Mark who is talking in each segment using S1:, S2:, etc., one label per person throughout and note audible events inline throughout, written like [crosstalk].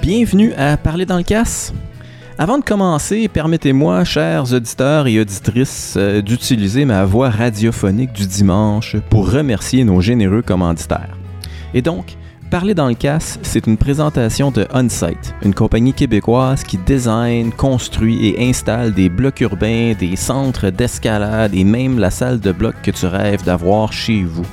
S1: Bienvenue à Parler dans le casse. Avant de commencer, permettez-moi, chers auditeurs et auditrices, euh, d'utiliser ma voix radiophonique du dimanche pour remercier nos généreux commanditaires. Et donc, Parler dans le casse, c'est une présentation de OnSite, une compagnie québécoise qui design, construit et installe des blocs urbains, des centres d'escalade et même la salle de bloc que tu rêves d'avoir chez vous.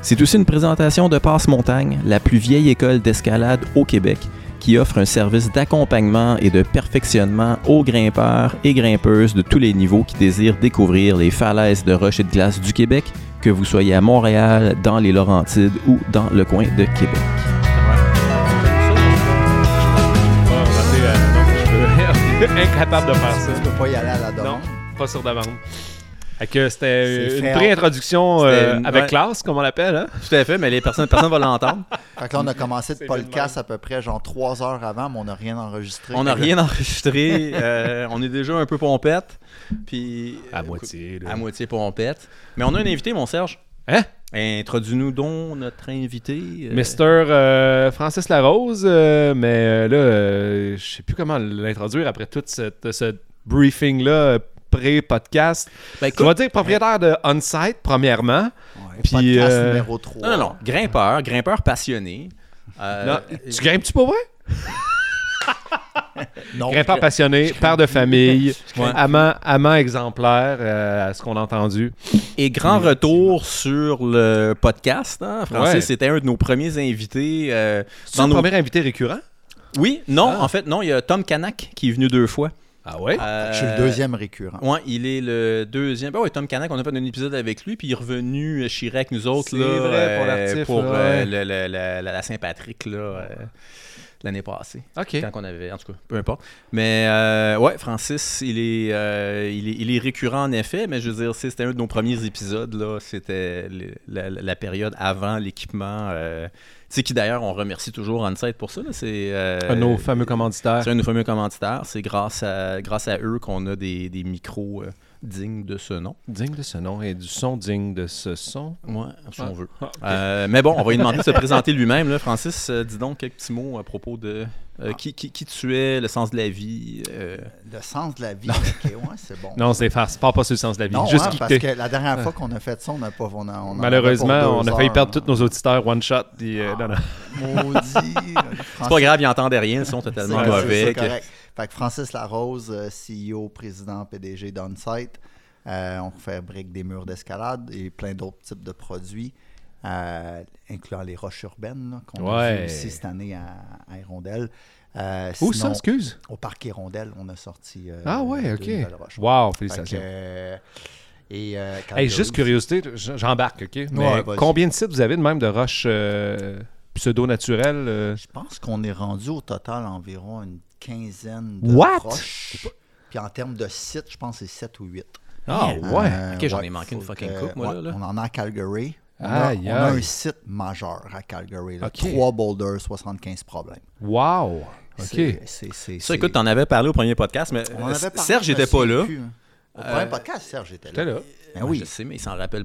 S1: C'est aussi une présentation de Passe Montagne, la plus vieille école d'escalade au Québec, qui offre un service d'accompagnement et de perfectionnement aux grimpeurs et grimpeuses de tous les niveaux qui désirent découvrir les falaises de roches et de glace du Québec, que vous soyez à Montréal, dans les Laurentides ou dans le coin de Québec.
S2: Ah, raté, euh, non, [laughs] je peux- Incapable de faire ça.
S3: Tu peux pas y aller à la demande.
S2: Non, pas sur demande. Fait que c'était
S3: C'est
S2: euh, une
S3: fair.
S2: pré-introduction euh,
S1: C'était une-
S2: avec
S1: ouais.
S2: classe, comme on l'appelle. Hein?
S1: Tout à fait, mais les personnes, personne va l'entendre.
S3: Fait que là, on a commencé
S2: C'est
S3: le podcast à peu près genre trois heures avant, mais on n'a rien enregistré.
S1: On n'a rien enregistré, euh, on est déjà un peu pompette, puis
S2: À moitié.
S1: à moitié pompette. [laughs] Mais on a un invité, mon Serge. Ben,
S2: Hein?
S1: Introduis-nous donc notre invité. euh,
S2: Mister euh, Francis Larose, euh, mais euh, là, euh, je sais plus comment l'introduire après tout cette- ce briefing-là euh, pré-podcast.
S1: Ben,
S2: Je
S1: écoute,
S2: vais dire propriétaire de Onsite, premièrement.
S3: Ouais,
S2: Puis,
S3: podcast
S2: euh,
S3: numéro 3.
S1: Non, non, non. Grimpeur, grimpeur passionné. Euh,
S2: Non, tu grimpes-tu pour vrai? [laughs]
S3: Non,
S2: Grimpeur passionné, père de famille, amant, amant exemplaire, euh, à ce qu'on a entendu.
S1: Et grand retour sur le podcast. hein.
S2: Ouais.
S1: Francis c'était un de nos premiers invités. euh,
S2: C'est
S1: dans
S2: le
S1: nos-
S2: premier invité récurrent?
S1: Oui, non,
S2: Ah.
S1: en fait, non, il y a Tom Kanak qui est venu deux fois.
S2: Ah ouais?
S1: Euh,
S3: je suis le deuxième récurrent.
S1: Ouais, il est le deuxième. Ben ouais, Tom Kanak, on a fait un épisode avec lui, puis il est revenu euh, chier avec nous autres
S2: C'est
S1: là,
S2: vrai, pour
S1: euh,
S2: l'artif,
S1: pour,
S2: là,
S1: euh,
S2: ouais.
S1: le- le- le- la, la Saint-Patrick là, euh, l'année passée.
S2: OK.
S1: Quand qu'on avait, en tout cas, peu importe. Mais euh, ouais, Francis, il est, euh, il, est, il est récurrent en effet, mais je veux dire, c'est- c'était un de nos premiers épisodes. là. C'était le- la, la- la période avant l'équipement. euh, tu sais, qui d'ailleurs, on remercie toujours OnSite pour ça. là. C'est euh,
S2: Un de nos fameux commanditaires.
S1: c'est un de nos fameux commanditaires. C'est grâce à, grâce à eux qu'on a des, des micros euh, dignes de ce nom.
S2: Digne de ce nom et du son digne de ce son.
S1: Ouais, si on veut.
S2: Ah, ok.
S1: Euh, mais bon, on va lui demander de se présenter lui-même. là. Francis, euh, dis donc quelques petits mots à propos de euh, qui, qui, qui tu es, le sens de la vie. euh,
S3: Le sens de la vie. ok, ouais, c'est bon.
S2: Non, c'est farce. Parle pas sur le sens de la vie.
S3: Non,
S2: Juste
S3: hein, parce
S2: quitter.
S3: que la dernière fois qu'on a fait ça, on n'a pas. On a- on en avait
S2: Malheureusement,
S3: pour
S2: on
S3: deux
S2: a failli
S3: heures,
S2: perdre
S3: hein.
S2: tous nos auditeurs one shot. puis, euh, non, non. [laughs]
S3: Maudit. euh,
S1: C'est pas grave, ils n'entendaient rien, ils sont totalement
S3: C'est- c'est-
S1: mauvais.
S3: c'est
S1: que-
S3: correct. Fait que Francis Larose, euh, CEO, président, PDG d'OnSite. Euh, on fabrique des murs d'escalade et plein d'autres types de produits, euh, incluant les roches urbaines là, qu'on a
S2: Ouais.
S3: vu ici cette année à, à Hirondelle. Euh,
S2: Où ça,
S3: sinon,
S2: excuse?
S3: Au parc Hirondelle, on a sorti. euh,
S2: Ah ouais,
S3: deux
S2: ok.
S3: nouvelles roches.
S2: Wow,
S3: Fait que,
S2: félicitations.
S3: euh, et euh,
S2: Hey,
S3: Calgary
S2: juste
S3: aussi.
S2: curiosité, j- j'embarque, OK? Mais
S3: Ouais, vas-y.
S2: combien de sites vous avez de même de roches euh, pseudo-naturelles? euh?
S3: Je pense qu'on est rendu au total environ une quinzaine de
S2: What?
S3: roches. Puis en termes de sites, je pense que c'est 7 ou 8.
S2: Ah
S3: Euh,
S2: ouais?
S1: Ok, j'en ai manqué une fucking couple, moi, là, là.
S3: On en a à Calgary. On, a,
S2: Aïe,
S3: on a
S2: aïe.
S3: un site majeur à Calgary. Là.
S2: Ok.
S3: Trois boulders, 75 problèmes.
S2: Wow! OK.
S3: C'est- c'est- c'est-
S1: Ça,
S3: c'est-
S1: écoute, t'en avais parlé au premier podcast, mais euh,
S3: on en avait parlé,
S1: Serge
S3: je me
S1: n'était pas
S3: souviens
S1: là.
S3: plus, hein. Au
S1: Euh,
S3: premier podcast, Serge était
S2: T'es
S3: là.
S2: là.
S3: Ben oui.
S1: Je sais, mais il s'en rappelle.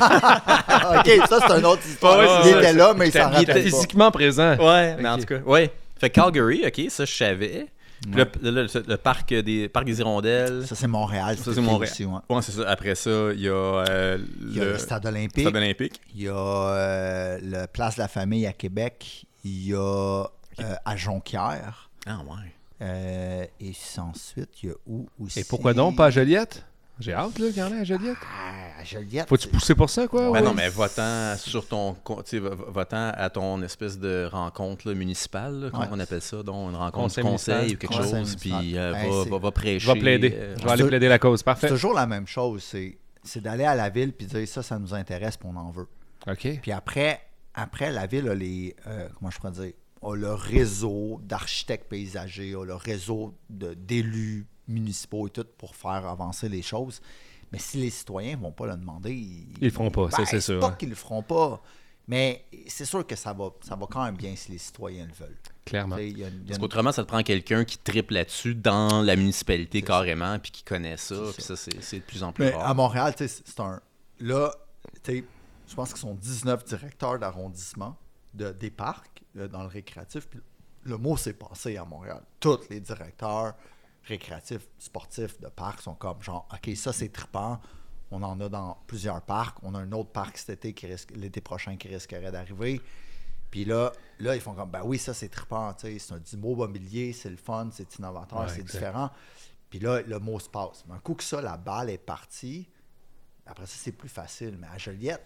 S3: Ah, ok, ça c'est une autre
S1: [laughs]
S3: histoire.
S1: Ouais, ouais,
S3: il
S1: c'est ça,
S3: était là, mais il s'en
S1: Il était
S3: rappelle pas.
S2: Physiquement présent.
S1: Ouais, mais
S2: Ok.
S1: en tout cas, ouais. Fait que Calgary, ok, ça je savais. Puis Le, le- le- le parc des parc des hirondelles.
S3: Ça c'est Montréal.
S1: Ça c'est
S3: c'était
S1: Montréal.
S3: aussi, ouais.
S1: Ouais, c'est ça. Après ça, il y a, euh,
S3: Il y a le stade olympique.
S1: Stade olympique.
S3: Il y a euh, le Place de la Famille à Québec. Il y a euh, à Jonquière.
S1: Ah ouais.
S3: Euh, et c'est ensuite, il y a où aussi
S2: Et pourquoi donc pas à Joliette? J'ai hâte, là, qu'il y en ait à Joliette.
S3: Ah, à Joliette.
S2: Faut-tu pousser pour ça, quoi?
S3: Ah
S1: Ben
S2: ouais?
S1: non, mais votant sur ton, co- tu sais, va- va- votant à ton espèce de rencontre là, municipale, là, comment
S3: Ouais.
S1: on appelle ça, donc une rencontre
S2: Conseil
S1: du conseil ou
S2: municipal.
S1: quelque
S3: Conseil
S1: chose,
S3: municipal.
S1: puis euh,
S3: Ben,
S1: va,
S3: c'est-
S1: va- va prêcher.
S2: Je vais plaider.
S1: euh,
S2: Je vais aller
S3: c'est-
S2: plaider la cause. Parfait.
S3: C'est toujours la même chose. C'est, c'est d'aller à la ville puis dire ça, ça nous intéresse puis on en veut.
S2: OK.
S3: Puis après, après la ville a les. euh, comment je pourrais dire A le réseau d'architectes paysagers, a le réseau de- d'élus municipaux et tout pour faire avancer les choses. Mais si les citoyens ne vont pas le demander, ils
S2: Ils le feront pas, ça,
S3: Ben,
S2: c'est sûr,
S3: pas
S2: hein.
S3: qu'ils le feront pas. Mais c'est sûr que ça va, ça va quand même bien si les citoyens le veulent.
S2: Clairement.
S3: Tu sais, il y a- il y a
S1: Parce
S3: une-
S1: qu'autrement, ça te prend quelqu'un qui tripe là-dessus dans la municipalité carrément, puis qui connaît ça, puis ça, c'est c'est de plus en plus
S3: Mais
S1: rare. Ah,
S3: à Montréal, tu sais, c'est c'est un. Là, tu sais, je pense qu'ils sont 19 directeurs d'arrondissement de, des parcs euh, dans le récréatif. Puis le mot s'est passé à Montréal. Tous les directeurs récréatifs, sportifs de parcs sont comme genre, OK, ça c'est trippant. On en a dans plusieurs parcs. On a un autre parc cet été qui risque, l'été prochain qui risquerait d'arriver. Puis là, là, ils font comme, ben oui, ça c'est trippant, tu sais, c'est un petit mot mobilier, c'est le fun, c'est innovateur,
S2: Ouais,
S3: c'est
S2: exact.
S3: différent. Puis là, le mot se passe. Mais un coup que ça, la balle est partie, après ça, c'est plus facile. Mais à Joliette,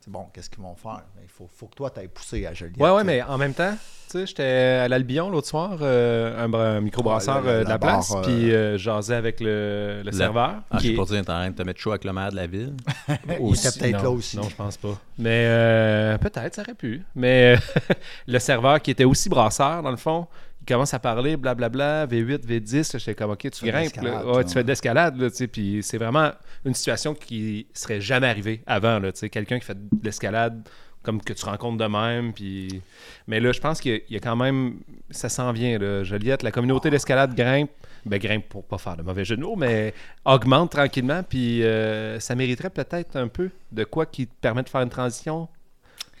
S3: c'est bon, qu'est-ce qu'ils vont faire? Mais Il faut, faut que toi, t'ailles pousser à Joliette.
S2: Ouais, ouais,
S3: tu sais.
S2: mais en même temps, tu sais, j'étais à l'Albion l'autre soir, euh, un, bra- un microbrasseur
S3: Ouais, la- la-
S2: euh, de la,
S3: la
S2: place,
S3: barre, euh,
S2: puis euh, jasais avec le, le serveur.
S1: Ah,
S2: qui
S1: je sais
S2: est-
S1: pas dire, t'es en train de te mettre chaud avec le maire de la ville.
S3: Il était
S2: Aussi-
S3: peut-être
S2: non,
S3: là aussi.
S2: Non, je pense pas. Mais euh, peut-être, ça aurait pu. Mais euh, [laughs] le serveur qui était aussi brasseur, dans le fond, il commence à parler, blablabla, V8, V10. J'étais comme, OK, tu
S3: fais de
S2: grimpes. là.
S3: l'escalade,
S2: Ouais,
S3: là.
S2: tu fais de l'escalade. là, tu sais, Puis c'est vraiment une situation qui serait jamais arrivée avant. là, tu sais, Quelqu'un qui fait de l'escalade comme que tu rencontres de même. Puis... Mais là, je pense qu'il y a- il y a quand même. Ça s'en vient, là. Joliette. La communauté d'escalade grimpe. Ben, grimpe pour pas faire de mauvais jeu de mots, mais augmente tranquillement. Puis euh, ça mériterait peut-être un peu de quoi qui te permet de faire une transition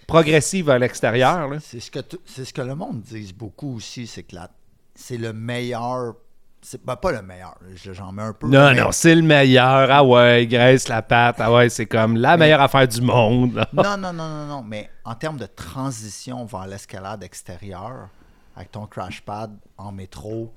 S2: progressive à l'extérieur. là.
S3: C'est ce que tout- c'est ce que le monde dit beaucoup aussi, c'est que la- c'est le meilleur. C'est ben, pas le meilleur. je- J'en mets un peu.
S2: Non,
S3: mais-
S2: non, c'est le meilleur. Ah ouais, graisse la patte. Ah ouais, c'est comme la meilleure affaire du monde. là.
S3: non, non, non, non, non. Mais en termes de transition vers l'escalade extérieure, avec ton crash pad en métro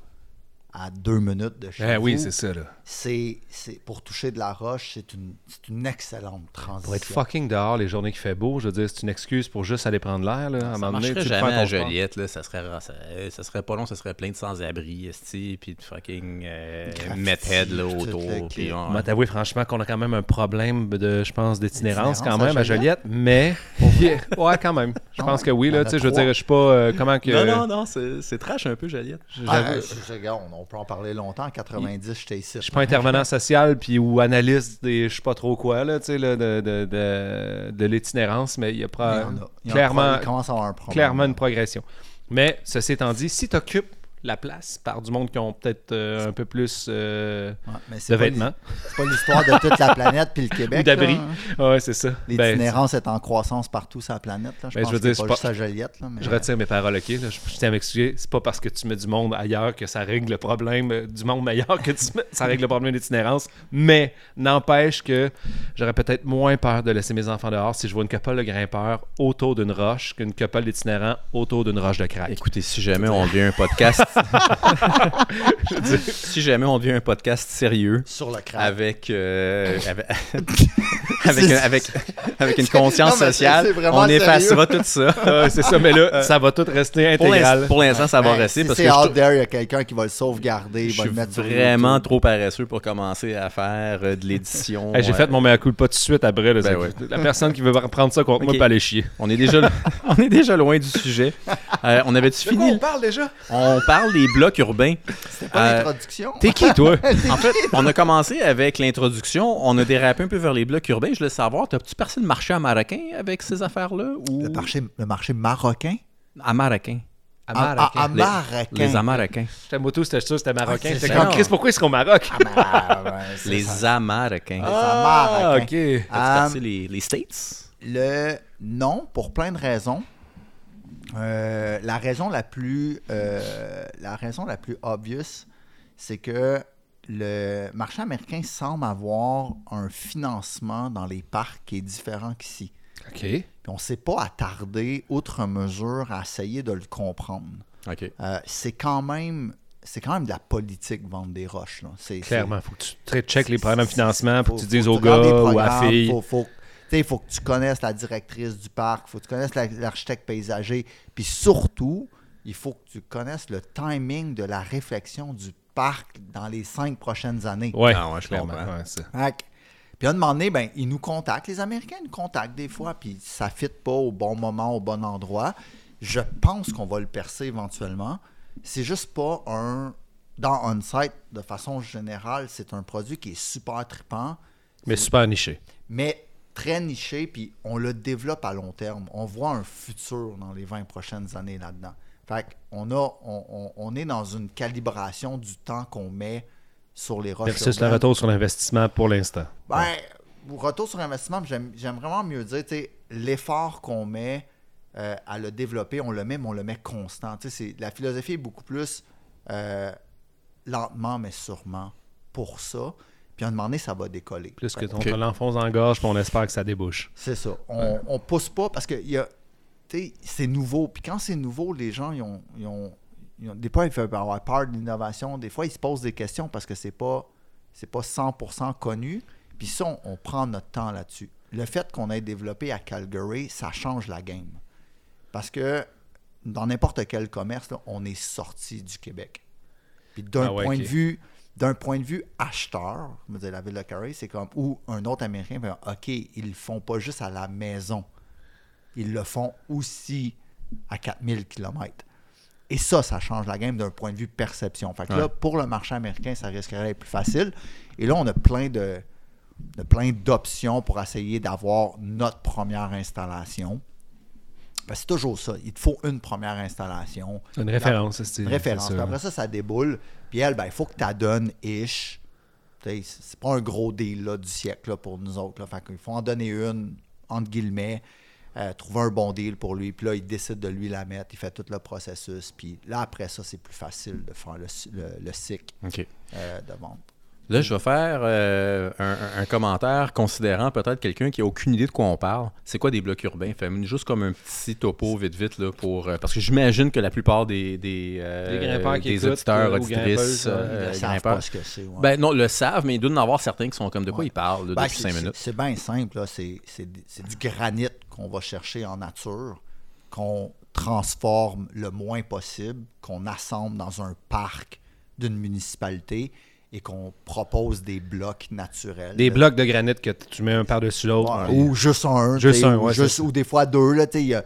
S3: à deux minutes de chez
S2: [laughs] Eh oui,
S3: vous,
S2: c'est ça, là.
S3: c'est c'est- pour toucher de la roche, c'est une, c'est une excellente transition.
S2: Pour être fucking dehors les journées qu'il fait beau, je veux dire, c'est une excuse pour juste aller prendre l'air, là. À un
S1: Ça
S2: moment donné,
S1: marcherait
S2: tu sais, de
S1: jamais
S2: faire
S1: à
S2: ton sport.
S1: Joliette, là. Ça serait, ra- ça, euh, ça serait pas long, ça serait plein de sans-abri, esti, puis de fucking euh,
S3: Graffiti,
S1: methead, là,
S3: puis tout le
S1: autour. puis
S3: kit.
S1: on-
S2: Je vais t'avouer, franchement, qu'on a quand même un problème de, je pense, d'itinérance quand
S3: Itinérance à
S2: même à Joliette,
S3: [laughs]
S2: mais. [laughs] ouais, quand même. Je
S3: Ah
S2: pense
S3: ouais,
S2: que oui,
S3: il y
S2: là.
S3: en a
S2: Tu sais, je veux
S3: trois.
S2: dire, je suis pas. euh, comment que.
S1: Non, non, non, c'est c'est trash un peu, Joliette.
S3: Ah,
S1: euh,
S2: j'avoue,
S3: je- je- regarde, on peut en parler longtemps. En 90, j'étais ici.
S2: Je suis pas intervenant social puis ou analyste des je sais pas trop quoi là, tu sais là, de, de, de, de l'itinérance, mais il y a,
S3: Il y en
S2: pas
S3: a. Il y en a. Il
S2: euh, clairement
S3: commence à avoir un problème.
S2: clairement une progression. Mais ceci étant dit, si tu occupes la place par du monde qui ont peut-être euh, un peu plus euh,
S3: Ouais, mais c'est
S2: de
S3: pas-
S2: vêtements
S3: C'est pas l'histoire de toute la planète
S2: [laughs]
S3: puis le Québec.
S2: ou d'abris,
S3: là. hein.
S2: ouais, c'est ça. Ben,
S3: L'itinérance est en croissance partout sur la planète. Là. Je
S2: Ben,
S3: pense
S2: je veux
S3: que
S2: dire,
S3: c'est
S2: c'est
S3: pas
S2: pas-
S3: juste à Joliette. Là, mais...
S2: Je retire mes paroles, ok? là. je, je tiens à m'excuser. C'est pas parce que tu mets du monde ailleurs que ça règle le problème euh, du monde meilleur que tu mets- ça règle le problème d'itinérance. Mais n'empêche que j'aurais peut-être moins peur de laisser mes enfants dehors si je vois une couple de grimpeurs autour d'une roche qu'une couple d'itinérants autour d'une roche de crack.
S1: Écoutez, si jamais on devient un [laughs] podcast. si jamais on devient un podcast sérieux.
S3: Sur le crabe.
S1: Avec, euh, [laughs] avec, avec, un- avec, avec une conscience
S3: Non, mais c'est-
S1: sociale,
S3: c'est vraiment
S1: on effacera tout ça.
S2: [laughs] Ah, c'est ça, mais là, ça va tout rester
S1: Pour
S2: intégral.
S1: l'ins- Pour l'instant, ça va
S3: Hey,
S1: rester
S3: Ben, si
S1: parce
S3: c'est
S1: que je,
S3: out
S1: trou-
S3: there, il y a quelqu'un qui va le sauvegarder, il
S1: je
S3: va
S1: suis
S3: le mettre sur
S1: vraiment
S3: YouTube.
S1: trop paresseux pour commencer à faire euh, de [laughs] l'édition.
S2: Hey, J'ai
S1: euh,
S2: fait mon mea culpa tout de suite après. là.
S1: Ben
S2: Ça-
S1: ouais.
S2: La personne qui veut prendre ça contre moi
S1: Ok.
S2: peut aller chier.
S1: On est déjà, [laughs] on est déjà loin du sujet. Euh, on avait-tu fini?
S2: parle déjà?
S1: On parle des blocs urbains.
S3: C'était pas
S1: Euh,
S3: l'introduction.
S1: T'es qui, toi?
S3: T'es
S1: En
S3: [laughs]
S1: fait, on a commencé avec l'introduction, on a dérapé un peu vers les blocs urbains. Je voulais savoir, t'as-tu passé le marché à Marocain avec ces affaires-là? Ou...
S3: Le marché, le marché marocain?
S1: À Marocain.
S3: À- à- à
S2: Marocain.
S3: Marocain.
S1: Les Amaraquins.
S2: J'étais moto, c'était sûr, c'était marocain.
S3: Ouais,
S2: J'étais
S3: c'est ça.
S2: comme, Chris, pourquoi ils sont au Maroc?
S3: Ah, ben, ben, c'est ça.
S1: Les Amaraquins.
S3: Les
S2: Ah,
S3: Marocains.
S2: ok.
S1: T'as-tu
S3: Ah,
S1: passé les, les States?
S3: Le non, pour plein de raisons. Euh, la raison la plus euh, la raison la plus obvious, c'est que le marché américain semble avoir un financement dans les parcs qui est différent qu'ici.
S2: Ok.
S3: Puis on ne s'est pas attardé outre mesure à essayer de le comprendre.
S1: OK.
S3: Euh, c'est quand même c'est quand même de la politique vendre des roches. là. C'est- c'est-
S2: Clairement, faut que tu très check les programmes de financement pour que tu
S3: Faut-
S2: dises
S3: faut
S2: au
S3: tu regardes
S2: gars
S3: les
S2: ou à la
S3: programmes,
S2: fille.
S3: Faut, faut, tu sais, faut que tu connaisses la directrice du parc, faut que tu connaisses la- l'architecte paysager, puis surtout, il faut que tu connaisses le timing de la réflexion du parc dans les cinq prochaines années.
S2: Ouais,
S1: Ah ouais, je
S2: clairement.
S1: comprends.
S2: Ouais, ça.
S3: Fait que- Puis à un moment donné, ben, ils nous contactent, les Américains nous contactent des fois, puis ça ne fit pas au bon moment, au bon endroit. Je pense qu'on va le percer éventuellement. C'est juste pas un. Dans On-Site, de façon générale, c'est un produit qui est super trippant
S2: Mais super niché.
S3: Ah, mais très niché, puis on le développe à long terme. On voit un futur dans les 20 prochaines années là-dedans. Fait qu'on a, on, on- on est dans une calibration du temps qu'on met sur les roches.
S2: Versus le
S3: urbaines.
S2: retour sur l'investissement pour l'instant.
S3: Ben, au retour sur investissement, j'aime j'aime vraiment mieux dire, tu sais, l'effort qu'on met euh, à le développer, on le met, mais on le met constant. Tu sais, c'est- la philosophie est beaucoup plus euh, lentement, mais sûrement pour ça. Puis à un moment donné, ça va décoller.
S2: Plus que ton
S1: Ok.
S2: l'enfonce en gorge, puis on espère que ça débouche.
S3: C'est ça. On, on pousse pas parce que il y a- tu sais, c'est nouveau. Puis quand c'est nouveau, les gens, ils ont, ils ont- ils ont- des fois, ils peuvent avoir peur de l'innovation. Des fois, ils se posent des questions parce que c'est pas, c'est pas 100% connu. Puis ça, on, on prend notre temps là-dessus. Le fait qu'on ait développé à Calgary, ça change la game. Parce que dans n'importe quel commerce, là, on est sorti du Québec. Puis d'un
S2: Ah ouais,
S3: point
S2: ok.
S3: de vue d'un point de vue acheteur, je veux dire, la ville de Calgary, c'est comme ou un autre américain ben, OK, ils le font pas juste à la maison. Ils le font aussi à 4000 km. Et ça, ça change la game d'un point de vue perception. Fait que là, pour le marché américain, ça risquerait d'être plus facile. Et là, on a plein de, de plein d'options pour essayer d'avoir notre première installation. Parce que c'est toujours ça. Il te faut une première installation.
S2: Une référence, c'est
S3: Une référence. Puis après ça, ça déboule. Puis elle, ben, il faut que tu la donnes ish. Tu sais, C'est c'est pas un gros deal là, du siècle là, pour nous autres. Là. Fait qu'il faut en donner une, entre guillemets, euh, trouver un bon deal pour lui. Puis là, il décide de lui la mettre. Il fait tout le processus. Puis là, après ça, c'est plus facile de faire le, le, le cycle
S1: OK.
S3: euh, de vente.
S1: Là, je vais faire euh, un, un- un commentaire considérant peut-être quelqu'un qui a aucune idée de quoi on parle. C'est quoi des blocs urbains? Fait juste comme un petit topo vite vite là pour euh, parce que j'imagine que la plupart des des, euh,
S2: Des grimpeurs qui
S1: des
S2: écoutent,
S1: auditeurs
S2: euh, ou
S1: auditrices
S2: grimpeuses, ouais.
S3: Ils
S1: euh,
S3: ne savent
S1: grimpeurs.
S3: pas ce que c'est. ouais.
S1: Ben non, le savent, mais il doit en avoir certains qui sont comme de quoi
S3: Ouais.
S1: ils parlent là,
S3: Ben,
S1: depuis
S3: c'est-
S1: cinq
S3: c'est-
S1: minutes.
S3: C'est bien simple. là. C'est c'est d- c'est du granit qu'on va chercher en nature, qu'on transforme le moins possible, qu'on assemble dans un parc d'une municipalité et qu'on propose des blocs naturels.
S2: Des
S3: De-
S2: blocs de granit que t- tu mets un par-dessus l'autre.
S3: euh, Ouais,
S2: puis-
S3: ou juste un.
S2: Juste
S3: t'sais,
S2: un,
S3: ou,
S2: ouais,
S3: juste-
S2: c'est ça.
S3: ou des fois deux. Là, t'sais, il y a-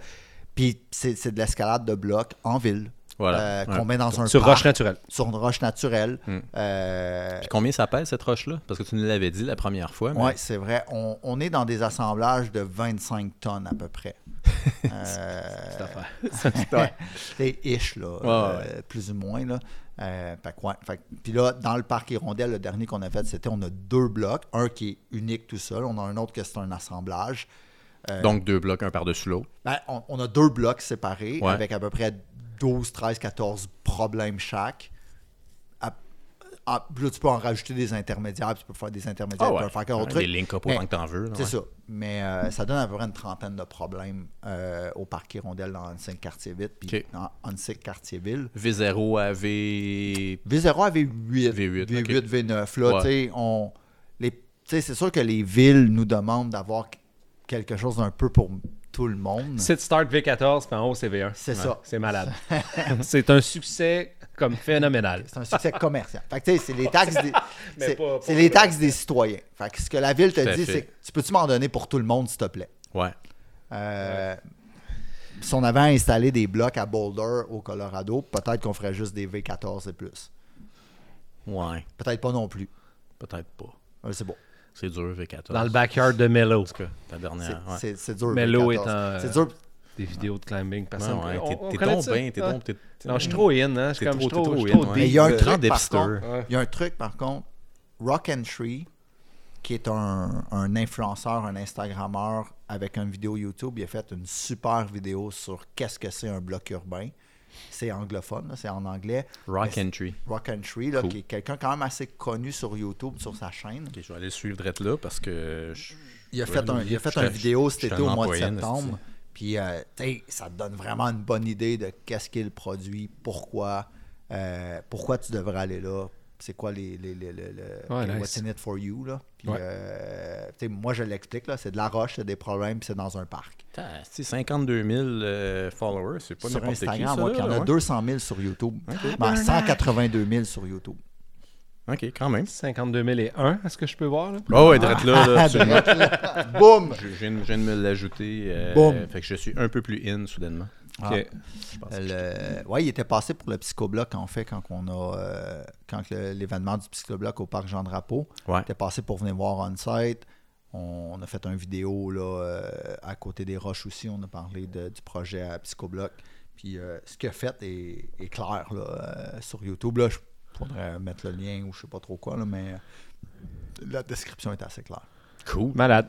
S3: Puis c'est c'est de l'escalade de blocs en ville.
S1: Voilà.
S3: euh,
S1: Ouais.
S3: Qu'on met dans un
S2: sur
S3: parc,
S2: roche Hmm. naturelle.
S3: sur une roche naturelle. euh,
S1: Puis combien ça pèse cette roche là Parce que tu nous l'avais dit la première fois. mais- euh,
S3: Oui,
S2: hein.
S3: c'est vrai. On, on est dans des assemblages de 25 tonnes à peu près. Euh,
S1: [laughs]
S3: c'est ish, là,
S1: ouais,
S3: euh, plus ou moins. Là. Euh, fait que ouais, fait que- puis là, dans le parc Hirondelle, le dernier qu'on a fait, c'était on a deux blocs. Un qui est unique tout seul. On a un autre que c'est un assemblage. Euh,
S1: Donc deux blocs un par-dessus l'autre.
S3: Ben, on, on a deux blocs séparés
S1: Ouais.
S3: avec à peu près 12, 13, 14 problèmes chaque. À- à- puis là, tu peux en rajouter des intermédiaires, puis tu peux faire des intermédiaires,
S1: Ah
S3: tu
S1: ouais.
S3: peux faire encore autre
S1: Des
S3: truc.
S1: links up autant
S3: Mais-
S1: que t'en veux. là,
S3: c'est
S1: ouais.
S3: ça. Mais euh, ça donne à peu près une trentaine de problèmes euh, au parc Hirondelle dans Hansing Quartier Vite puis
S1: OK.
S3: dans Hansing Quartier Ville.
S1: V0 à V.
S3: V0 avait 8.
S1: V8,
S3: V8,
S1: OK.
S3: V9. Là,
S1: Ouais.
S3: tu sais, on- les- tu sais, c'est sûr que les villes nous demandent d'avoir quelque chose d'un peu pour tout le monde.
S2: Sit Start V14, puis en haut, c'est V1.
S3: C'est ça.
S2: C'est
S3: [laughs]
S2: malade. c'est un succès comme phénoménal.
S3: C'est un succès commercial. Fait que, tu sais, c'est les taxes
S1: [laughs]
S3: des,
S2: Mais
S3: c'est-
S2: pas- pas
S3: c'est
S2: pour
S3: les
S2: le
S3: taxes des citoyens. Fait que ce que la ville
S1: Tout à
S3: te dit,
S1: fait.
S3: c'est tu peux-tu m'en donner pour tout le monde, s'il te plaît?
S1: Ouais.
S3: Euh, Si on avait installé des blocs à Boulder au Colorado, peut-être qu'on ferait juste des V14 et plus.
S1: Ouais.
S3: Peut-être pas non plus.
S1: Peut-être pas.
S3: Euh, C'est beau.
S1: C'est dur V14.
S2: Dans le backyard de Mello.
S1: Ta
S3: C'est
S1: dernière. Ah, ouais.
S3: c'est- c'est dur.
S2: Mais l'eau euh,
S3: V14.
S2: est en-
S3: C'est dur.
S2: Des vidéos de climbing.
S1: Ouais,
S2: personne-
S1: ouais,
S2: on-
S1: t'es-
S2: on
S1: T'es
S2: connaît
S1: donc
S2: ça.
S1: bien, t'es
S3: Ah.
S2: Ouais.
S1: donc. t'es-
S2: Non, je suis trop in, hein. Je suis
S1: T'es
S2: comme,
S1: trop-
S2: je suis
S1: t'es
S2: trop,
S1: trop
S2: je suis
S1: in,
S2: trop
S1: ouais.
S2: deep,
S3: Mais il y a un
S2: là.
S3: truc, par
S1: dipster.
S3: contre. Il y a un truc, par contre. Rock and Tree, qui est un, un influenceur, un Instagrammeur avec une vidéo YouTube, il a fait une super vidéo sur qu'est-ce que c'est un bloc urbain. C'est anglophone, là, c'est en anglais.
S1: Rock
S3: Mais-
S1: Entry.
S3: Rock and Tree, là,
S1: Cool.
S3: qui est quelqu'un quand même assez connu sur YouTube, sur sa chaîne.
S1: Ok, je vais aller le suivre direct là parce que. je-
S3: Il a
S1: je-
S3: fait un, il a fait
S1: je-
S3: un
S1: je-
S3: vidéo
S1: je
S3: cet
S1: suis
S3: été au mois de
S1: un employé,
S3: septembre. Puis, euh, tu sais, ça te donne vraiment une bonne idée de qu'est-ce qu'il produit, pourquoi, euh, pourquoi tu devrais aller là, c'est quoi les, les, les, les- les-
S2: Ouais, nice.
S3: what's in it for you là. Puis,
S2: Ouais.
S3: euh, tu sais, moi je l'explique là, c'est de la roche, c'est des problèmes, puis c'est dans un parc.
S1: Putain, c'est 52 000 euh, followers, c'est pas
S3: sur
S1: n'importe qui.
S3: Instagram,
S1: ça,
S3: ouais,
S1: là,
S3: puis il y en a
S1: ouais.
S3: 200 000 sur YouTube,
S1: Ok.
S3: Ben, 182 000 sur YouTube.
S1: Ok, quand même.
S2: 52 001, est-ce que je peux voir, là?
S1: Oh, ouais, direct là. là,
S3: [laughs]
S1: absolument.
S3: Ah, ben, Boum.
S1: je, je viens de, je viens de me l'ajouter. euh,
S3: Boum.
S1: Fait que je suis un peu plus in soudainement.
S3: Ah.
S2: Ok.
S1: Je pense.
S3: Le- Ouais, il était passé pour le psychobloc en fait quand on a euh, quand le- l'événement du psychobloc au parc Jean Drapeau.
S2: Ah.
S1: Ouais.
S3: Il était passé pour venir voir on site. On, on a fait une vidéo là, euh, à côté des roches aussi. On a parlé de- du projet à psychobloc. Puis euh, ce qu'il a fait est, est clair là, euh, sur YouTube. Là, je pourrais mettre le lien ou je sais pas trop quoi, là, mais euh, la description est assez claire.
S1: Cool.
S2: Malade.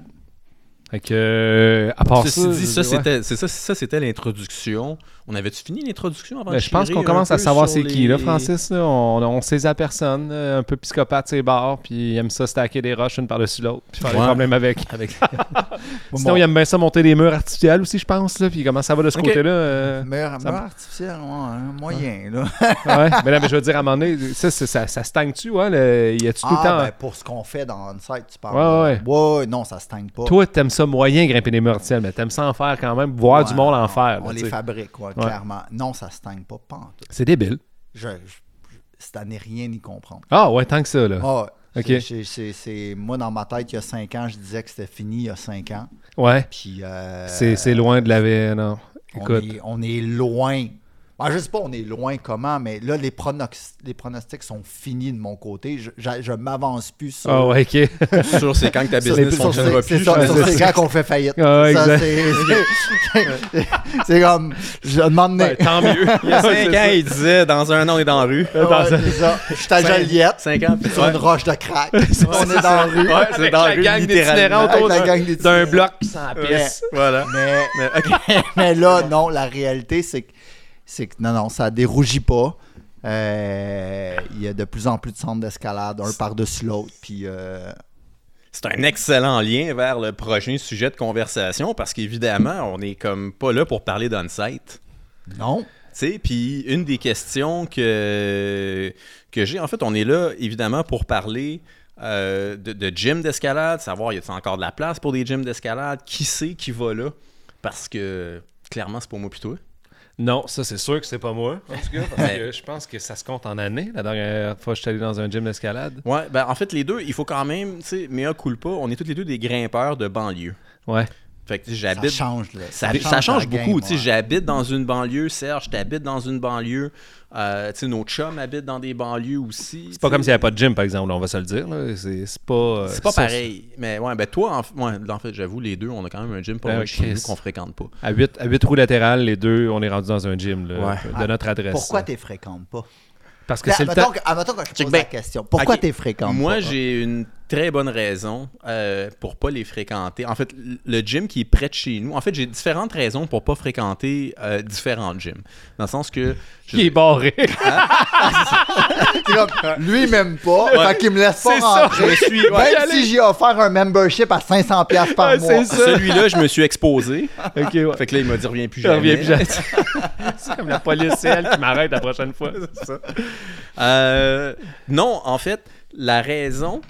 S2: Fait que, euh, à part
S1: Ceci
S2: ça,
S1: dit, ça,
S2: ouais.
S1: c'était, c'est ça, ça, c'était l'introduction. On avait-tu fini l'introduction avant
S2: Ben,
S1: de
S2: je pense
S1: chirer
S2: qu'on
S1: un
S2: commence à
S1: peu
S2: savoir c'est
S1: sur
S2: qui, là,
S1: les-
S2: Francis. là. on, on sait à personne, euh, un peu psychopathe, ses bars, puis il aime ça stacker des roches une par-dessus l'autre, puis faire des
S1: Ouais.
S2: problèmes avec.
S1: [laughs] Avec...
S2: [laughs] Sinon, il aime bien ça monter des murs artificiels aussi, je pense, là, puis comment ça va de ce
S1: Ok.
S2: côté-là.
S3: [laughs]
S2: euh,
S3: Meilleur,
S2: Ça-
S3: meilleur artificiel, ouais, hein, moyen, là.
S2: ouais. Mais là, mais je veux dire, à un moment donné, ça, c'est- ça, ça stagne-tu, ouais? le- Il y a-tu tout le
S3: Ah,
S2: temps... hein.
S3: ben, pour ce qu'on fait dans Onsite, tu parles.
S2: Ouais, ouais.
S3: ouais. non, ça se teigne pas.
S2: Toi, t'aimes ça moyen, grimper des murs artificiels, mais t'aimes ça en faire quand même, voir
S3: Ouais,
S2: du monde en
S3: on-
S2: faire.
S3: On
S2: là,
S3: les
S2: tu sais.
S3: fabrique, ouais, clairement. Non, ça se teigne pas, pas en tout.
S2: C'est débile.
S3: Je, je- c'est à n'y rien y comprendre.
S2: Ah ouais, tant que ça, là.
S3: Ah, ouais.
S2: Ok.
S3: C'est- c'est- c'est- c'est- moi, dans ma tête, il y a 5 ans, je disais que c'était fini il y a 5 ans.
S2: Ouais,
S3: Puis, euh,
S2: c'est c'est loin de la... hein. vie, Non,
S3: on
S2: écoute.
S3: est, on est loin. Ben, Je je sais pas, on est loin comment, mais là, les, pronox- les pronostics sont finis de mon côté. Je, je, je m'avance plus sur.
S2: Ah ouais, ok.
S1: Sûr, c'est quand que ta business
S3: sur-
S1: fonctionnera
S3: c'est-
S1: plus.
S3: C'est ça,
S1: je
S3: sur
S1: pense.
S3: ces gars qu'on fait faillite.
S2: Ah ouais,
S3: Ça,
S2: exact.
S3: c'est-
S2: [laughs]
S3: c'est- C'est comme, je demande.
S2: Ben, tant mieux.
S1: Il y a 5
S2: C'est
S1: ans,
S2: ça.
S1: il disait dans un an, on est dans la rue.
S3: Ouais, c'est ça. Je suis à Joliette,
S1: 5 ans, puis
S3: sur une roche
S1: [laughs]
S3: de crack. on est dans la rue.
S1: Ouais, c'est dans la rue, littéralement.
S3: Avec
S2: autour
S3: la
S2: d'un-
S3: gang des
S2: d'un
S3: petits-
S2: bloc sans pisse.
S1: Voilà.
S3: Mais,
S1: [laughs] Mais, ok.
S3: [laughs] mais là, non, la réalité, c'est que, c'est que non, non, ça dérougit pas. Euh, Il y a de plus en plus de centres d'escalade, un par-dessus l'autre. Puis, euh,
S1: C'est un excellent lien vers le prochain sujet de conversation parce qu'évidemment, on est comme pas là pour parler d'on-site.
S3: non.
S1: Tu sais, puis une des questions que, que j'ai, en fait, on est là évidemment pour parler euh, de, de gym d'escalade, savoir y a-t-il encore de la place pour des gyms d'escalade, qui c'est qui va là, parce que clairement, c'est pour moi plutôt.
S2: Non, ça c'est sûr que c'est pas moi. En tout cas, parce que je pense que ça se compte en années. La dernière fois que je suis allé dans un gym d'escalade.
S1: Ouais, ben en fait, les deux, il faut quand même, tu sais, mea culpa, on est tous les deux des grimpeurs de banlieue.
S2: Ouais.
S1: Fait que tu sais,
S3: Ça
S1: j'habite
S3: change, là.
S1: Ça, ça change
S3: la game,
S1: beaucoup. tu sais,
S3: ouais.
S1: J'habite dans une banlieue, Serge, t'habites dans une banlieue. Euh, tu sais, nos chums habitent dans des banlieues aussi.
S2: C'est pas comme s'il n'y avait pas de gym, par exemple, là, on va se le dire. là. C'est c'est pas. euh,
S1: C'est pas
S2: ça,
S1: pareil. Mais ouais, ben toi, en, f- ouais, en fait, j'avoue, les deux, on a quand même un gym pas
S2: Ben,
S1: loin de chez nous
S2: Chris.
S1: qu'on fréquente pas.
S2: À 8, à huit roues latérales, les deux, on est rendu dans un gym là,
S1: Ouais.
S2: de notre adresse.
S3: Pourquoi
S2: là.
S3: tu fréquentes pas?
S2: Parce que
S3: Là,
S2: c'est le
S3: Admettons
S2: temps.
S3: que, admettons que je te
S1: Check
S3: pose
S1: bien.
S3: la question. Pourquoi
S1: Ok.
S3: tu fréquentes
S1: Moi,
S3: pas?
S1: j'ai une très bonne raison euh, pour pas les fréquenter. En fait, l- le gym qui est près de chez nous, en fait, j'ai différentes raisons pour pas fréquenter euh, différents gyms. Dans le sens que. je-
S2: Qui est [laughs] barré.
S3: C'est comme, lui, il m'aime pas, fait qu'il me laisse pas
S2: C'est ça.
S3: rentrer.
S1: je suis. [laughs] ouais,
S3: Même Ben, si j'ai offert un membership à 500$ par
S2: Ouais,
S3: mois.
S2: c'est ça.
S1: Celui-là, je me suis exposé.
S2: ok, ouais.
S1: Fait que là, il m'a dit reviens plus
S2: Je
S1: jamais.
S2: reviens plus jamais. [laughs] c'est comme la police, c'est elle qui m'arrête la prochaine fois.
S1: Euh, non, en fait, la raison.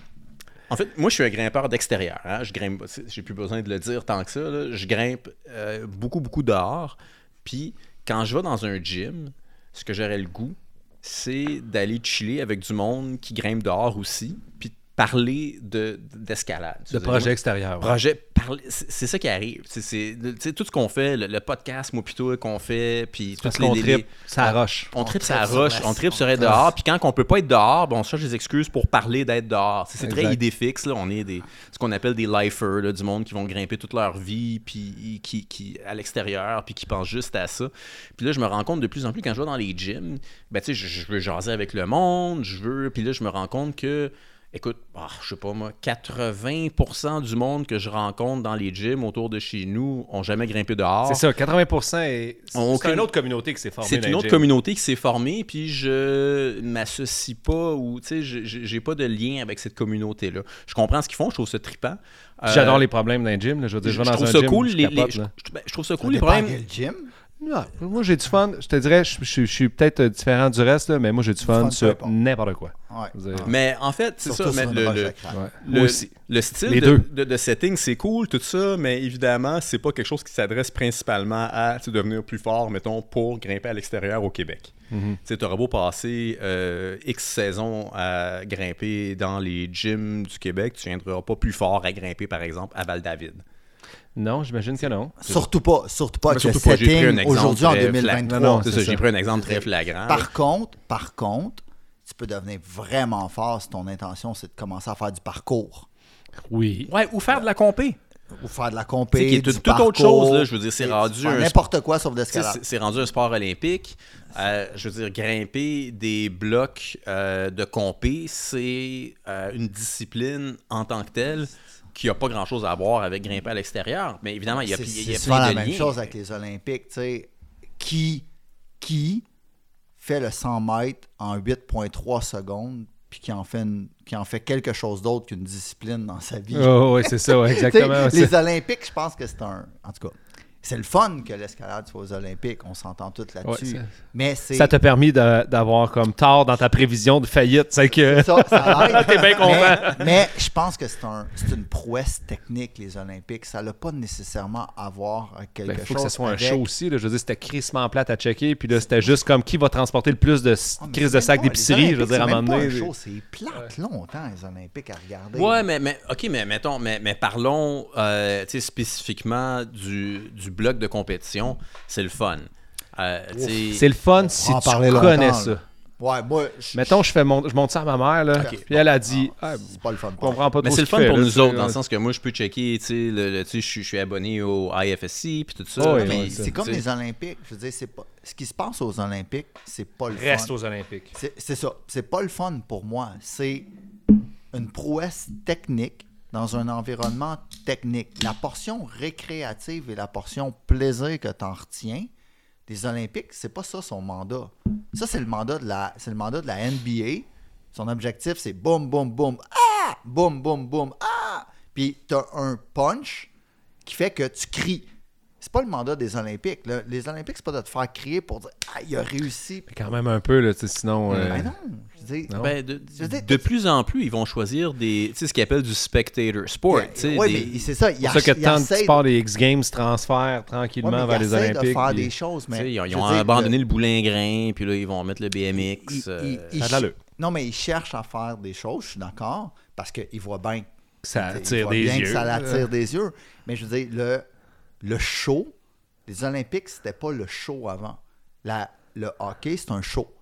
S1: En fait, moi, je suis un grimpeur d'extérieur. hein. Je grimpe, c'est- j'ai plus besoin de le dire tant que ça. là. Je grimpe euh, beaucoup, beaucoup dehors. Puis, quand je vais dans un gym, ce que j'aurais le goût, c'est d'aller chiller avec du monde qui grimpe dehors aussi, puis de parler de, d'escalade. Tu veux
S2: Le
S1: dire, moi,
S2: projet extérieur. ouais.
S1: projet parler- c'est c'est ça qui arrive c'est, c'est- tu sais, tout ce qu'on fait le, le podcast moi plutôt qu'on fait puis
S2: Parce
S1: toutes les-
S2: qu'on
S1: les-
S2: tripe,
S1: les-
S2: ça roche.
S1: on tripe sa
S3: tripe sur
S1: roche,
S3: la-
S1: on tripe
S3: on
S1: sur être
S3: tripe.
S1: dehors, puis quand on peut pas être dehors, ben, on cherche des excuses pour parler d'être dehors. C'est c'est très
S2: Exact.
S1: idée fixe, là. on est des, ce qu'on appelle des lifers, là, du monde qui vont grimper toute leur vie, puis qui, qui, à l'extérieur, puis qui pensent juste à ça. Puis là, je me rends compte de plus en plus quand je vais dans les gyms, ben, tu sais, je, je veux jaser avec le monde, je veux, puis là, je me rends compte que, écoute, ah, je sais pas moi, 80% du monde que je rencontre dans les gyms autour de chez nous ont jamais grimpé dehors.
S2: C'est ça, 80 et
S1: On
S2: c'est
S1: crée-
S2: une autre communauté qui s'est formée.
S1: C'est
S2: dans
S1: une
S2: les
S1: autre
S2: gyms.
S1: communauté qui s'est formée, puis je ne m'associe pas ou, tu sais, je- je- j'ai pas de lien avec cette communauté-là. Je comprends ce qu'ils font, je trouve ça trippant. Euh,
S2: J'adore les problèmes dans les gyms. là. Je veux dire,
S1: Je,
S2: je vais
S1: je
S2: dans
S1: trouve
S2: un
S1: ça
S2: gym,
S1: cool,
S2: je
S1: les, les-
S2: capote,
S1: je,
S2: là.
S1: je- ben, je trouve ça
S3: Tout
S1: cool, les
S3: dépend à
S1: problèmes.
S3: quel gym?
S2: Non, Ah, moi j'ai du fun. Je te dirais, je, je- je suis peut-être euh, différent du reste, là, mais moi j'ai du fun
S3: fun, peu
S2: sur Ah.
S3: importe.
S2: n'importe quoi.
S3: Ouais.
S2: Je veux dire,
S1: Mais en fait, c'est
S3: Surtout
S1: ça, mais
S3: sur une
S1: le,
S3: roche de
S1: le,
S3: crack.
S2: ouais.
S1: le-
S2: Moi aussi.
S1: le style
S2: Les
S1: de,
S2: deux.
S1: de- de setting, c'est cool, tout ça, mais évidemment, c'est pas quelque chose qui s'adresse principalement à tu sais, devenir plus fort, mettons, pour grimper à l'extérieur au Québec.
S2: Mhm.
S1: Tu aurais beau passer euh, X saisons à grimper dans les gyms du Québec, tu viendras pas plus fort à grimper, par exemple, à Val-David.
S2: Non, j'imagine que non.
S3: Surtout pas, surtout pas
S1: Mais
S3: avec le
S1: surtout pas, j'ai pris un
S3: setting
S1: exemple
S3: aujourd'hui en
S1: très
S3: 2023.
S1: flagrant.
S2: Non, non,
S1: C'est ça, j'ai pris un exemple très flagrant.
S3: Par contre, par contre, tu peux devenir vraiment fort si ton intention c'est de commencer à faire du parcours
S2: Oui.
S1: Ouais, ou faire de la compé.
S3: ou faire de la
S1: Tu sais, qui est
S3: compétition.
S1: tout- toute autre chose, là, je veux dire, c'est rendu un
S3: n'importe quoi sauf de
S1: Tu sais,
S3: l'escalade.
S1: c'est- C'est rendu un sport olympique. Euh, je veux dire, grimper des blocs euh, de compé, c'est euh, une discipline en tant que telle qui n'a pas grand-chose à voir avec grimper à l'extérieur. Mais évidemment, il y a,
S3: C'est-
S1: il y a
S3: C'est
S1: plein
S3: souvent la
S1: de
S3: même
S1: liens.
S3: chose avec les Olympiques. tu sais. Qui, qui fait le 100 mètres en 8,3 secondes puis qui en fait, une- qui en fait quelque chose d'autre qu'une discipline dans sa vie?
S2: Oh, ouais, c'est ça, ouais,
S3: [laughs] Tu sais,
S2: exactement.
S3: les Olympiques, je pense que c'est un. En tout cas, c'est le fun que l'escalade soit aux Olympiques. On s'entend tous là-dessus.
S2: Ouais, ça-
S3: mais c'est.
S2: Ça t'a permis de- d'avoir comme tard dans ta prévision de faillite. C'est que. [laughs]
S3: [laughs] ça,
S1: [laughs]
S3: ça l'aide.
S2: T'es bien content.
S3: Mais, mais je pense que c'est un, c'est une prouesse technique, les Olympiques. Ça n'a pas nécessairement à voir avec quelque
S2: il Ben, faut
S3: chose.
S2: que ce soit un
S3: avec-
S2: show aussi. là. Je veux dire, c'était crissement plate à checker. Puis là, c'était juste comme qui va transporter le plus de s-
S3: Ah, mais
S2: crises
S3: c'est
S2: de
S3: même
S2: sacs
S3: pas-
S2: d'épicerie.
S3: les
S2: Je veux dire, à un
S3: Olympiques,
S2: moment donné.
S3: C'est même pas un show, c'est plate longtemps, les Olympiques, à regarder.
S1: Ouais, mais, mais ok, mais mettons, mais, mais parlons euh, tu sais, spécifiquement du, du bloc de compétition. C'est le fun. Euh, tu sais-
S2: C'est le fun
S3: On
S2: si
S3: en
S2: tu
S3: parlait longtemps,
S2: connais
S3: là.
S2: ça.
S3: Ouais, moi, je-
S2: Mettons, je, fais mon, je monte ça à ma mère. Là,
S3: Ok.
S2: Puis elle a dit ah,
S3: c'est pas le fun.
S2: Je comprends pas trop
S1: Mais c'est
S2: ce
S1: le
S2: qu'il
S1: fun
S2: fait,
S1: pour
S2: là,
S1: nous
S2: tu
S1: autres,
S2: sais,
S1: dans le
S2: ouais.
S1: sens que moi, je peux checker, tu sais, le- le- tu sais, je suis- je suis abonné au IFSC, puis tout ça.
S2: Oh, oui,
S1: puis,
S2: ouais,
S1: tu
S2: ça.
S3: C'est comme
S1: sais,
S3: les Olympiques. Je veux dire, c'est pas... ce qui se passe aux Olympiques, c'est pas le
S2: Reste
S3: fun.
S2: aux Olympiques.
S3: C'est c'est ça. C'est pas le fun pour moi. C'est une prouesse technique dans un environnement technique. La portion récréative et la portion plaisir que tu en retiens des Olympiques, c'est pas ça son mandat. Ça, c'est le mandat de la, c'est le mandat de la NBA. Son objectif, c'est boum, boum, boum, ah, boum, boum, boum, ah. Puis t'as un punch qui fait que tu cries. C'est pas le mandat des Olympiques. là. Les Olympiques, c'est pas de te faire crier pour dire Ah, il a réussi.
S2: Mais quand même un peu, là, tu sais, sinon. euh,
S3: Ben non, je veux dire,
S1: ben, de,
S3: Je veux dire,
S1: de plus en plus, ils vont choisir des, tu sais, ce qu'ils appellent du spectator sport. tu sais,
S3: Oui,
S1: des-
S3: mais c'est ça. Il
S2: C'est pour ça que tant de
S3: essaie-
S2: sports des X Games transfèrent
S3: ouais, mais
S2: tranquillement
S3: il
S2: vers les
S3: essaie de
S2: Olympiques.
S3: faire
S2: puis-
S3: des choses,
S1: tu sais,
S3: mais
S1: ils ont, ils
S3: je
S1: ont
S3: veux dire,
S1: abandonné
S3: le-
S1: le boulingrin, puis là, ils vont mettre le BMX.
S3: il-
S1: euh,
S3: il- il-
S2: ça a de l'allure.
S3: Non, mais ils cherchent à faire des choses, je suis d'accord, parce qu'ils voient bien,
S2: Ça
S3: ils
S2: attire
S3: voient
S2: des
S3: bien que
S2: yeux.
S3: ça
S2: là.
S3: l'attire des yeux. Mais je veux dire, le, le show, les Olympiques, c'était pas le show avant. La- le hockey, c'est un show.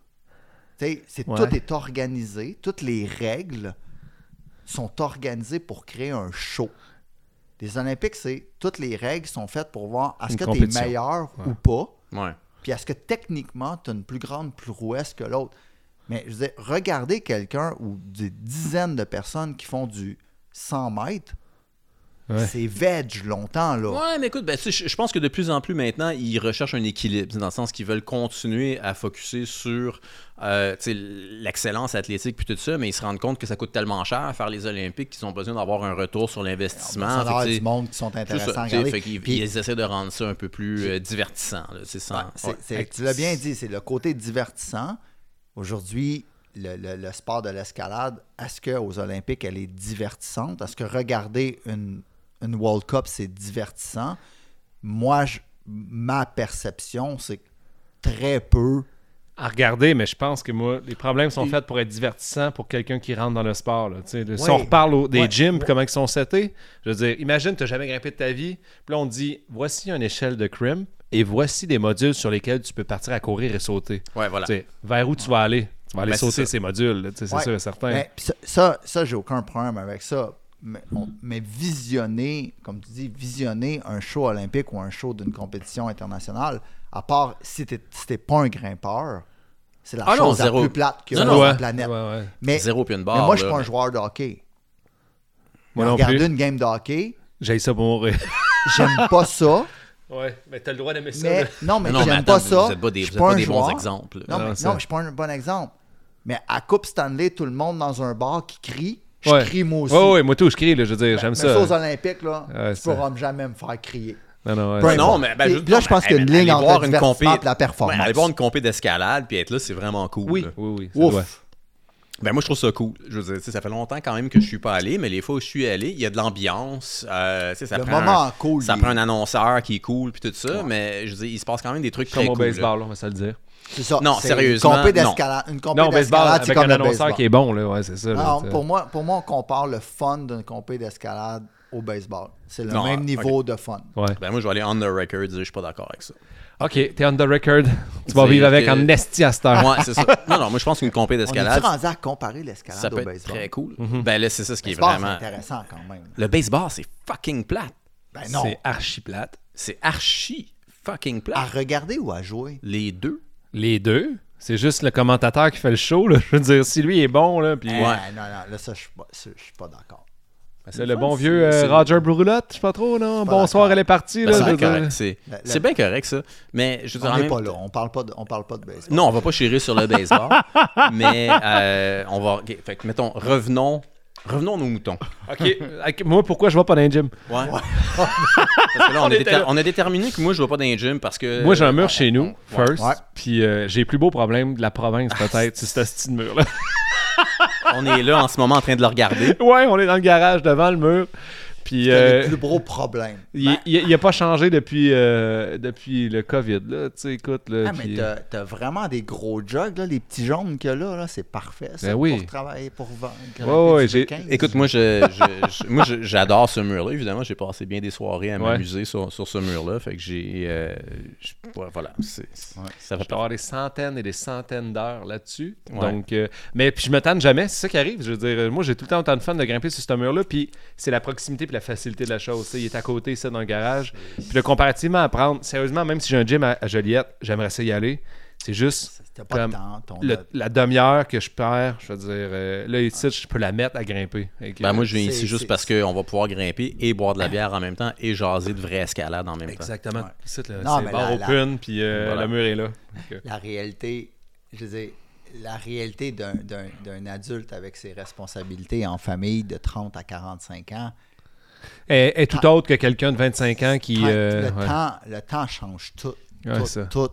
S3: Tu sais, c'est-
S2: Ouais.
S3: Tout est organisé, toutes les règles sont organisées pour créer un show. Les Olympiques, c'est toutes les règles sont faites pour voir est-ce
S2: Une
S3: que tu es
S2: compétition.
S3: meilleur ou pas,
S1: ouais.
S3: puis est-ce que techniquement tu as une plus grande prouesse que l'autre. Mais je veux dire, regarder quelqu'un ou des dizaines de personnes qui font du 100 mètres,
S2: Ouais.
S3: c'est veg longtemps, là.
S1: Ouais, mais écoute, ben, tu sais, je je pense que de plus en plus maintenant, ils recherchent un équilibre, tu sais, dans le sens qu'ils veulent continuer à focuser sur euh, tu sais, l'excellence athlétique puis tout ça, mais ils se rendent compte que ça coûte tellement cher à faire les Olympiques qu'ils ont besoin d'avoir un retour sur
S3: Ah, ben, Ça
S1: l'investissement.
S3: a
S1: Fait que,
S3: l'air
S1: tu sais,
S3: du monde qui sont
S1: tout ça,
S3: intéressants à
S1: tu sais,
S3: regarder.
S1: fait qu'ils-
S3: Puis-
S1: ils essaient de rendre ça un peu plus euh, divertissant. là, c'est ça.
S3: Ouais, c'est-
S1: Ouais.
S3: c'est- tu l'as bien dit, c'est le côté divertissant. Aujourd'hui, le, le- le sport de l'escalade, est-ce qu'aux Olympiques, elle est divertissante? Est-ce que regarder une, une World Cup, c'est divertissant? Moi, je- ma perception, c'est que très peu.
S2: à regarder, mais je pense que moi, les problèmes sont faits pour être divertissants pour quelqu'un qui rentre dans le sport. Là, tu sais. Si
S3: Ouais.
S2: on reparle au- des
S3: Ouais.
S2: gyms, puis comment ils sont setés, je veux dire, imagine, tu n'as jamais grimpé de ta vie, puis là, on te dit, voici une échelle de crimp, et voici des modules sur lesquels tu peux partir à courir et sauter.
S1: Ouais, voilà.
S2: Tu sais, vers où tu vas aller? Tu vas aller
S1: Ben, c'est
S2: sauter
S1: ça.
S2: ces modules, là, tu sais, c'est
S3: Ouais.
S2: sûr et certain.
S3: Mais Ben, pis ça, ça, ça, j'ai aucun problème avec ça. Mais, on- mais visionner, comme tu dis, visionner un show olympique ou un show d'une compétition internationale, à part si t'es si t'es pas un grimpeur, c'est la
S1: Ah non,
S3: chose
S1: zéro.
S3: la plus plate que
S1: Non,
S3: sur
S1: non,
S3: la
S2: ouais,
S3: planète.
S2: ouais, ouais.
S3: Mais,
S1: Zéro puis une
S3: mais
S1: barre,
S3: moi, je suis
S1: là.
S3: pas un joueur de hockey.
S2: Moi
S3: Mais
S2: non
S3: regarder
S2: plus.
S3: une game de hockey,
S2: J'ai ça pour mourir.
S3: j'aime pas ça.
S2: [laughs] ouais, mais tu as le droit d'aimer ça.
S3: [laughs] Mais,
S2: là.
S3: non, mais
S1: Non, non, mais
S3: j'aime
S1: attends,
S3: pas
S1: vous-
S3: ça.
S1: vous êtes pas des-
S3: Je suis
S1: vous êtes pas
S3: un
S1: des bons
S3: joueur.
S1: exemples.
S3: Non, mais,
S2: Non,
S3: non,
S2: ça-
S3: je suis pas un bon exemple. Mais à Coupe Stanley, tout le monde dans un bar qui crie, je
S2: Ouais.
S3: crie moi aussi.
S2: Ouais, ouais, moi tout, je crie, là, je veux dire, j'aime Ben,
S3: Mais
S2: ça.
S3: aux Olympiques, là,
S2: Ouais,
S3: tu
S2: ça.
S3: pourras jamais me faire crier.
S2: Non, non, ouais,
S3: Peu
S2: c'est-
S1: non,
S3: importe.
S1: mais ben,
S3: Et-
S1: juste-
S3: là, je pense
S1: ben,
S3: qu'il y a une
S1: ben,
S3: ligne
S1: aller
S3: entre
S1: voir
S3: le
S1: une
S3: divertissement
S1: compé-
S3: et la performance.
S1: Ouais, aller voir une compé d'escalade puis être là, c'est vraiment cool.
S2: Oui,
S1: là.
S2: oui, oui. ça doit.
S3: Ouf.
S1: Ben moi je trouve ça cool. Je veux dire, tu sais, ça fait longtemps quand même que je suis pas allé, mais les fois où je suis allé, il y a de l'ambiance. euh, tu sais, ça
S3: Le
S1: prend
S3: moment
S1: un,
S3: cool,
S1: Ça
S3: il-
S1: prend un annonceur qui est cool puis tout ça, mais je veux dire, il se passe quand même des trucs
S2: Comme
S1: très
S2: au
S1: cool. là.
S2: baseball, là, on va se le dire.
S3: C'est ça.
S1: Non,
S3: c'est
S1: sérieusement,
S3: Une compé
S1: non.
S3: d'escalade, une compé
S2: Non, au baseball,
S3: d'escalade, c'est
S2: avec
S3: comme
S2: un
S3: le
S2: annonceur
S3: baseball.
S2: qui est bon, là, ouais, c'est ça. là,
S3: Non,
S2: tu sais.
S3: pour moi, pour moi, on compare le fun d'une compé d'escalade au baseball. C'est le
S1: Non,
S3: même
S1: ok.
S3: niveau de fun.
S2: Ouais.
S1: Ben moi je vais aller on the record, dire, je suis pas d'accord avec ça.
S2: Ok, t'es on the record. Tu vas
S1: C'est
S2: vivre avec
S1: que-
S2: un esti à cette heure.
S1: Ouais, c'est ça. Non, non, moi je pense qu'une compé
S3: [laughs] On est
S1: d'escalade,
S3: rendu à comparer
S1: ça
S3: l'escalade au
S1: peut
S3: baseball.
S1: être très cool.
S2: Mhm.
S1: Ben là, c'est ça ce qui
S3: Le
S1: est
S3: sport,
S1: vraiment.
S3: c'est intéressant quand même.
S1: Le baseball, c'est fucking plate.
S3: Ben non,
S2: C'est archi plate.
S1: C'est archi fucking plate.
S3: à regarder ou à jouer.
S1: Les deux.
S2: Les deux. C'est juste le commentateur qui fait le show, là. Je veux dire, si lui est bon, là, puis...
S3: Eh, non, non, là, ça, je suis pas, ça, je suis pas d'accord.
S2: Ben, c'est le bon vieux euh,
S1: c'est-
S2: Roger Broulotte, je sais pas trop, non?
S3: pas
S2: Bonsoir,
S3: d'accord.
S2: elle est partie.
S1: Ben,
S2: là,
S1: c'est
S2: je
S1: bien
S2: veux dire.
S1: correct. C'est
S3: La- la-
S1: c'est bien correct, ça. Mais je veux dire, en
S3: Ben, On n'est
S1: même
S3: pas là. On parle pas de, on parle pas de baseball.
S1: Non, on va pas chérir sur le
S2: [laughs]
S1: baseball, mais euh, on va. ok, Fait que, mettons, revenons, revenons à nos moutons.
S2: Ok, ok, moi, pourquoi je vais pas dans un gym?
S1: Ouais. parce que là, on,
S2: On
S1: a
S2: était
S1: déter-
S2: là.
S1: on a déterminé que moi, je vais pas dans les gym parce que. euh,
S2: Moi, j'ai un mur chez nous, first,
S3: Ouais. Ah,
S2: puis euh, j'ai les plus beau problème de la province, peut-être, c'est ce style de mur-là. [laughs]
S1: On est là en ce moment en train de le regarder.
S2: ouais, on est dans le garage devant le mur, puis
S3: C'est
S2: euh,
S3: le plus gros problème.
S2: il il- il a pas changé depuis, euh, depuis le COVID, là, tu sais, écoute, là,
S3: Ah, mais
S2: puis-
S3: t'as t'as vraiment des gros jogs, là, les petits jaunes qu'il y a là, là, c'est parfait. Ça,
S2: Ben oui.
S3: Pour travailler, pour vendre.
S2: Ouais, ouais, j'ai-
S1: Écoute, moi, je, je- je- moi, je- j'adore ce mur-là. Évidemment, j'ai passé bien des soirées à
S2: Ouais.
S1: m'amuser sur, sur ce mur-là. Fait que j'ai. euh, je- ouais, voilà. c'est- c'est- Ça va
S2: Je dois avoir euh, des centaines et des centaines d'heures là-dessus.
S1: Ouais.
S2: Donc, euh, mais puis je me tanne jamais, c'est ça qui arrive. Je veux dire, euh, moi j'ai tout le temps autant de fun de grimper sur ce mur-là, puis c'est la proximité puis la facilité de la chose. tu sais. Il est à côté, ça, dans le garage. Puis le comparativement à prendre, sérieusement, même si j'ai un gym à, à Joliette, j'aimerais ça y aller. C'est juste
S3: T'as pas
S2: comme
S3: de temps. Ton
S2: le- la demi-heure que je perds, je veux dire, euh, là, ici, je peux la mettre à grimper. Fait que-
S1: Ben, moi, je viens
S3: c'est-
S1: ici juste
S3: c'est-
S1: parce qu'on va pouvoir grimper et boire de la bière en même temps et jaser de vraie escalade en même temps.
S2: Exactement.
S3: Ouais.
S2: Ici, là,
S3: Non,
S2: c'est
S3: mais
S2: barre
S3: la- la-
S2: open, puis euh,
S1: Voilà.
S2: le mur
S3: [laughs]
S2: est là. euh,
S3: la réalité, je veux dire, la réalité d'un- d'un d'un adulte avec ses responsabilités en famille de 30 à 45 ans,
S2: Est, est tout autre que quelqu'un de 25 ans qui.
S3: Trente-
S2: euh,
S3: le,
S2: ouais.
S3: temps, le temps change tout.
S2: Ouais,
S3: tout,
S2: ça.
S3: tout.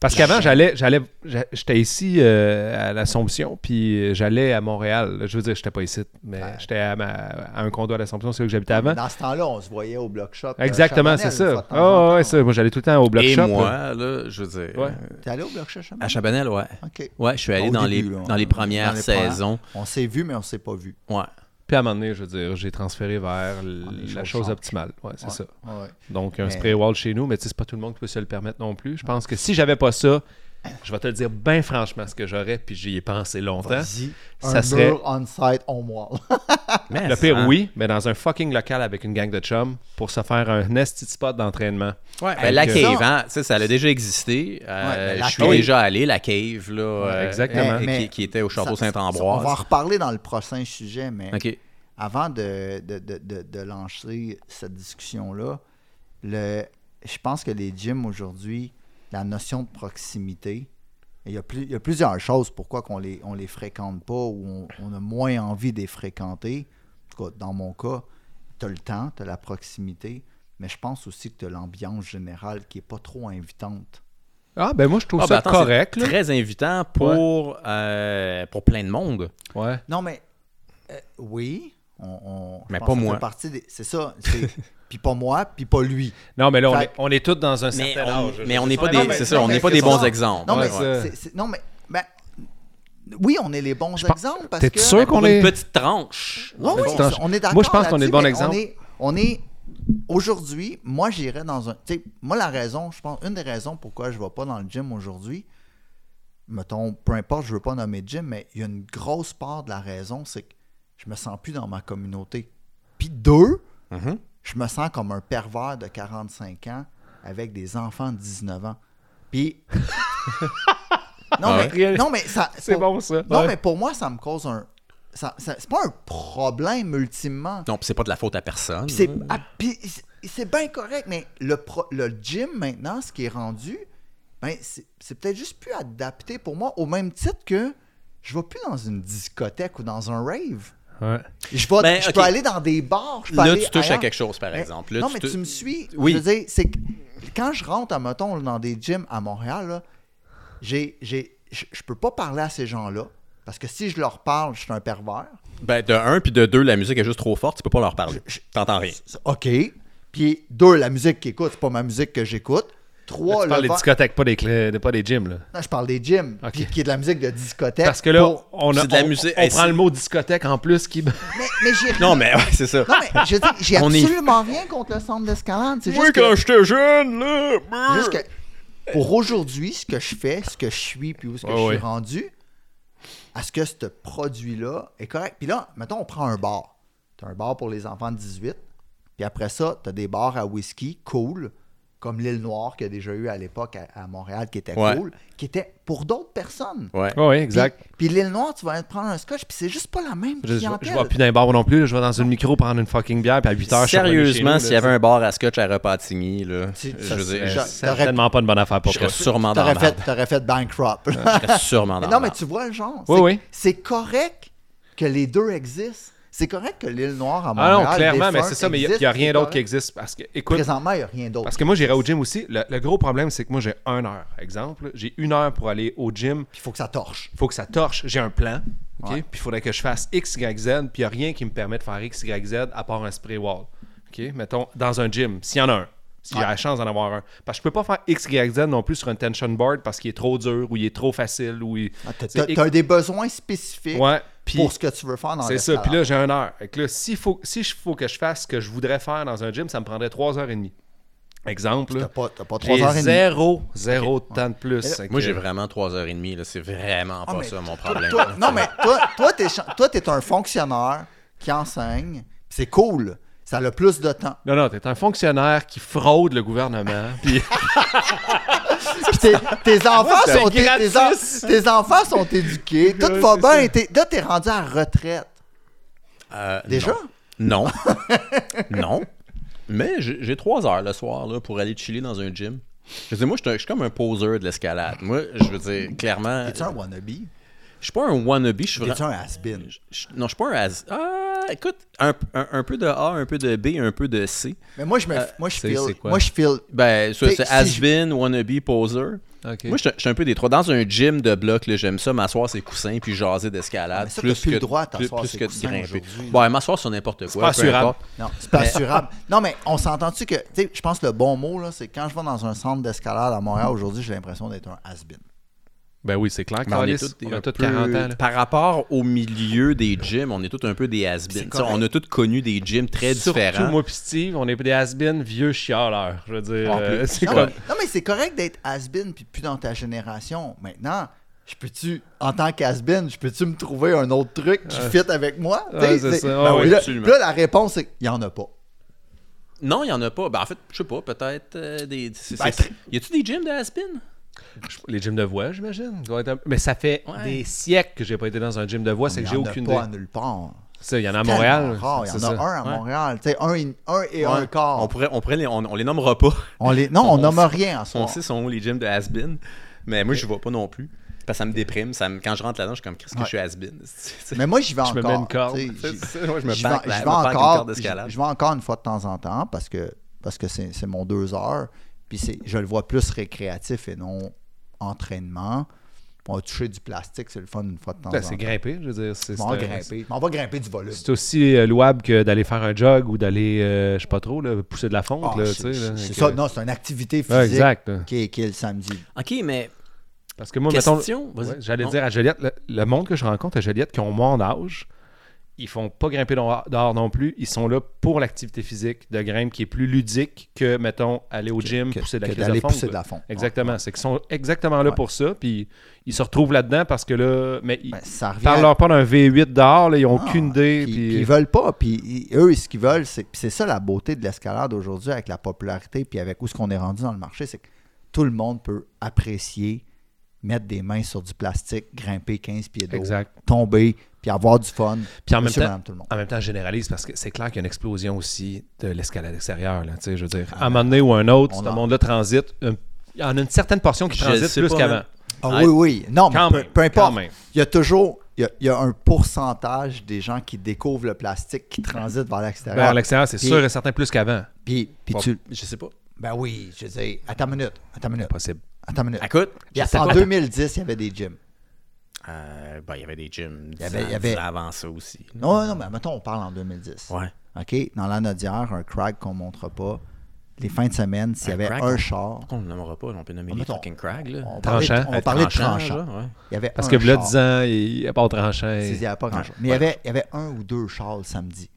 S2: Parce qu'avant, j'allais, j'allais, j'a- j'étais ici euh, à l'Assomption, puis euh, j'allais à Montréal. Je veux dire, j'étais pas ici, mais j'étais à, ma- à un condo à l'Assomption, c'est là que j'habitais avant.
S3: Dans ce temps-là, on se voyait au bloc shop. euh,
S2: Exactement, c'est
S3: Chabanel, une
S2: ça.
S3: fois de temps en
S2: Oh, ouais,
S3: temps.
S2: ça. Moi, j'allais tout le temps au bloc
S1: et
S2: shop. là.
S1: moi, là, je veux dire. euh,
S2: Ouais.
S3: T'es allé au bloc shop, Chabanel?
S1: À Chabanel, ouais.
S3: OK.
S1: Ouais, je suis allé
S3: Au
S1: dans,
S3: début,
S1: les,
S3: là,
S1: dans les
S3: on-
S1: premières
S3: dans les premières.
S1: saisons.
S3: On s'est vu, mais on s'est pas vu.
S1: Ouais.
S2: Puis à un moment donné, je veux dire, j'ai transféré vers l-
S3: Ah, les
S2: la
S3: choses
S2: chose
S3: changent.
S2: optimale. Ouais, c'est
S3: Ouais,
S2: ça.
S3: ouais.
S2: Donc, un
S3: Mais-
S2: spray wall chez nous, mais tu sais, c'est pas tout le monde qui peut se le permettre non plus. Je pense que si j'avais pas ça, je vais te le dire bien franchement ce que j'aurais, puis j'y ai pensé longtemps.
S3: Vas-y,
S2: Ça
S3: un
S2: serait-
S3: mur on-site,
S2: [laughs]
S3: on-wall.
S1: Mais
S2: Le pire,
S1: ça-
S2: oui, mais dans un fucking local avec une gang de chums pour se faire un nasty spot d'entraînement.
S1: Ouais, ben,
S2: Fait
S1: la
S2: que-
S1: cave, hein, ça, ça a déjà existé. Euh,
S3: Ouais, ben, la
S1: je suis
S3: cave.
S1: déjà allé, la cave, là, euh,
S2: exactement.
S1: euh,
S3: Mais-
S1: qui, qui était au Château
S3: Ça- On
S1: Saint-Ambroise.
S3: va en reparler dans le prochain sujet, mais
S1: OK.
S3: avant de, de, de- de- de lancer cette discussion-là, le, je pense que les gyms aujourd'hui, la notion de proximité, il y a, plus- il y a plusieurs choses pourquoi on les, on les fréquente pas ou on, on a moins envie de les fréquenter. En tout cas, dans mon cas, tu as le temps, tu as la proximité, mais je pense aussi que tu as l'ambiance générale qui est pas trop invitante.
S2: Ah, ben moi, je trouve
S1: Ah, ben,
S2: ça
S1: attends,
S2: correct.
S1: c'est
S2: Là.
S1: Très invitant pour, euh, pour plein de monde.
S2: Ouais.
S3: Non, mais euh, oui, on, on- je
S1: Mais
S3: pense
S1: pas
S3: que ça
S1: moi.
S3: fait partie des- C'est ça.
S1: [laughs]
S3: c'est- Puis pas moi, puis pas lui.
S2: Non, mais là, on
S3: Fait-
S2: est, on est tous dans un
S1: Mais
S2: certain
S1: on-
S2: âge.
S1: mais on n'est pas
S2: Non,
S1: des-
S2: mais-
S1: c'est ça,
S2: non,
S1: on
S2: mais
S1: n'est pas
S2: c'est
S1: des
S2: ça.
S1: bons exemples.
S3: Non, mais
S2: Ouais, ouais.
S3: c'est- c'est- non, mais ben, oui, on est les bons exemples parce
S2: T'es
S3: que.
S2: sûr qu'on
S1: Pour
S2: est.
S1: une petite tranche.
S3: Ouais, oui,
S2: Attends,
S3: on est d'accord.
S2: moi, je pense qu'on est
S3: là-dessus,
S2: le bon
S3: mais
S2: exemple.
S3: On est, on est- aujourd'hui, moi, j'irais dans un. Tu sais, moi, la raison, je pense, une des raisons pourquoi je ne vais pas dans le gym aujourd'hui, mettons, peu importe, je ne veux pas nommer de gym, mais il y a une grosse part de la raison, c'est que je me sens plus dans ma communauté. Puis deux,
S2: Mm-hmm.
S1: Mhm.
S3: je me sens comme un pervers de 45 ans avec des enfants de 19 ans.
S2: [laughs]
S3: Puis. non,
S1: Ah
S3: mais,
S2: ouais?
S3: non, mais ça.
S2: C'est
S3: pour-
S2: bon, ça.
S3: Non,
S2: Ouais.
S3: mais pour moi, ça me cause un. ça- ça- c'est pas un problème ultimement.
S1: Non, puis c'est pas de la faute à personne.
S3: Puis
S2: Mm.
S3: c'est, ah, puis c'est- c'est bien correct, mais le, pro- le gym maintenant, ce qui est rendu, ben, c'est, c'est peut-être juste plus adapté pour moi, au même titre que je vais plus dans une discothèque ou dans un rave.
S2: Ouais.
S3: Je, vais,
S1: Ben,
S3: je
S1: ok.
S3: peux aller dans des bars. Je peux
S1: Là,
S3: aller
S1: tu touches à
S3: ailleurs.
S1: quelque chose, par
S3: Mais-
S1: exemple. Là,
S3: non,
S1: tu
S3: mais
S1: te-
S3: tu me suis.
S1: Oui.
S3: Je veux dire, c'est que quand je rentre, à mettons, dans des gyms à Montréal, là, j'ai, j'ai, je je peux pas parler à ces gens-là. Parce que si je leur parle, je suis un pervers.
S1: Ben, de un, puis de deux, la musique est juste trop forte, tu peux pas leur parler. T'entends rien.
S3: C'est- OK. Puis deux, la musique qu'ils écoutent, c'est pas ma musique que j'écoute. Trois,
S2: Là, tu parles
S3: le
S2: des
S3: vent-
S2: discothèques, pas des, clés- pas des gyms. Là.
S3: Non, je parle des gyms.
S2: OK.
S3: Puis qui est de la musique de discothèque.
S2: Parce que là,
S3: pour-
S2: on, a,
S1: c'est de la
S2: on-
S1: musique-
S2: on
S1: Hey,
S2: prend
S1: c'est-
S2: le mot discothèque en plus qui.
S3: Mais, mais j'ai
S1: Non, mais ouais, c'est ça.
S3: Non, mais je veux dire, j'ai
S1: [laughs] On est-
S3: absolument rien contre le centre d'escalade. C'est
S1: Moi,
S3: juste que-
S1: quand j'étais jeune, là. brr.
S3: Juste que pour aujourd'hui, ce que je fais, ce que je suis, puis où ce que
S2: Ouais,
S3: je suis
S2: ouais.
S3: rendu, à ce que ce produit-là est correct. Puis là, mettons, on prend un bar. T'as un bar pour les enfants de 18, puis après ça, t'as des bars à whisky, cool. comme l'île Noire qu'il y a déjà eu à l'époque à, à Montréal, qui était
S1: Ouais.
S3: cool, qui était pour d'autres personnes.
S1: Ouais.
S2: Oui, exact.
S3: Puis, puis l'île Noire, tu vas aller te prendre un scotch, puis c'est juste pas la même
S2: Je, je, je
S3: clientèle.
S2: vois plus d'un bar non plus. là. Je vais dans une micro prendre une fucking bière, puis à 8 heures, je suis revenu chez nous,
S1: Sérieusement,
S2: là,
S1: s'il y avait un bar à scotch à Repentigny, là,
S3: Tu-
S1: je
S3: ça,
S1: veux dire,
S3: c'est-
S1: je
S2: c'est
S3: genre-
S2: certainement pas une bonne affaire pour
S1: je
S2: toi.
S1: serais sûrement dans la
S3: T'aurais fait,
S1: merde.
S3: t'aurais fait bankrupt.
S1: Je serais [laughs] sûrement
S3: Mais
S1: dans
S3: non,
S1: la
S3: mais
S1: merde.
S3: tu vois le genre.
S2: Oui,
S3: C'est-
S2: oui.
S3: C'est correct que les deux existent. C'est correct que l'île Noire à
S2: Ah
S3: Montréal.
S2: non, clairement, mais
S3: défunte,
S2: c'est ça, mais il n'y a,
S3: existe,
S2: rien
S3: c'est
S2: d'autre
S3: correct.
S2: qui existe. Parce que, écoute,
S3: Présentement, il n'y a rien d'autre.
S2: parce que moi, j'irai au gym aussi. Le, le gros problème, c'est que moi, j'ai une heure, exemple. J'ai une heure pour aller au gym.
S3: Il faut que ça torche.
S2: Il faut que ça torche. J'ai un plan. OK?
S3: Ouais.
S2: Puis il faudrait que je fasse X, Y, Z. Puis il n'y a rien qui me permet de faire X, Y, Z à part un spray wall. OK? Mettons, dans un gym, s'il y en a un. Si j'ai
S3: Ouais.
S2: la chance d'en avoir un. Parce que je peux pas faire X, Y, Z non plus sur un tension board parce qu'il est trop dur ou il est trop facile ou il.
S3: Ah, T'as
S2: C'est
S3: t'as- t'as des besoins spécifiques
S2: Ouais. Puis
S3: pour ce que tu veux faire dans
S2: C'est ça.
S3: l'escalade.
S2: Puis là, j'ai une heure. Fait que là, s'il faut, si je faut que je fasse ce que je voudrais faire dans un gym, ça me prendrait trois heures et demie. Exemple.
S3: T'as
S2: là,
S3: pas, t'as pas trois heures
S2: J'ai
S3: et demie.
S2: zéro, zéro de temps de plus. Fait
S1: Moi,
S2: que-
S1: j'ai vraiment 3h30, là, c'est vraiment
S3: Ah,
S1: pas
S3: mais
S1: ça mon
S3: toi-
S1: problème.
S3: [laughs] toi- non, mais toi, toi, t'es, cha- toi, t'es un fonctionnaire qui enseigne. pis C'est cool. Ça a le plus
S2: [laughs]
S3: de temps.
S2: Non, non, t'es un fonctionnaire qui fraude le gouvernement. Puis
S3: Puis tes, tes enfants
S2: c'est
S3: sont, tes,
S2: gratis.
S3: tes en- tes enfants sont éduqués.
S2: [laughs]
S3: Tout
S2: Ouais,
S3: va
S2: c'est
S3: bien. T'es- là, t'es rendu à la retraite.
S1: Euh,
S3: Déjà?
S1: Non.
S3: [laughs]
S1: non. Mais j'ai j'ai trois heures le soir là, pour aller chiller dans un gym. Je veux dire, moi, je suis un- je suis comme un poseur de l'escalade. Moi, je veux dire, clairement,
S3: T'es-tu un wannabe?
S1: je suis pas un wannabe. Je suis
S3: T'es-tu
S1: vraiment.
S3: un has-been?
S1: je- Non, je suis pas un. as- Ah, écoute, un, un- un peu de A, un peu de B, un peu de C.
S3: Mais moi, je
S2: Euh,
S3: me, moi, je
S1: c'est- c'est
S3: feel,
S1: quoi?
S3: moi, je feel
S1: Ben, ça,
S3: T'sais,
S1: c'est
S3: si
S1: has-been, wannabe, poser.
S2: Ok.
S1: Moi, je je suis un peu des trois. Dans un gym de bloc, là, j'aime ça m'asseoir ses coussins puis jaser
S3: Ah,
S1: d'escalade.
S3: mais ça,
S1: plus
S3: t'as plus
S1: que,
S3: le droit à
S1: plus-
S3: t'asseoir
S1: plus
S3: ses
S1: que de
S3: coussins
S1: grimper.
S3: aujourd'hui.
S1: Ouais, m'asseoir sur n'importe quoi.
S2: pas
S1: peu
S2: assurable.
S1: importe.
S3: Non, c'est pas assurable. Non, mais on s'entend-tu que, tu sais, je pense que le bon mot, là, c'est quand je vais dans un centre d'escalade à Montréal aujourd'hui, j'ai l'impression d'être un has-been.
S2: ben oui, c'est clair.
S1: Mais on est
S2: Carlis,
S1: tous des-
S2: on a
S1: un
S2: tous
S1: peu-
S2: 40 ans. là.
S1: Par rapport au milieu des gyms, on est tous un peu des has
S3: C'est correct.
S1: On a tous connu des gyms très
S2: Surtout
S1: différents.
S2: moi pis Steve, on est des has-been vieux chialeurs. Je veux dire,
S1: En plus.
S2: euh, c'est
S3: Non,
S2: comme-
S3: mais, non, mais c'est correct d'être has-been puis plus dans ta génération. Maintenant, je peux-tu, en tant qu'has-been, je peux-tu me trouver un autre truc qui fit avec moi? Tu sais,
S2: Euh. Ouais, c'est ça. Ouais,
S3: puis
S2: oui,
S3: là,
S1: absolument.
S3: puis là, la réponse, c'est qu'il n'y en a pas.
S1: Non, il n'y en a pas. Ben, en fait, je sais pas, peut-être euh, des. c'est-
S3: Ben,
S1: c'est- y a-tu des gyms de has
S2: Je- Les gyms de voix, j'imagine. doit être un- Mais ça fait
S1: Ouais.
S2: des siècles que j'ai pas été dans un gym de voix, c'est
S3: Il
S2: que
S3: n'y
S2: j'ai
S3: en a
S2: aucune
S3: pas
S2: idée.
S3: nulle part.
S2: Ça, Il y en a à Montréal.
S3: Tellement rare. Il y
S2: c'est
S3: en a
S2: ça.
S3: un à
S1: Ouais.
S3: Montréal. Tu sais, un, et- un et un quart.
S1: On pourrait, on pourrait les, on, on les nommera pas.
S3: On les... Non,
S1: On
S3: on nomme
S1: sait-
S3: rien en
S1: On
S3: soi.
S1: sait sont où les gyms de has Mais moi, je vois pas non plus. Parce que ça me déprime. Ça me- Quand je rentre là-dedans, je suis comme, qu'est-ce que
S3: Ouais.
S1: je suis has-been? [laughs] C'est-
S3: Mais moi, j'y vais
S2: Je me mets une
S3: encore.
S2: corde.
S3: tu sais, j'y-
S1: c'est- moi, je me
S3: J'y vais,
S1: bats
S3: j'y vais encore, j'y- j'y vais encore une fois de temps en temps parce que parce que c'est c'est mon deux heures. Puis c'est- je le vois plus récréatif et non entraînement. On va toucher du plastique, c'est le fun une fois de temps
S2: Ben,
S3: en temps.
S2: c'est grimper, je veux dire. C'est
S3: On va
S2: c'est un-
S3: grimper. On va grimper du volume.
S2: C'est aussi euh, louable que d'aller faire un jog ou d'aller, euh, je sais pas trop, là, pousser de la fonte.
S3: Ah,
S2: là,
S3: c'est-
S2: tu sais, là,
S3: c'est
S2: que-
S3: ça, non, c'est une activité physique
S2: Ouais, exact. là.
S3: qui, est, qui est le samedi.
S1: OK, mais
S2: Parce que moi,
S1: question.
S2: mettons,
S1: vas-y.
S2: ouais, j'allais
S1: Non.
S2: dire à Joliette, le, le monde que je rencontre à Joliette qui ont mon âge, ils font pas grimper dehors dehors non plus. Ils sont là pour l'activité physique de grimpe qui est plus ludique que, mettons, aller au gym,
S3: que-
S2: pousser de la
S3: que
S2: crise de
S3: d'aller
S2: fonte.
S3: pousser de
S2: là.
S3: la fonte.
S2: Exactement. C'est qu'ils sont exactement là
S3: Ouais.
S2: pour ça. Puis ils se retrouvent là-dedans parce que là, mais ils
S3: Ben, ça revient à-
S2: parlent leur pas d'un V8 dehors, là, ils ont
S3: Ah,
S2: aucune idée.
S3: Puis,
S2: puis- euh,
S3: puis ils veulent pas. Puis ils- eux, ce qu'ils veulent, c'est puis c'est ça la beauté de l'escalade aujourd'hui avec la popularité puis avec où ce qu'on est rendu dans le marché, c'est que tout le monde peut apprécier, mettre des mains sur du plastique, grimper 15 pieds d'eau,
S2: Exact.
S3: tomber, puis avoir du fun.
S2: Puis en même
S3: Monsieur,
S2: temps-
S3: madame, tout le monde.
S2: En même temps, je généralise parce que c'est clair qu'il y a une explosion aussi de l'escalade extérieure. Là, tu sais, je veux dire, à un moment donné ou à un autre,
S3: Ah, on
S2: ce
S3: en-
S2: monde-là transite. euh, Il y en a une certaine portion qui
S1: Je
S2: transite
S1: sais
S2: plus
S1: pas,
S2: qu'avant.
S1: man.
S3: Ah
S1: Ouais.
S3: oui, oui. Non, mais
S2: Quand
S3: peu,
S2: même,
S3: peu
S2: quand
S3: importe.
S2: même.
S3: Il y a toujours il y a, il y a un pourcentage des gens qui découvrent le plastique qui transitent vers
S2: Vers
S3: l'extérieur.
S2: l'extérieur, c'est
S3: Euh, ah, Puis-
S2: sûr et certain plus qu'avant.
S3: Puis, puis
S1: Bon,
S3: tu.
S1: je sais pas.
S3: Ben oui, je dis, à ta minute, à ta minute,
S2: Possible.
S3: à ta minute.
S1: Ah, Écoute,
S3: Il y a- en 2010, il y avait des gyms.
S1: Euh, ben, il y avait des gyms
S3: y avait- il y avait-
S1: avant ça aussi.
S3: Non, non, mais mettons, on parle en 2010.
S1: Ouais.
S3: OK? Dans la Nodière, un crack qu'on ne montre pas, les fins de semaine, s'il y
S1: Un
S3: avait
S1: crack,
S3: un
S1: on-
S3: char,
S1: Pourquoi on ne nommera pas? On peut nommer
S3: Ah,
S1: les
S3: mettons,
S1: fucking Craig, là.
S3: on parlait,
S2: Tranchant.
S3: on parlait de
S1: Tranchant,
S3: tranchant.
S1: genre, ouais.
S3: Il y avait
S2: Parce
S3: un
S2: que là,
S3: char.
S2: 10 ans, il n'y a pas de tranchant.
S3: C'est- Il n'y avait pas grand-chose. Mais il y, avait, il y avait un ou deux chars le samedi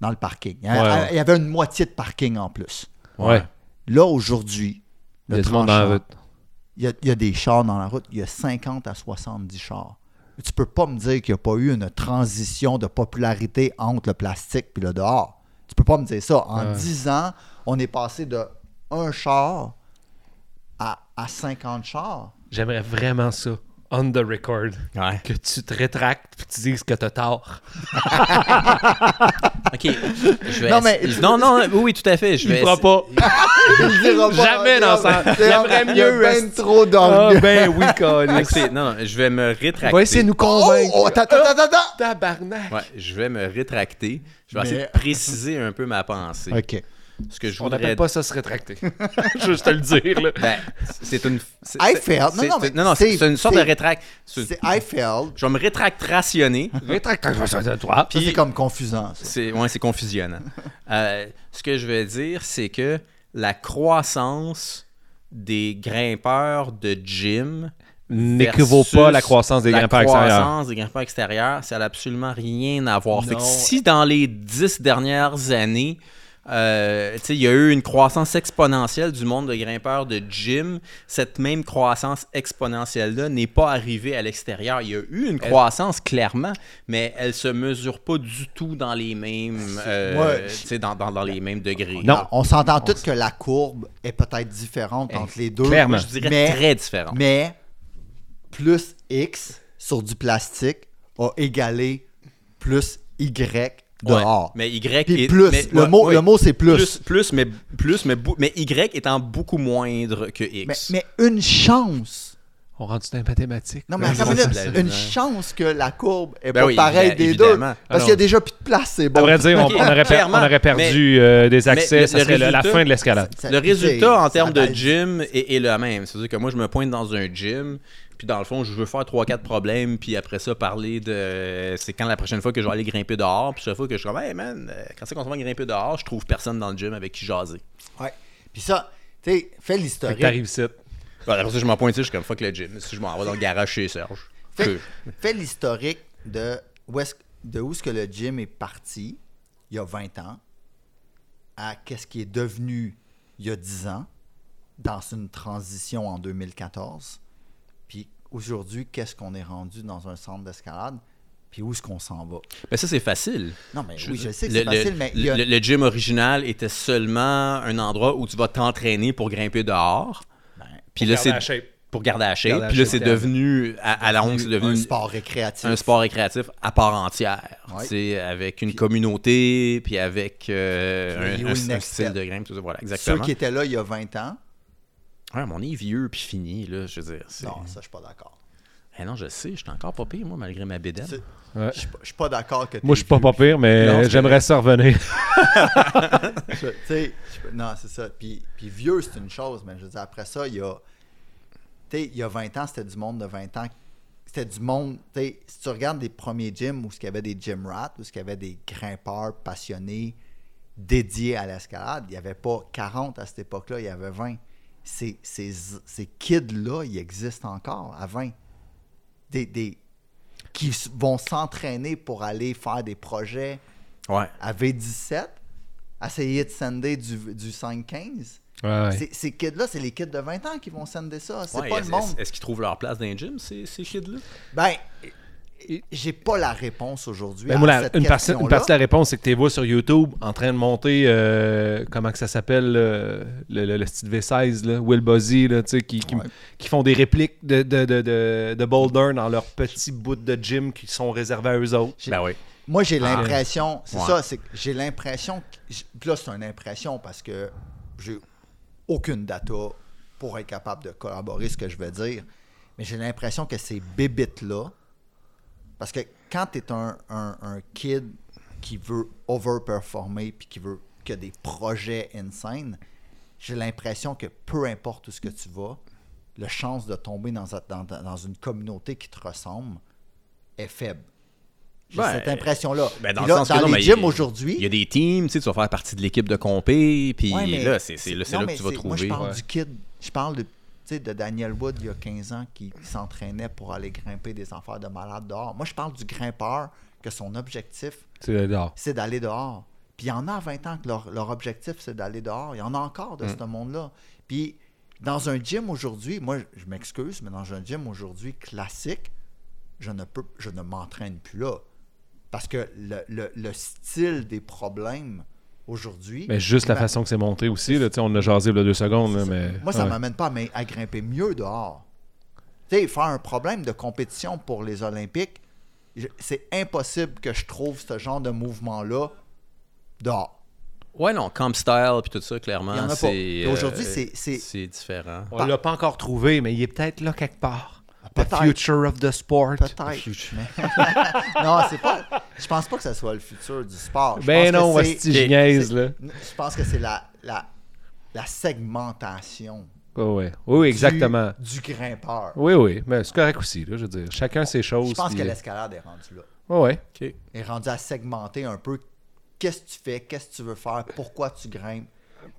S3: dans le parking. Il y, avait,
S2: Ouais, ouais.
S3: il y avait une moitié de parking en plus.
S2: Ouais.
S3: Là, aujourd'hui,
S2: Il y
S3: le
S2: a du monde dans la
S3: tranchant,
S2: route.
S3: il y, a, il y a des chars dans la route. Il y a 50 à 70 chars. Tu peux pas me dire qu'il n'y a pas eu une transition de popularité entre le plastique et le dehors. Tu peux pas me dire ça. En 10 ans, on est passé de un char à, à
S2: [laughs]
S3: 50 chars.
S2: J'aimerais vraiment ça. On the record.
S3: [laughs]
S1: Ouais.
S2: Que tu te rétractes puis tu dises que t'as tort.
S1: OK. Je vais
S3: Non,
S1: ass-
S3: mais-
S1: non, non, oui, oui, tout à fait. Je
S2: Il
S1: vais
S2: fera
S1: ass-
S2: pas.
S3: Il dira pas,
S2: Jamais dans ça.
S3: il dira-
S2: J'aimerais
S3: il y a
S2: mieux.
S3: ben
S2: esti.
S3: trop [laughs]
S2: Ah,
S3: d'orgueil.
S2: ben oui,
S1: Ah,
S2: Colin.
S1: écoutez, non, non, je vais me rétracter.
S2: Va essayer de nous
S3: Oh,
S2: convaincre.
S3: oh, attends, attends, attends, attends.
S2: Tabarnak.
S1: Ouais, je vais me rétracter. Je vais
S3: Mais-
S1: essayer de préciser un peu ma pensée.
S3: OK.
S1: Ce que je
S2: On
S1: voudrais
S2: n'appelle pas ça se rétracter. je veux te le dire. Là.
S1: Ben, c'est une. c'est-
S3: I
S1: c'est-
S3: felt- non,
S1: c'est-
S3: non, mais
S1: c'est- non, non, c'est
S3: Steve,
S1: c'est une sorte de
S3: Steve,
S1: rétract. c'est-
S3: C'est Eiffel.
S1: Je vais me rétractrationner.
S2: Rétracte-toi de toi.
S3: Ça, c'est comme confusant. ça.
S1: C'est ouais, c'est confusionnant. Euh, ce que je veux dire, c'est que la croissance des grimpeurs de gym
S2: N'équivaut
S1: versus
S2: pas la croissance des grimpeurs
S1: La
S2: extérieurs.
S1: croissance des grimpeurs extérieurs, ça n'a absolument rien à voir. Fait que
S2: Non.
S1: si dans les dix dernières années, euh, tu sais, il y a eu une croissance exponentielle du monde de grimpeurs de gym, cette même croissance exponentielle-là n'est pas arrivée à l'extérieur. Il y a eu une croissance, clairement, mais elle ne se mesure pas du tout dans les mêmes, euh,
S3: Ouais.
S1: tu sais, dans, dans- dans les mêmes degrés.
S2: Non.
S3: On s'entend tous que la courbe est peut-être
S1: Eh,
S3: différente entre les deux.
S2: clairement.
S1: Je dirais
S3: Mais-
S1: très différent.
S3: Mais plus X sur du plastique a égalé plus Y dehors.
S1: Mais Y
S3: Puis
S1: est-
S3: plus.
S1: mais-
S3: le,
S1: ouais,
S3: mot,
S1: ouais.
S3: le mot, c'est plus.
S1: plus, plus, mais plus, mais, bou- mais Y étant beaucoup moindre que
S3: Mais,
S1: X.
S3: mais une chance.
S2: On rentre dans les mathématiques.
S3: Non, mais
S2: Là,
S3: attends
S2: on
S3: une
S1: c'est
S2: s'en-
S3: minute,
S1: la vie,
S3: une
S1: hein.
S3: chance que la courbe est
S1: Ben
S3: pas
S1: oui,
S3: pareille
S1: évi-
S3: des
S1: évidemment.
S3: deux. Parce qu'il y a déjà plus de place, c'est
S2: À
S3: bon.
S2: vrai dire, on,
S1: Ok,
S2: on aurait, per- on
S1: clairement.
S2: aurait perdu euh, des accès.
S1: mais
S2: ça
S1: le
S2: serait le- la
S1: résultat-
S2: fin de l'escalade.
S3: Ça-
S1: le
S3: tu sais,
S1: résultat en
S3: ça
S1: termes de
S3: balance.
S1: gym est, est le même. C'est-à-dire que moi, je me pointe dans un gym, puis dans le fond, je veux faire 3-4 problèmes, puis après ça, parler de c'est quand la prochaine fois que je vais aller grimper dehors, puis chaque fois que je suis comme, hey man, euh, quand c'est qu'on se va grimper dehors, je trouve personne dans le gym avec qui jaser.
S3: Ouais. Puis ça, tu sais, fais
S2: Fait que
S3: l'historique.
S2: t'arrives ici.
S1: Puis après ça, je m'en pointe, ici, je suis comme, fuck le gym. Si je m'en vais dans le garage chez Serge.
S3: Fais,
S1: Que-
S3: fais l'historique de où est-ce de où est-ce que le gym est parti il y a 20 ans à qu'est-ce qui est devenu il y a 10 ans dans une transition en 2014 puis aujourd'hui qu'est-ce qu'on est rendu dans un centre d'escalade puis où est-ce qu'on s'en va
S1: Mais ça, c'est facile.
S3: Non mais
S1: Je-
S3: oui, je sais que
S1: le-
S3: c'est facile
S1: le,
S3: mais il y a-
S1: le- le gym original était seulement un endroit où tu vas t'entraîner pour grimper dehors.
S3: ben,
S1: Puis là,
S2: Regarde
S1: c'est
S2: la shape.
S1: pour garder la shape.
S2: Garder la
S1: Puis là,
S2: shape,
S1: c'est
S2: garder-
S1: devenu, à, à la honte, c'est devenu
S3: un sport récréatif.
S1: un sport récréatif à part entière.
S3: Ouais.
S1: tu sais, Avec une communauté, puis avec euh,
S3: Puis
S1: un,
S3: au
S1: un- un
S3: next
S1: style
S3: step.
S1: de grimpe, tout ça. Voilà,
S3: Ceux
S1: exactement.
S3: qui étaient là il y a 20 ans,
S1: Ouais, mais on est vieux, puis fini, là, je veux dire. c'est-
S3: non, ça je suis pas d'accord.
S1: Eh non, je sais, je suis encore pas pire, moi, malgré ma bédaine.
S3: C'est-
S2: Ouais.
S3: Je suis pas- je suis pas d'accord que
S2: Moi, je suis pas pas pire,
S1: Non,
S2: mais
S1: c'est-
S2: j'aimerais ça revenir.
S3: Je- tu sais, je- non, c'est ça. Puis, puis vieux, c'est une chose, mais je veux dire, après ça, il y a. Tu sais, il y a 20 ans, c'était du monde de 20 ans. C'était du monde. Tu sais, si tu regardes les premiers gyms où il y avait des gym rats, où il y avait des grimpeurs passionnés dédiés à l'escalade, il n'y avait pas 40 à cette époque-là, il y avait 20. Ces, ces, ces kids-là, ils existent encore à 20. Des, des, qui s- vont s'entraîner pour aller faire des projets
S1: Ouais.
S3: à V17, essayer de sender du, du 5-15. C'est- Ces kids-là, c'est les kids de 20 ans qui vont sender ça. C'est
S1: Ouais,
S3: pas le
S1: est-ce-
S3: monde.
S1: Est-ce est-ce qu'ils trouvent leur place dans les gym, ces, ces kids-là?
S3: Ben, j'ai pas la réponse aujourd'hui.
S2: Ben,
S3: à
S2: moi, la-
S3: cette
S2: une, partie, une
S3: question-là.
S2: partie de la réponse, c'est que tu vois sur YouTube en train de monter, euh, comment que ça s'appelle, euh, le, le- le style V16, là, Will Buzzy, là, tu sais, qui, qui,
S3: Ouais.
S2: qui font des répliques de, de, de, de, de Boulder dans leurs petits bouts de gym qui sont réservés à eux autres.
S1: Ben oui.
S3: Moi, j'ai l'impression, c'est
S1: Ouais.
S3: ça, c'est que j'ai l'impression, que- j- puis là, c'est une impression parce que j'ai aucune data pour être capable de collaborer ce que je veux dire, mais j'ai l'impression que ces bébites-là, parce que quand tu es un, un- un kid qui veut overperformer puis qui veut que des projets insane, j'ai l'impression que peu importe où ce que tu vas, la chance de tomber dans, un- dans- dans une communauté qui te ressemble est faible. J'ai
S1: Ben,
S3: cette impression-là.
S1: Ben,
S3: Puis
S1: dans le
S3: là,
S1: sens que
S3: dans
S1: non, mais
S3: les
S1: il y a-
S3: gyms
S1: Il y a
S3: aujourd'hui,
S1: des teams, tu sais, tu vas faire partie de l'équipe de compé, puis
S3: Ouais, mais-
S1: là, c'est c'est là, c'est
S3: non,
S1: là
S3: mais
S1: que tu vas
S3: c'est- Moi, je
S1: trouver.
S3: parle
S2: Ouais.
S3: du kid. Je parle de, tu sais, de Daniel Wood il y a 15 ans qui s'entraînait pour aller grimper des affaires de malade dehors. Moi, je parle du grimpeur que son objectif,
S2: C'est le dehors.
S3: c'est d'aller dehors. Puis il y en a à 20 ans que leur, leur objectif, c'est d'aller dehors. Il y en a encore
S2: Mm.
S3: de ce monde-là. Puis dans un gym aujourd'hui, moi, je m'excuse, mais dans un gym aujourd'hui classique, je ne peux, je ne m'entraîne plus là. Parce que le, le- le style des problèmes aujourd'hui.
S2: Mais juste la
S3: Ben,
S2: façon que c'est monté aussi, là, tu sais, on a jasé là, deux secondes, là, mais.
S3: Moi, ça
S2: Ouais.
S3: m'amène pas à, m'in- à grimper mieux dehors. Tu sais, faire un problème de compétition pour les Olympiques, je- c'est impossible que je trouve ce genre de mouvement-là dehors.
S1: Ouais, non, Camp Style puis tout ça, clairement.
S3: Il y en a pas.
S1: c'est, euh,
S3: Puis aujourd'hui,
S2: euh,
S3: c'est- c'est-
S1: c'est différent.
S2: On l'a pas encore trouvé, mais il est peut-être là quelque part. The
S3: Peut-être.
S2: future of the sport.
S3: Peut-être. mais- [laughs] non, c'est pas. Je pense pas que ça soit le futur du sport. Je
S2: Ben
S3: pense que
S2: non,
S3: c'est-
S2: hostie, je niaise, là.
S3: Je pense que c'est la, la, la segmentation
S2: Ouais, ouais. Oui, oui,
S3: du-
S2: exactement.
S3: du, grimpeur.
S2: Oui, oui, mais c'est correct aussi, là, je veux dire. Chacun ses choses.
S3: Je pense
S2: puis-
S3: que l'escalade est rendue là.
S2: Ouais, ouais.
S1: OK.
S3: est rendu à segmenter un peu qu'est-ce que tu fais, qu'est-ce que tu veux faire, pourquoi tu grimpes,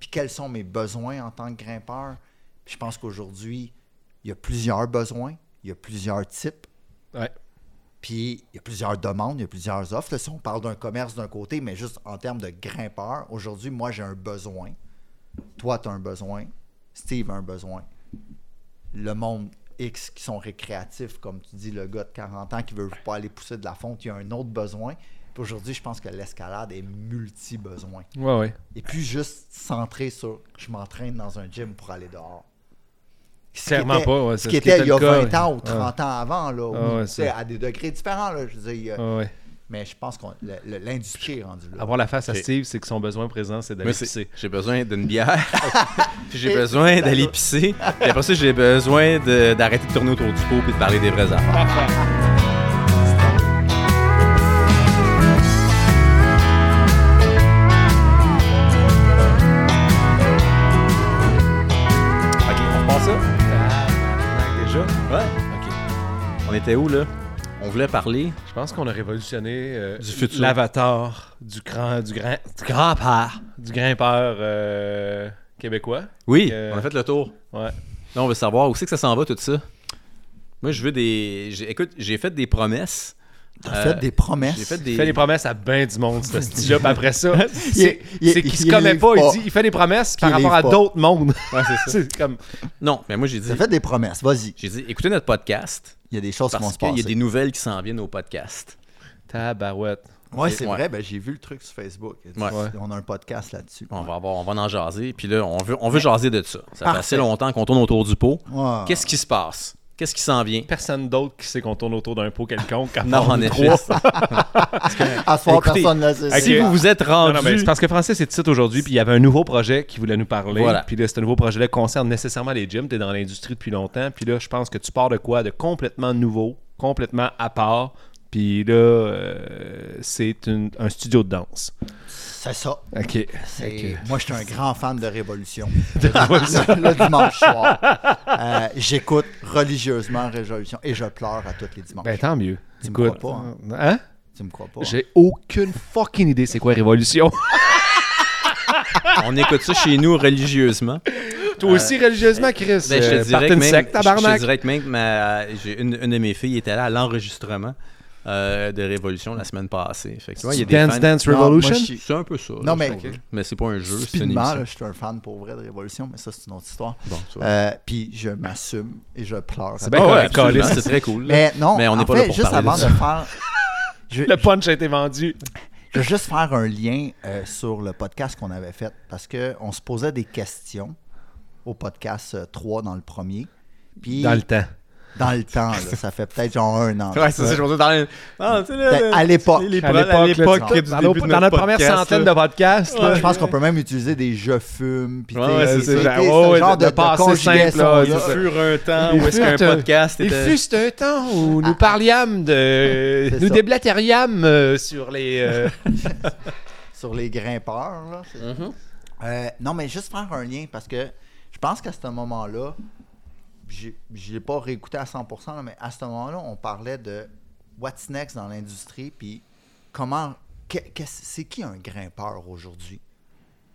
S3: puis quels sont mes besoins en tant que grimpeur. Puis je pense qu'aujourd'hui, il y a plusieurs besoins, il y a plusieurs types,
S2: Ouais.
S3: puis il y a plusieurs demandes, il y a plusieurs offres. Là, si on parle d'un commerce d'un côté, mais juste en termes de grimpeur, aujourd'hui, moi, j'ai un besoin. Toi, tu as un besoin. Steve a un besoin. Le monde X qui sont récréatifs, comme tu dis, le gars de 40 ans qui veut pas aller pousser de la fonte, il y a un autre besoin. Puis aujourd'hui, je pense que l'escalade est multi-besoin.
S2: Ouais, ouais.
S3: Et puis juste centré sur je m'entraîne dans un gym pour aller dehors. Ce qui
S2: Clairement
S3: était-
S2: pas, ouais, c'est
S3: ce qui
S2: ce qui
S3: était,
S2: était
S3: il y a
S2: le cas,
S3: 20 ans ou
S2: ouais.
S3: 30 ans avant, là, où,
S2: Ah ouais,
S3: tu sais,
S2: ça.
S3: à des degrés différents. Là, je veux dire, il y a-
S2: ouais, ouais.
S3: Mais je pense que l'industrie est rendue là.
S2: Avoir la face à
S1: Ok.
S2: Steve, c'est que son besoin présent, c'est d'aller
S1: Moi, c'est-
S2: pisser.
S1: j'ai besoin d'une bière, puis j'ai
S3: Et-
S1: besoin d'aller pisser, puis après ça, j'ai besoin de- d'arrêter de tourner autour du pot puis de parler des vraies affaires. OK, on reprend ça? Ah,
S2: Déjà,
S1: Ouais. OK. On était où, là? On voulait parler...
S2: je pense qu'on a révolutionné euh,
S1: Du futur.
S2: l'avatar du grand, du grand, du grand père, du grimpeur euh, québécois.
S1: Oui,
S2: Euh,
S1: on a fait le tour.
S2: Ouais.
S1: Là, on veut savoir où c'est que ça s'en va, tout ça. Moi, je veux des... j'ai- Écoute, j'ai fait des promesses.
S3: T'as
S1: Euh,
S3: fait des promesses.
S1: J'ai fait
S2: Il fait des
S1: des...
S2: promesses à ben du monde,
S3: [laughs]
S2: ce style-là. puis après ça, c'est
S3: il-
S2: c'est qu'il
S3: il
S2: se
S3: les
S2: commet
S3: livre
S2: pas.
S3: pas.
S2: Il, dit, il fait des promesses par
S3: les
S2: rapport à
S3: livre pas.
S2: d'autres mondes.
S1: Ouais, c'est ça.
S2: [laughs] c'est comme.
S1: Non, mais moi, j'ai dit...
S3: T'as fait des promesses. Vas-y.
S1: J'ai dit, écoutez notre podcast,
S3: Il y a des choses qui vont
S1: parce
S3: se
S1: qu'il y
S3: passer.
S1: a des nouvelles qui s'en viennent au podcast.
S2: Tabarouette.
S3: Ouais, c'est
S1: Ouais.
S3: vrai. Ben, j'ai vu le truc sur Facebook.
S1: Ouais.
S3: On a un podcast là-dessus.
S1: On va, avoir, on va en jaser. Puis là, on veut, on veut jaser de ça. Ça fait
S3: Parfait. Ah.
S1: assez longtemps qu'on tourne autour du pot.
S3: Ouais.
S1: Qu'est-ce qui se passe? Qu'est-ce qui s'en vient?
S2: Personne d'autre qui sait qu'on tourne autour d'un pot quelconque.
S1: [laughs]
S2: quand
S1: Non,
S2: on
S1: en
S2: est
S1: effet.
S2: trois.
S3: [laughs] À ce soir,
S1: Écoutez,
S3: personne ne le sait.
S2: avec
S1: Si
S2: Ok.
S1: vous vous êtes rendu...
S2: Non, non, mais c'est parce que Francis est titre aujourd'hui, puis il y avait un nouveau projet qui voulait nous parler.
S1: Voilà.
S2: Puis là, ce nouveau projet-là concerne nécessairement les gyms. Tu es dans l'industrie depuis longtemps. Puis là, je pense que tu pars de quoi De complètement nouveau, complètement à part. Puis là, euh, c'est une- un studio de danse.
S3: C'est ça.
S2: OK.
S3: C'est- Moi, je suis un grand fan
S1: [laughs]
S3: de Révolution. le, le dimanche soir, euh, j'écoute religieusement Révolution et je pleure à tous les dimanches.
S2: Ben, tant mieux.
S3: Tu me
S2: Écoute,
S3: crois pas, hein?
S2: hein?
S3: tu me crois pas? hein?
S2: J'ai aucune fucking idée c'est quoi Révolution. [laughs]
S1: On écoute ça chez nous religieusement.
S3: Euh,
S2: Toi aussi, religieusement, Chris.
S1: Ben, je,
S2: euh,
S1: te dirais
S2: parte
S1: que
S2: une
S1: même,
S2: secte,
S1: je te
S2: tabarnak.
S1: dirais que même ma- j'ai une, une de mes filles était là à l'enregistrement euh, de Révolution la semaine passée. Fait que, tu vois, il y a des
S2: Dance
S1: fans-
S2: Dance
S3: Non, moi,
S2: Revolution.
S3: je suis-
S1: C'est un peu ça. là,
S3: Non, mais-
S1: je trouve. mais c'est pas un jeu, c'est une
S3: Stupidement,
S1: émission.
S3: là, je suis un fan pour vrai de Révolution, mais ça, c'est une autre histoire.
S1: Bon, ça va.
S3: Euh, puis je m'assume et je pleure.
S2: C'est
S3: à
S2: bien
S3: tous
S1: Ah ouais,
S2: correct,
S1: absolument,
S2: Colin.
S1: c'est très cool. là.
S3: Mais non,
S1: Mais on n'est
S3: en
S1: pas là
S3: fait,
S1: pour
S3: juste
S1: parler
S3: avant
S1: de
S3: de,
S1: ça. [laughs]
S3: faire. Je,
S2: [laughs] Le punch a été vendu.
S3: je veux juste faire un lien euh, sur le podcast qu'on avait fait parce qu'on se posait des questions au podcast euh, 3 dans le premier. Puis dans le,
S2: temps.
S3: temps, là, ça fait peut-être genre un an. là.
S1: Ouais, c'est ça, je me dis dans les- Ah, tu sais, là,
S3: Peut-être
S1: là,
S3: Ben, à l'époque.
S1: les-
S2: À
S1: À l'époque,
S2: l'époque,
S3: là,
S2: dans,
S1: tu sais,
S2: nos-
S1: du début de
S2: dans notre
S1: notre
S2: première
S1: podcast,
S2: centaine
S1: là.
S2: de podcasts, là,
S3: Je pense qu'on peut même utiliser des je fume. Puis euh,
S1: Ouais,
S3: tu sais,
S1: ouais,
S3: c'est-
S2: c'est
S3: c'est-
S2: genre,
S3: c'est
S2: ouais, ouais,
S3: ce genre
S2: de
S3: de, de
S2: passer simple,
S3: conjugaison,
S2: là,
S1: Il
S3: là.
S2: c'est ça.
S1: fut un temps
S2: Il
S1: où est-ce
S2: fut
S1: qu'un
S2: un-
S1: podcast
S2: Il
S1: était...
S2: fut un temps où nous parlions de. [laughs]
S3: C'est
S2: nous
S3: ça.
S2: déblatériâmes euh, sur les. euh,
S3: sur les grimpeurs. Là, c'est- Euh, non, mais juste faire un lien parce que je pense qu'à ce moment-là, j'ai- je l'ai pas réécouté à 100%, là, mais à ce moment-là, on parlait de what's next dans l'industrie, puis comment. que- qu'est-ce- C'est qui un grimpeur aujourd'hui?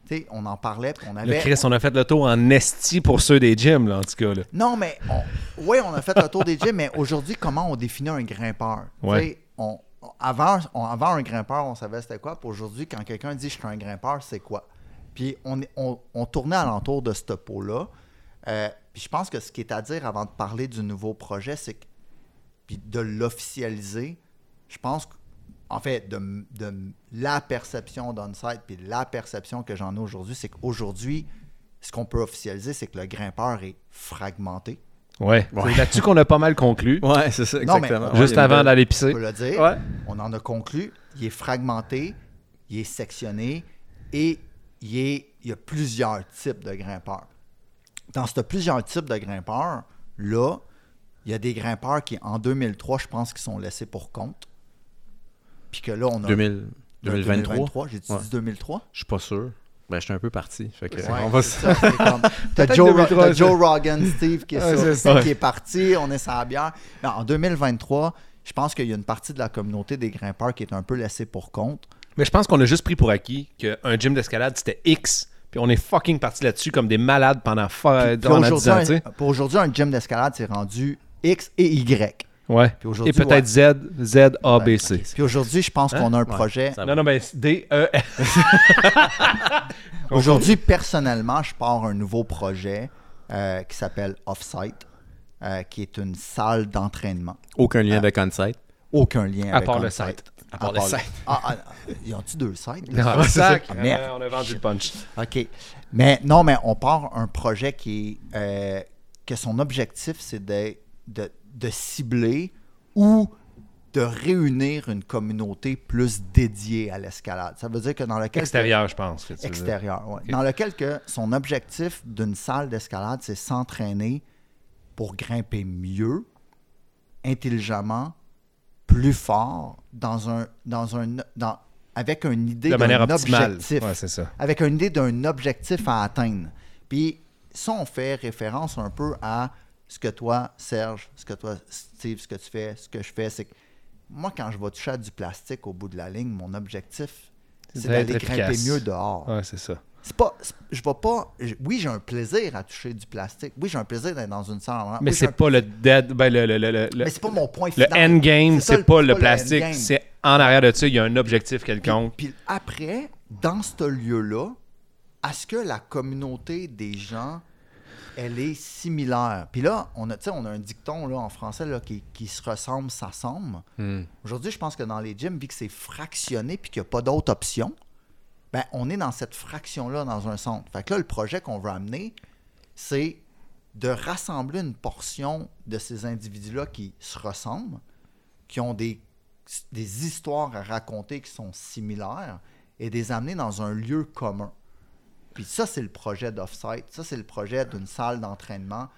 S3: Tu sais, on en parlait, puis on
S2: le
S3: avait.
S2: Chris, on a fait le tour en esti pour ceux des gyms, là, en tout cas. Là.
S3: [laughs] Non, mais on- oui, on a fait le tour des gyms, mais aujourd'hui, comment on définit un grimpeur? Tu sais,
S2: Ouais.
S3: on- on- avant, on- avant, un grimpeur, on savait c'était quoi. Puis aujourd'hui, quand quelqu'un dit je suis un grimpeur, c'est quoi? Puis on, est- on, on tournait alentour de ce pot-là. Euh, puis je pense que ce qui est à dire avant de parler du nouveau projet, c'est que puis de l'officialiser, je pense que en fait, de, m- de m- la perception d'Onsite, puis la perception que j'en ai aujourd'hui, c'est qu'aujourd'hui, ce qu'on peut officialiser, c'est que le grimpeur est fragmenté.
S2: Ouais. C'est là-dessus qu'on a pas mal conclu,
S1: Ouais, c'est ça,
S3: Non, mais-
S1: exactement.
S3: Ouais,
S2: juste avant d'aller pisser.
S3: On peut le dire.
S2: Ouais.
S3: On en a conclu. Il est fragmenté, il est sectionné et il, est- il y a plusieurs types de grimpeurs. Dans ce plusieurs types de grimpeurs, là, il y a des grimpeurs qui, en 2003, je pense qu'ils sont laissés pour compte. Puis que là, on a.
S1: 2000, 2023.
S3: J'ai dit
S1: Ouais.
S3: 2023.
S1: Je suis pas sûr. Ben, j'étais un peu parti. Fait que,
S3: Ouais,
S1: on va
S3: c'est
S1: se-
S3: ça, c'est comme- T'as
S2: Peut-être
S3: Joe,
S2: 2003,
S3: t'as
S2: c'est-
S3: Joe Rogan, Steve qui est,
S2: Ouais,
S3: sur-
S2: c'est ça.
S3: qui est parti, on est sans la bière. Mais en 2023, je pense qu'il y a une partie de la communauté des grimpeurs qui est un peu laissée pour compte.
S2: Mais je pense qu'on a juste pris pour acquis qu'un gym d'escalade, c'était X. Puis on est fucking parti là-dessus comme des malades pendant, fa...
S3: Puis
S2: pendant 10
S3: aujourd'hui,
S2: ans,
S3: un-
S2: tu sais.
S3: pour aujourd'hui, un gym d'escalade, c'est rendu X et Y.
S2: Ouais.
S3: Puis aujourd'hui,
S2: Et peut-être Z, Z, A, B, C.
S3: Puis aujourd'hui, je pense qu'on a un projet.
S1: ça-
S2: Non, non, mais D, E, F.
S3: Aujourd'hui, personnellement, je pars un nouveau projet euh, qui s'appelle Offsite, euh, qui est une salle d'entraînement.
S1: Aucun lien avec Onsite.
S3: Aucun lien
S2: À
S3: avec
S2: part le
S3: Onsite.
S2: site. À part le site.
S3: Ah, ah, ils ont-tu deux sites? là?
S2: Ah, sac.
S3: Ah, merde.
S2: on a vendu le punch.
S3: OK. Mais non, mais on part un projet qui est. euh, que son objectif, c'est de, de, de cibler ou de réunir une communauté plus dédiée à l'escalade. Ça veut dire que dans lequel.
S2: Extérieur, je pense. que tu veux dire.
S3: Extérieur, ouais. Dans lequel que son objectif d'une salle d'escalade, c'est s'entraîner pour grimper mieux, intelligemment, plus fort, dans un, dans un, dans, avec une idée
S2: De manière
S3: d'un
S2: optimale.
S3: objectif
S2: Ouais, c'est ça.
S3: avec une idée d'un objectif à atteindre. Puis ça, on fait référence un peu à ce que toi, Serge, ce que toi, Steve, ce que tu fais, ce que je fais, c'est que moi, quand je vais toucher à du plastique au bout de la ligne, mon objectif,
S2: C'est
S3: c'est
S2: d'être
S3: d'aller grimper
S2: efficace.
S3: mieux dehors.
S2: Ouais, c'est ça.
S3: C'est pas, c'est- je vais pas, je- oui, j'ai un plaisir à toucher du plastique. Oui, j'ai un plaisir d'être dans une salle. en vraiment.
S2: Mais
S3: Oui, j'ai
S2: c'est
S3: un-
S2: pas le dead. Ben, le, le, le, le,
S3: mais c'est pas mon point
S2: le
S3: final.
S2: endgame,
S3: ça,
S2: c'est pas le
S3: endgame.
S2: plastique. C'est en arrière de ça, il y a un objectif quelconque.
S3: Puis après, dans ce lieu-là, est-ce que la communauté des gens, elle est similaire? Puis là, on a, tu sais, on a un dicton là, en français là, qui, qui se ressemble, s'assemble. Aujourd'hui, je pense que dans les gyms, vu que c'est fractionné puis qu'il n'y a pas d'autre option, ben, on est dans cette fraction-là dans un centre. Fait que là, le projet qu'on veut amener, c'est de rassembler une portion de ces individus-là qui se ressemblent, qui ont des, des histoires à raconter qui sont similaires et les amener dans un lieu commun. Puis ça, c'est le projet d'Offsite. Ça, c'est le projet d'une salle d'entraînement,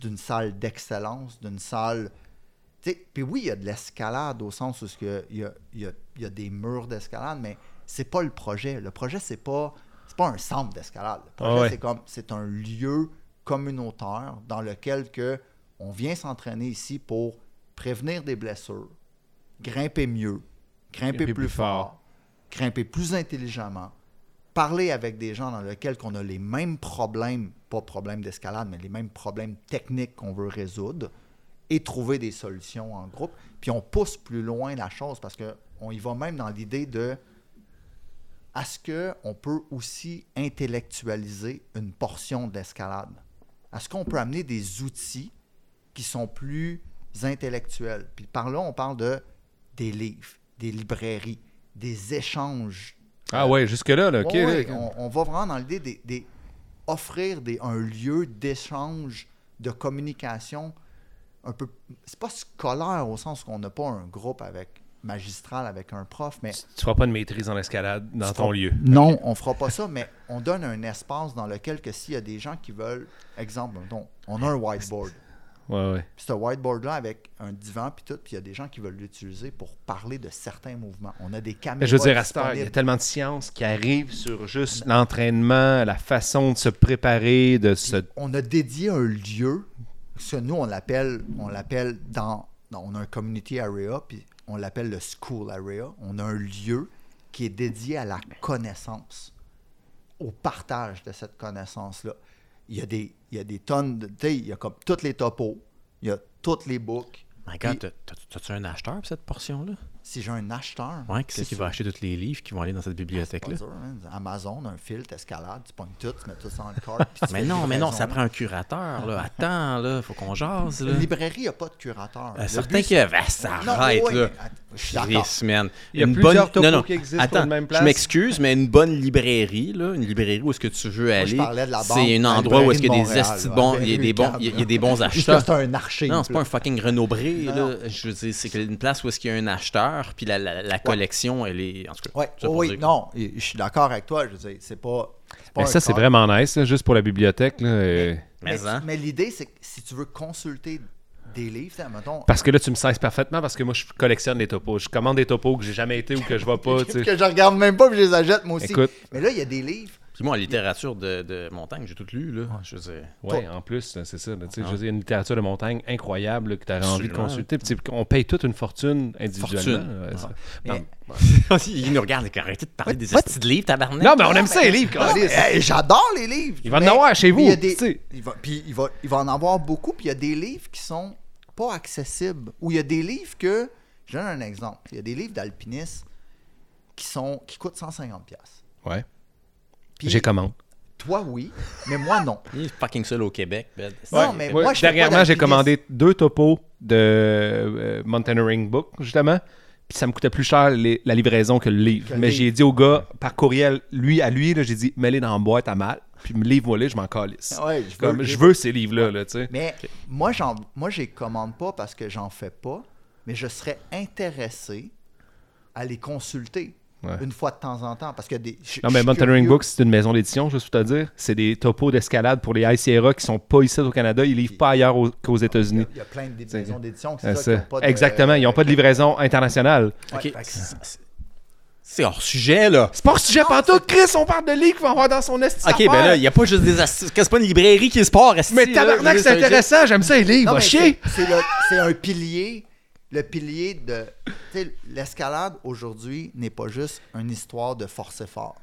S3: d'une salle d'excellence, d'une salle. tu sais, Puis oui, il y a de l'escalade au sens où ce que il y a, il y a- il y a des murs d'escalade, mais c'est pas le projet. Le projet, c'est pas, c'est pas un centre d'escalade. Le projet,
S2: Ah ouais.
S3: c'est comme c'est un lieu communautaire dans lequel que on vient s'entraîner ici pour prévenir des blessures, grimper mieux, grimper,
S2: Grimper
S3: plus,
S2: plus fort.
S3: fort, grimper plus intelligemment, parler avec des gens dans lesquels on a les mêmes problèmes, pas problèmes d'escalade, mais les mêmes problèmes techniques qu'on veut résoudre et trouver des solutions en groupe. Puis on pousse plus loin la chose parce qu'on y va même dans l'idée de est-ce qu'on peut aussi intellectualiser une portion de l'escalade? Est-ce qu'on peut amener des outils qui sont plus intellectuels? Puis par là, on parle de des livres, des librairies, des échanges
S2: Ah ouais, jusque-là, là, ok.
S3: Ouais,
S2: là,
S3: ouais, on, on va vraiment dans l'idée des, des- offrir des, un lieu d'échange, de communication un peu. C'est pas scolaire au sens qu'on n'a pas un groupe avec magistral avec un prof, mais
S2: Tu, tu feras pas de maîtrise en escalade dans
S3: Tu
S2: ton
S3: feras-
S2: lieu.
S3: [laughs] non, on fera pas ça, mais on donne un espace dans lequel que s'il y a des gens qui veulent, exemple, mettons, on a un whiteboard.
S2: Ouais, ouais.
S3: Puis ce whiteboard-là avec un divan puis tout, puis il y a des gens qui veulent l'utiliser pour parler de certains mouvements. On a des caméras.
S2: Mais je veux dire, à cette heure, il y a
S3: disponibles.
S2: tellement de sciences qui arrivent sur juste l'entraînement, la façon de se préparer, de se.
S3: on a dédié un lieu, ce nous on l'appelle, on l'appelle dans, non, on a un community area, puis on l'appelle le school area. On a un lieu qui est dédié à la connaissance, au partage de cette connaissance-là. Il y a des, il y a des tonnes, de, tu sais, il y a comme toutes les topos, il y a toutes les books.
S1: My
S3: God,
S1: t'as-tu un acheteur pour cette portion-là?
S3: Si j'ai un acheteur.
S1: Ouais, qui c'est
S3: c'est
S1: qui va acheter tous les livres qui vont aller dans cette
S3: pas
S1: bibliothèque-là?
S3: dur, hein. Amazon, un fil, t'escalades, tu pognes tout, tu mets tout ça dans le cart. puis tu
S1: Mais
S3: fais
S1: non, mais non, ça
S3: livraison,
S1: prend un curateur, là. Attends, là, faut qu'on jase,
S3: là.
S1: là.
S3: Une librairie, il n'y a pas de curateur.
S1: Euh,
S3: Le
S1: certain
S3: but,
S1: que ben,
S3: c'est-
S1: ça
S3: Non,
S1: arrête,
S3: oui,
S1: là.
S3: mais att- Je suis
S1: Chris,
S3: d'accord.
S1: man.
S2: Il y a
S1: Une
S2: plusieurs
S1: bonne-
S2: topos
S1: non, non.
S2: qui existent sur
S1: Attends,
S2: la même place.
S1: Je m'excuse, mais une bonne librairie, là, une librairie où est-ce que tu veux
S3: je
S1: aller,
S3: parlais de la banque,
S1: c'est un
S3: la
S1: endroit où est-ce qu'il y a des
S3: librairie de
S1: estis de
S3: Montréal,
S1: bons, il y a des bons, il y a- il y a des
S3: [laughs]
S1: bons
S3: Juste que
S1: acheteurs.
S3: c'est un archer.
S1: Non, c'est pas un fucking renobré.
S3: Non,
S1: Là. Je veux dire, c'est que- une place où est-ce qu'il y a un acheteur, puis la, la- la collection, elle est. En tout cas,
S3: Oui,
S1: ça pour
S3: oui,
S1: dire-
S3: non, et je suis d'accord avec toi. Je veux dire, c'est pas.
S2: Mais
S3: pas un
S2: ça, c'est
S3: cart.
S2: vraiment nice, là, juste pour la bibliothèque. là, euh,
S1: Mais,
S3: Mais,
S1: hein.
S3: mais l'idée, c'est que si tu veux consulter des livres, t'sais, mettons.
S2: Parce que là, tu me cesses parfaitement parce que moi, je collectionne les topos. Je commande des topos que j'ai jamais été ou que je vois pas. tu sais.
S3: [laughs] que je regarde même pas, puis je les achète moi aussi.
S2: Écoute.
S3: Mais là, il y a des livres.
S1: Puis moi, en littérature de, de montagne, j'ai tout lu, là. Je veux dire.
S2: Ouais, en plus, là, c'est ça. là, tu sais, Je veux dire, une littérature de montagne incroyable là, que tu as envie de
S1: Absolument.
S2: consulter. Puis, tu sais, on paye toute une fortune individuellement.
S1: Fortune.
S2: Ouais, ça-
S3: Mais-
S1: Il nous regarde, il arrêtez de parler des
S3: what?
S1: estis de livres, tabarnak.
S2: Non, mais on aime ça, les livres,
S3: Non,
S2: câlisse.
S3: mais, hey, J'adore les livres.
S2: Il va en
S3: mais-
S2: avoir chez
S3: mais il y a
S2: vous,
S3: des-
S2: tu sais.
S3: il va- Puis il va, il va en avoir beaucoup, puis il y a des livres qui sont pas accessibles. Ou il y a des livres que. Je donne un exemple. Il y a des livres d'alpinistes qui, sont, qui coûtent 150$.
S2: Ouais.
S3: Puis
S2: J'ai commande.
S3: toi, oui, mais moi, non.
S1: Il est fucking seul au Québec. ben.
S3: Non, mais
S2: Ouais,
S3: moi, je fais pas
S2: dernièrement, j'ai
S3: d'alpinisme.
S2: commandé deux topos de euh, Mountaineering Book, justement. Puis ça me coûtait plus cher les- la livraison que le livre.
S3: Que le
S2: Mais
S3: livre.
S2: j'ai dit au gars, par courriel, lui à lui, là, j'ai dit, mets-les dans la boîte à mal, puis livre-moi les, je m'en calisse.
S3: Ouais, je veux
S2: Comme,
S3: le
S2: je
S3: livre.
S2: veux ces livres-là, là, tu sais. [laughs]
S3: Mais moi, j'en, moi, je les commande pas parce que j'en fais pas, mais je serais intéressé à les consulter
S2: Ouais.
S3: une fois de temps en temps. Parce que des, je-
S2: Non,
S3: je
S2: mais
S3: suis
S2: Mountaineering
S3: curieux.
S2: Book, c'est une maison d'édition, juste pour te dire. C'est des topos d'escalade pour les High Sierra qui sont pas ici au Canada, ils livrent pas ailleurs au- qu'aux États-Unis.
S3: Il y a plein de
S2: C'est-
S3: maisons d'édition qui
S2: Euh,
S3: ça, qui
S2: ça.
S3: ont pas de-
S2: Exactement, ils n'ont pas de livraison internationale.
S3: Ouais,
S1: Ok.
S3: fait que c'est-
S1: C'est hors sujet, là.
S2: C'est pas un sujet pantoute, Chris, on parle de livres qu'il va avoir dans son estime.
S1: Ok, ben là, il n'y a pas juste des astuces. C'est pas une librairie qui est sport, esti,
S2: Mais
S1: là.
S2: tabarnak,
S1: Je veux dire,
S2: c'est intéressant, j'aime ça, les livres,
S3: Non,
S2: va
S3: mais
S2: chier.
S3: c'est- c'est le- C'est un pilier, le pilier de... tu sais, L'escalade, aujourd'hui, n'est pas juste une histoire de forcer fort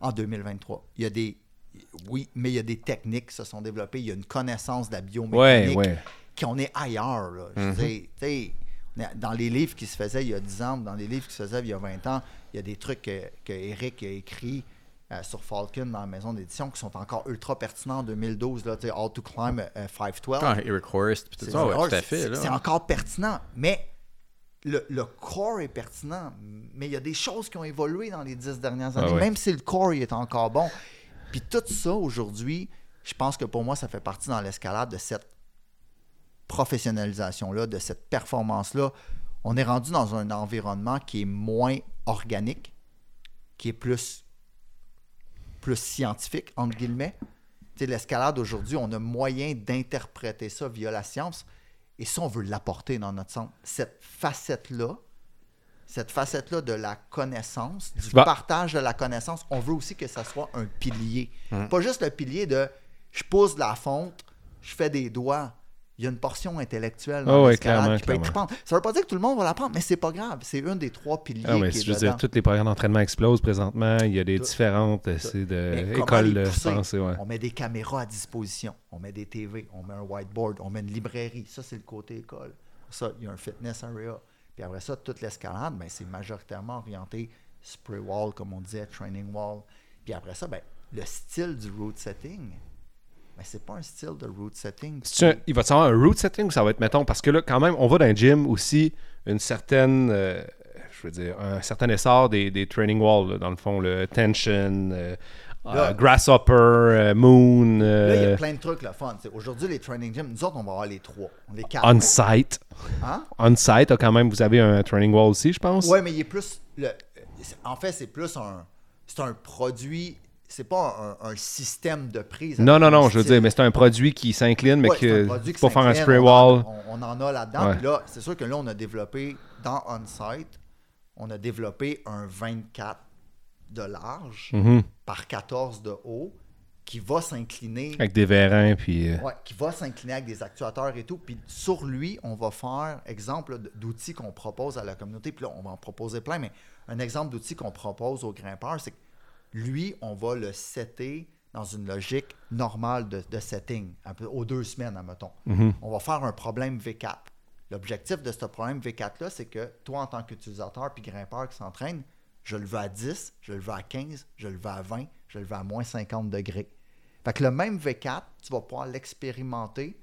S3: en 2023. Il y a des... Oui, mais il y a des techniques qui se sont développées. Il y a une connaissance de la biomécanique
S2: Ouais, Mhm. ouais.
S3: qu'on est ailleurs. là. Je veux dire, tu sais, on est- dans les livres qui se faisaient il y a 10 ans, dans les livres qui se faisaient il y a 20 ans, il y a des trucs que, que Eric a écrits euh, sur Falcon dans la maison d'édition qui sont encore ultra pertinents en 2012. Là, tu sais, How to Climb euh, 512.
S1: Ah, Eric Horst, puis tout
S3: C'est
S1: ça, Ah ouais,
S3: encore-
S1: tout à fait,
S3: c'est-
S1: là.
S3: c'est encore pertinent, mais le, le corps est pertinent, mais il y a des choses qui ont évolué dans les dix
S1: Ah
S3: dernières années,
S2: ouais.
S3: même si le corps il est encore bon. Puis tout ça aujourd'hui, je pense que pour moi, ça fait partie dans l'escalade de cette professionnalisation-là, de cette performance-là. On est rendu dans un environnement qui est moins organique, qui est plus, plus scientifique, entre guillemets. Tu sais, l'escalade aujourd'hui, on a moyen d'interpréter ça via la science. Et ça, on veut l'apporter dans notre centre. Cette facette-là, cette facette-là de la connaissance, du
S2: Bah.
S3: partage de la connaissance, on veut aussi que ça soit un pilier.
S2: Hein.
S3: Pas juste le pilier de je pousse de la fonte, je fais des doigts. Il y a une portion intellectuelle dans
S2: Ah ouais,
S3: l'escalade
S2: clairement,
S3: qui peut être
S2: clairement.
S3: coupante. Ça veut pas dire que tout le monde va l'apprendre, mais c'est pas grave. C'est une des trois piliers
S2: Ah, mais
S3: qui est
S2: je veux dire,
S3: dedans.
S2: tous les programmes d'entraînement explosent présentement. Il y a des différentes euh, c'est
S3: Mais
S2: de,
S3: comment
S2: écoles
S3: les
S2: de
S3: pousser?
S2: pensée. Ouais.
S3: On met des caméras à disposition, on met des TV, on met un whiteboard, on met une librairie. Ça, c'est le côté école. Ça, il y a un fitness area. Puis après ça, toute l'escalade, ben, c'est majoritairement orienté spray wall, comme on disait, training wall. Puis après ça, ben, le style du route setting, ben, c'est pas un style de route setting.
S2: C'est-tu un- il va y avoir un route setting ou ça va être, mettons, parce que là, quand même, on va dans un gym aussi, une certaine, euh, je veux dire, un certain essor des, des training walls, là, dans le fond, le tension, euh,
S3: Là-
S2: euh, grasshopper, euh, moon,
S3: Là, il y
S2: euh,
S3: a plein de trucs, le fun. C'est Aujourd'hui, les training gyms, nous autres, on va avoir les trois. Les quatre.
S2: on-site.
S3: Hein?
S2: On-site, ah, quand même, vous avez un training wall aussi, je pense.
S3: Ouais, mais il est plus. Le, c'est- en fait, c'est plus un. C'est un produit. C'est pas un, un système de prise.
S2: Non,
S3: avec
S2: non,
S3: un
S2: non, je veux
S3: style.
S2: dire, mais c'est un produit qui s'incline, mais
S3: Ouais, c'est un
S2: que
S3: produit qui
S2: pour faire un
S3: s'incline,
S2: spray
S3: on en-
S2: wall.
S3: On, on en a là-dedans.
S2: Ouais.
S3: Puis Là, c'est sûr que là, on a développé dans On-Site, on a développé un 24 de large
S2: Mm-hmm.
S3: par 14 de haut qui va s'incliner.
S2: Avec des vérins, puis. euh,
S3: Ouais, qui va s'incliner avec des actuateurs et tout. Puis sur lui, on va faire exemple là, d'outils qu'on propose à la communauté. Puis là, on va en proposer plein, mais un exemple d'outil qu'on propose aux grimpeurs, c'est que lui, on va le setter dans une logique normale de, de setting, un peu aux deux semaines, admettons. On va faire un problème V4. L'objectif de ce problème V4-là, c'est que toi, en tant qu'utilisateur puis grimpeur qui s'entraîne, je le veux à 10, je le veux à 15, je le veux à 20, je le veux à moins 50 degrés. Fait que le même V4, tu vas pouvoir l'expérimenter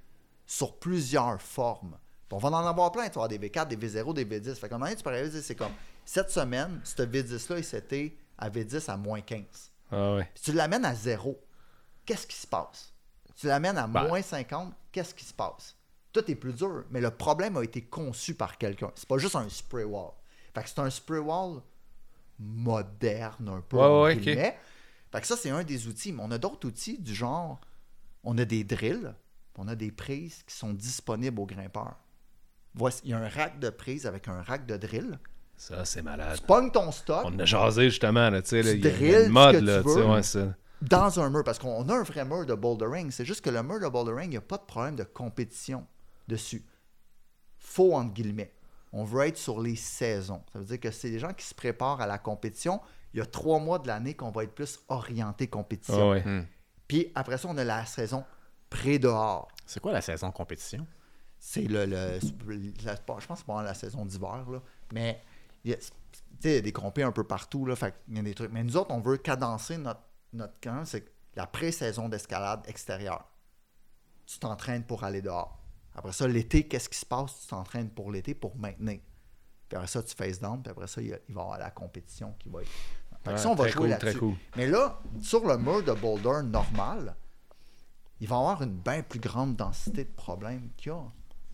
S3: sur plusieurs formes. Puis on va en avoir plein, tu vas avoir des V4, des V0, des V10. Fait qu'à un moment donné, tu peux arriver et dire, c'est comme, cette semaine, ce V10-là, il s'était à V10 à moins 15.
S2: Ah ouais.
S3: Puis tu l'amènes à zéro, qu'est-ce qui se passe? Tu l'amènes à
S2: Ben.
S3: moins 50, qu'est-ce qui se passe? Tout est plus dur, mais le problème a été conçu par quelqu'un. C'est pas juste un spray wall. Fait que c'est un spray wall moderne un peu.
S2: Ouais,
S3: entre
S2: ouais, ok.
S3: guillemets. Fait que ça, c'est un des outils. Mais on a d'autres outils du genre, on a des drills, on a des prises qui sont disponibles aux grimpeurs. Voici, il y a un rack de prises avec un rack de drill.
S2: Ça, c'est malade.
S3: Tu pognes ton stock.
S2: On a jasé justement, là, tu sais, là,
S3: Tu
S2: il y a- il y a
S3: drilles ce
S2: une mode,
S3: que tu
S2: là, tu sais,
S3: veux.
S2: ouais, ça.
S3: dans un mur, parce qu'on a un vrai mur de bouldering. C'est juste que le mur de bouldering, il n'y a pas de problème de compétition dessus. Faux, entre guillemets. On veut être sur les saisons. Ça veut dire que c'est les gens qui se préparent à la compétition. Il y a trois mois de l'année qu'on va être plus orienté compétition.
S2: Ah ouais.
S3: Puis après ça, on a la saison pré-dehors.
S1: C'est quoi la saison compétition?
S3: C'est le, le- la- Je pense que c'est pendant la saison d'hiver, là. Mais il y a, tu sais, il y a des compés un peu partout, là. Fait qu'il y a des trucs. Mais nous autres, on veut cadencer notre, notre camp. C'est la pré-saison d'escalade extérieure. Tu t'entraînes pour aller dehors. Après ça, l'été, qu'est-ce qui se passe? Tu t'entraînes pour l'été pour maintenir. Puis après ça, tu face down. Puis après ça, il, y a- il va y avoir la compétition qui va être. Fait que
S2: Ouais,
S3: ça, on va
S2: très
S3: jouer
S2: cool,
S3: là-dessus.
S2: très cool.
S3: Mais là, sur le mur de boulder normal, il va y avoir une bien plus grande densité de problèmes qu'il y a.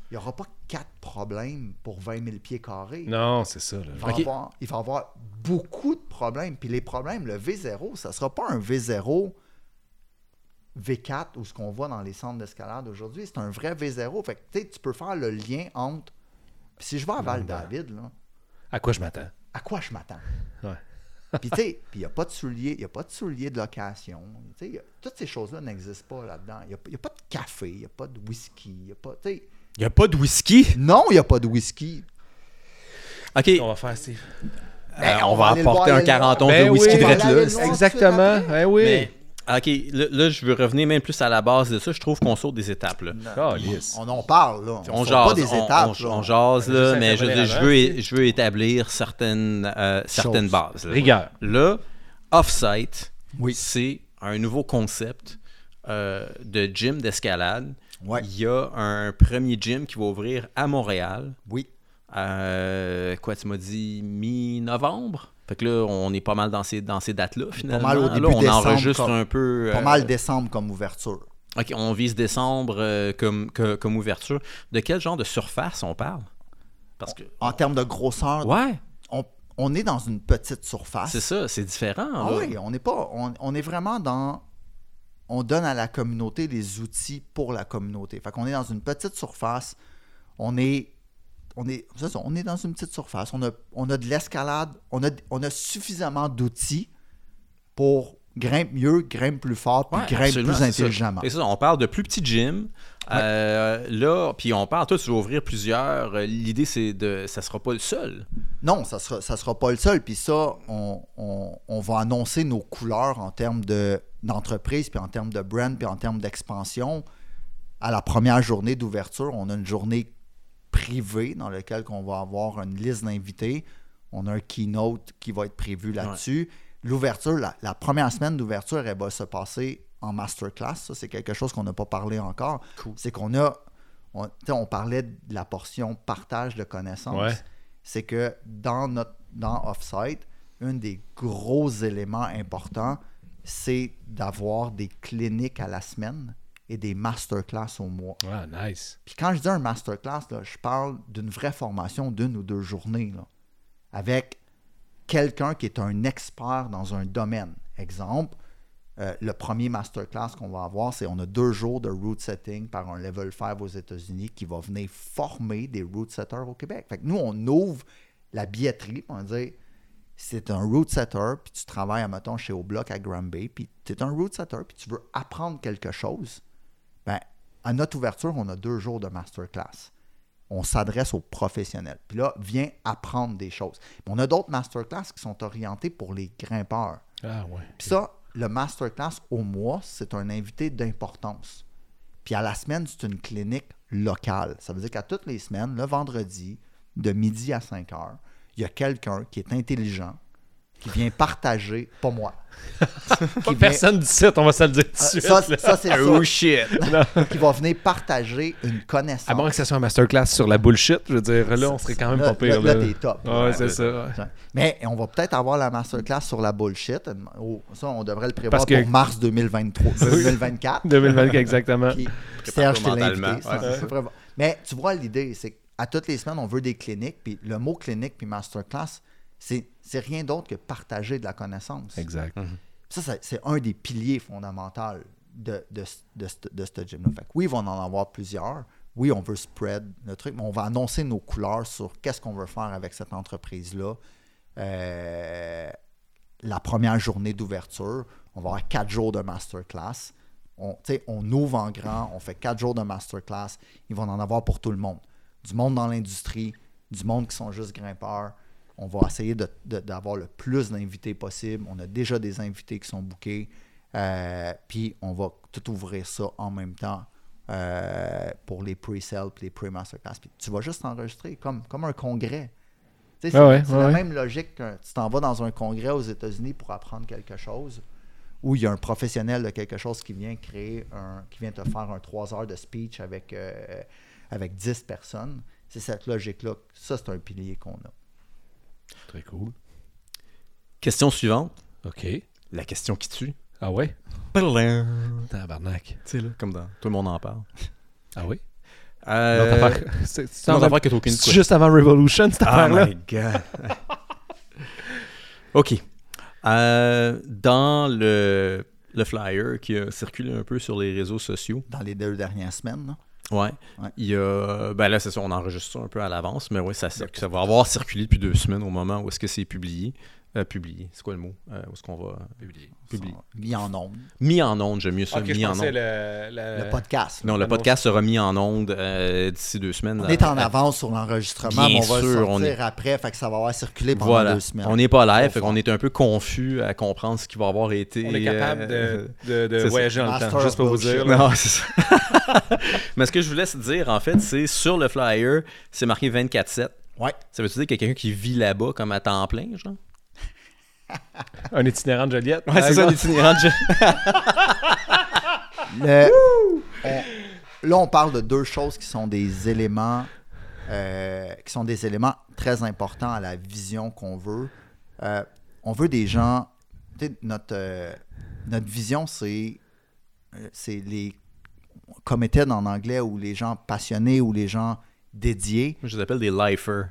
S3: Il n'y aura pas quatre problèmes pour 20 000 pieds carrés.
S2: Non, c'est ça, là.
S3: Il va,
S1: Ok.
S3: avoir, il va avoir beaucoup de problèmes. Puis les problèmes, le V0, ça ne sera pas un V0 V4 ou ce qu'on voit dans les centres d'escalade aujourd'hui. C'est un vrai V0. Fait que tu sais, tu peux faire le lien entre. Puis si je vais à Val-David, là,
S2: À quoi je m'attends?
S3: à quoi je m'attends?
S2: Ouais.
S3: Puis tu sais, puis il n'y a pas de soulier, il n'y a pas de soulier de location. Tu sais, y a- toutes ces choses-là n'existent pas là-dedans. Il n'y a, y a pas de café, il n'y a pas de whisky, il n'y a pas. tu sais,
S1: Il n'y a pas de whisky.
S3: non, il n'y a pas de whisky.
S1: OK,
S2: On va faire, Steve.
S1: euh, on, va
S3: aller le
S1: apporter
S3: voir,
S1: un
S3: aller le voir.
S1: 40 onces
S2: Ben
S1: de whisky
S2: oui,
S1: de
S3: on va aller
S1: Red
S3: le
S1: Lust.
S3: voir.
S2: Exactement.
S3: tout de suite
S2: Eh oui.
S1: Mais, OK, là, là, je veux revenir même plus à la base de ça. Je trouve qu'on saute des étapes. là.
S2: Calisse.
S3: Ben, On en parle, là.
S1: On,
S3: On ne
S1: jase,
S3: pas des
S1: on-
S3: étapes.
S1: on-
S3: là.
S1: on jase, là,
S2: Juste
S1: mais je veux, dire,
S2: intervenir
S1: je
S2: avant,
S1: veux, je veux établir certaines, euh, certaines
S3: Chose.
S1: bases. là.
S2: Rigueur.
S1: Là, Offsite,
S3: Oui.
S1: c'est un nouveau concept euh, de gym d'escalade.
S3: Ouais.
S1: Il y a un premier gym qui va ouvrir à Montréal.
S3: Oui.
S1: euh, quoi, tu m'as dit mi-novembre? Fait que là, on est pas mal dans ces, dans ces dates-là, finalement.
S3: mal au
S1: Là,
S3: début
S1: on
S3: décembre,
S1: enregistre
S3: comme-
S1: un peu.
S3: Pas
S1: euh,
S3: mal décembre comme ouverture.
S1: OK, on vise décembre euh, comme, que- comme ouverture. De quel genre de surface on parle? Parce que.
S3: En termes de grosseur,
S1: Ouais,
S3: on, on est dans une petite surface.
S1: Ah, c'est ça, c'est différent.
S3: Ah
S1: là.
S3: oui, on n'est pas. On, on est vraiment dans. On donne à la communauté les outils pour la communauté. Fait qu'on est dans une petite surface. On est. On est, c'est ça, on est dans une petite surface. On a, on a de l'escalade. On a, on a suffisamment d'outils pour grimpe mieux, grimpe plus fort, puis
S1: Ouais,
S3: grimpe
S1: absolument,
S3: plus
S1: c'est
S3: intelligemment.
S1: ça. Et ça, on parle de plus petits gyms. Euh, là, puis on parle, toi, tu vas ouvrir plusieurs. Euh, L'idée, c'est de. Ça sera pas le seul.
S3: Non, ça sera, ça sera pas le seul. Puis ça, on, on- on va annoncer nos couleurs en termes de- d'entreprise, puis en termes de brand, puis en termes d'expansion. À la première journée d'ouverture, on a une journée privée dans laquelle on va avoir une liste d'invités. On a un keynote qui va être prévu là-dessus. L'ouverture, la, la première semaine d'ouverture, elle va se passer en masterclass. Ça, c'est quelque chose qu'on n'a pas parlé encore. C'est qu'on a... On, tu sais, on parlait de la portion partage de connaissances
S2: Ouais.
S3: c'est que dans notre dans Offsite, un des gros éléments importants, c'est d'avoir des cliniques à la semaine et des masterclass au mois.
S2: Ah, nice.
S3: Puis quand je dis un masterclass, là, je parle d'une vraie formation d'une ou deux journées, là, avec quelqu'un qui est un expert dans un domaine. Exemple, euh, le premier masterclass qu'on va avoir, c'est on a deux jours de route setting par un level 5 aux États-Unis qui va venir former des route setters au Québec. Fait que nous, on ouvre la billetterie, puis on va dire c'est un route setter, puis tu travailles, mettons, chez Au Bloc à Granby, puis tu es un route setter, puis tu veux apprendre quelque chose. Ben, à notre ouverture, on a deux jours de masterclass. On s'adresse aux professionnels. Puis là, viens apprendre des choses. Puis on a d'autres masterclass qui sont orientés pour les grimpeurs.
S2: Ah, ouais.
S3: Puis ça, le masterclass au mois, c'est un invité d'importance. Puis à la semaine, c'est une clinique locale. Ça veut dire qu'à toutes les semaines, le vendredi, de midi à 5 heures, il y a quelqu'un qui est intelligent, qui vient partager,
S2: [laughs]
S3: pas moi. qui vient-
S2: Personne dit ça, on va se le dire tout de
S3: Ah,
S2: suite.
S3: ça,
S2: là.
S3: ça, c'est sûr. [laughs]
S1: shit!
S3: qui va venir partager une connaissance.
S2: À moins que ça soit un masterclass sur la bullshit, je veux dire, là, on serait quand même
S3: Là-
S2: pas pire.
S3: là,
S2: Là,
S3: là, t'es top.
S2: Ouais, c'est ça. ouais.
S3: Mais on va peut-être avoir la masterclass sur la bullshit. Oh, Ça, on devrait le prévoir
S2: Parce que-
S3: pour mars 2023,
S2: [laughs]
S3: 2024.
S2: 2024, exactement.
S3: Puis Serge, t'es
S1: mentalement,
S3: l'invité. ça,
S1: ouais.
S3: c'est vraiment- Mais tu vois, l'idée, c'est qu'à toutes les semaines, on veut des cliniques. Puis le mot clinique puis masterclass, c'est c'est rien d'autre que partager de la connaissance.
S2: Exact.
S3: Ça, ça- c'est un des piliers fondamentaux de, de, ce- de, ce- de ce gym-là. Fait que oui, ils vont en avoir plusieurs. Oui, on veut spread le truc, mais on va annoncer nos couleurs sur qu'est-ce qu'on veut faire avec cette entreprise-là. Euh, la première journée d'ouverture, on va avoir quatre jours de masterclass. On, tu sais, on ouvre en grand, on fait quatre jours de masterclass. Ils vont en avoir pour tout le monde. Du monde dans l'industrie, du monde qui sont juste grimpeurs. On va essayer de- de- d'avoir le plus d'invités possible. On a déjà des invités qui sont bookés. Euh, Puis on va tout ouvrir ça en même temps euh, pour les pre-sales, puis les pre-masterclass. Puis tu vas juste enregistrer comme, comme un congrès. Tu sais, C'est
S2: Ah ouais,
S3: c'est
S2: ouais,
S3: la
S2: ouais.
S3: même logique que tu t'en vas dans un congrès aux États-Unis pour apprendre quelque chose où il y a un professionnel de quelque chose qui vient créer un, qui vient te faire un 3 heures de speech avec, euh, avec 10 personnes. C'est cette logique-là. Ça, c'est un pilier qu'on a.
S2: Très cool.
S1: Question suivante.
S2: OK.
S1: La question qui tue.
S2: Ah ouais?
S1: Tu
S2: Tabarnak.
S1: sais, là, comme dans... Tout le monde en parle.
S2: Ah oui?
S1: Euh,
S2: [laughs] C'est
S1: c'est une autre affaire que t'as aucune
S2: C'est juste avant Revolution, cette
S1: Ah
S2: affaire-là.
S1: my God. [laughs] OK. Euh, dans le, le flyer qui a circulé un peu sur les réseaux sociaux,
S3: Dans les deux dernières semaines, là.
S1: ouais,
S3: Ouais.
S1: il y a... Ben là, c'est ça, on enregistre ça un peu à l'avance, mais oui, ça, cir- ça va avoir circulé depuis deux semaines au moment où est-ce que c'est publié. Euh, publié, c'est quoi le mot? Euh, où est-ce qu'on va... Publié.
S3: sont mis en ondes.
S1: Mis en onde, j'aime mieux ça, mis en onde.
S2: le,
S1: Euh,
S3: Le podcast. là.
S1: Non, le
S2: l'annonce.
S1: podcast sera mis en onde euh, d'ici deux semaines.
S3: On est en
S1: Euh,
S3: avance sur l'enregistrement,
S1: Bien
S3: mais on va le
S1: sûr, on
S3: sortir après, fait que ça va avoir circulé pendant
S1: Voilà.
S3: deux semaines.
S1: On n'est pas live, fait
S3: Au fond.
S1: qu'on est un peu confus à comprendre ce qui va avoir été.
S2: On est capable
S1: euh,
S2: de, de, de
S1: c'est ça.
S2: voyager dans le temps,
S3: Master
S2: juste pour vous
S3: bullshit.
S2: dire. là.
S1: Non, c'est ça. [laughs] Mais ce que je voulais se dire, en fait, c'est sur le flyer, c'est marqué 24-7.
S3: Ouais.
S1: Ça veut-tu dire qu'il y a quelqu'un qui vit là-bas comme à temps plein, genre?
S2: Un itinérant de Joliette. par exemple.
S1: l'itinérant de
S3: Le- on- là, on parle de deux choses qui sont des éléments euh, qui sont des éléments très importants à la vision qu'on veut. Euh, on veut des gens. tu sais, Notre, euh, notre vision, c'est euh, c'est les committed en anglais ou les gens passionnés ou les gens dédiés.
S1: [laughs] Je les appelle des lifers.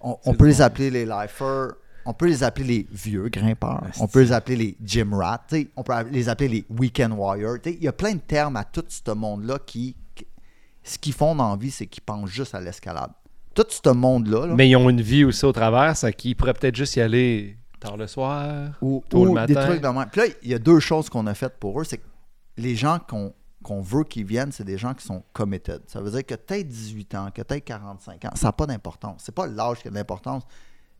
S3: On, on peut les appeler les lifers, on peut les appeler les vieux grimpeurs, on peut les appeler les gym rats, tu sais, on peut les appeler les weekend warriors. tu sais, Il y a plein de termes à tout ce monde-là qui, qui- Ce qu'ils font dans la vie, c'est qu'ils pensent juste à l'escalade. Tout ce monde-là, là,
S2: Mais ils ont une vie aussi au travers, ça qui pourrait peut-être juste y aller tard le soir,
S3: ou,
S2: tôt le
S3: ou
S2: matin.
S3: des trucs de même. Puis là, il y a deux choses qu'on a faites pour eux. C'est que les gens qu'on qu'on veut qu'ils viennent, c'est des gens qui sont committed. Ça veut dire que peut-être 18 ans, que peut-être 45 ans, ça n'a pas d'importance. C'est pas l'âge qui a de l'importance.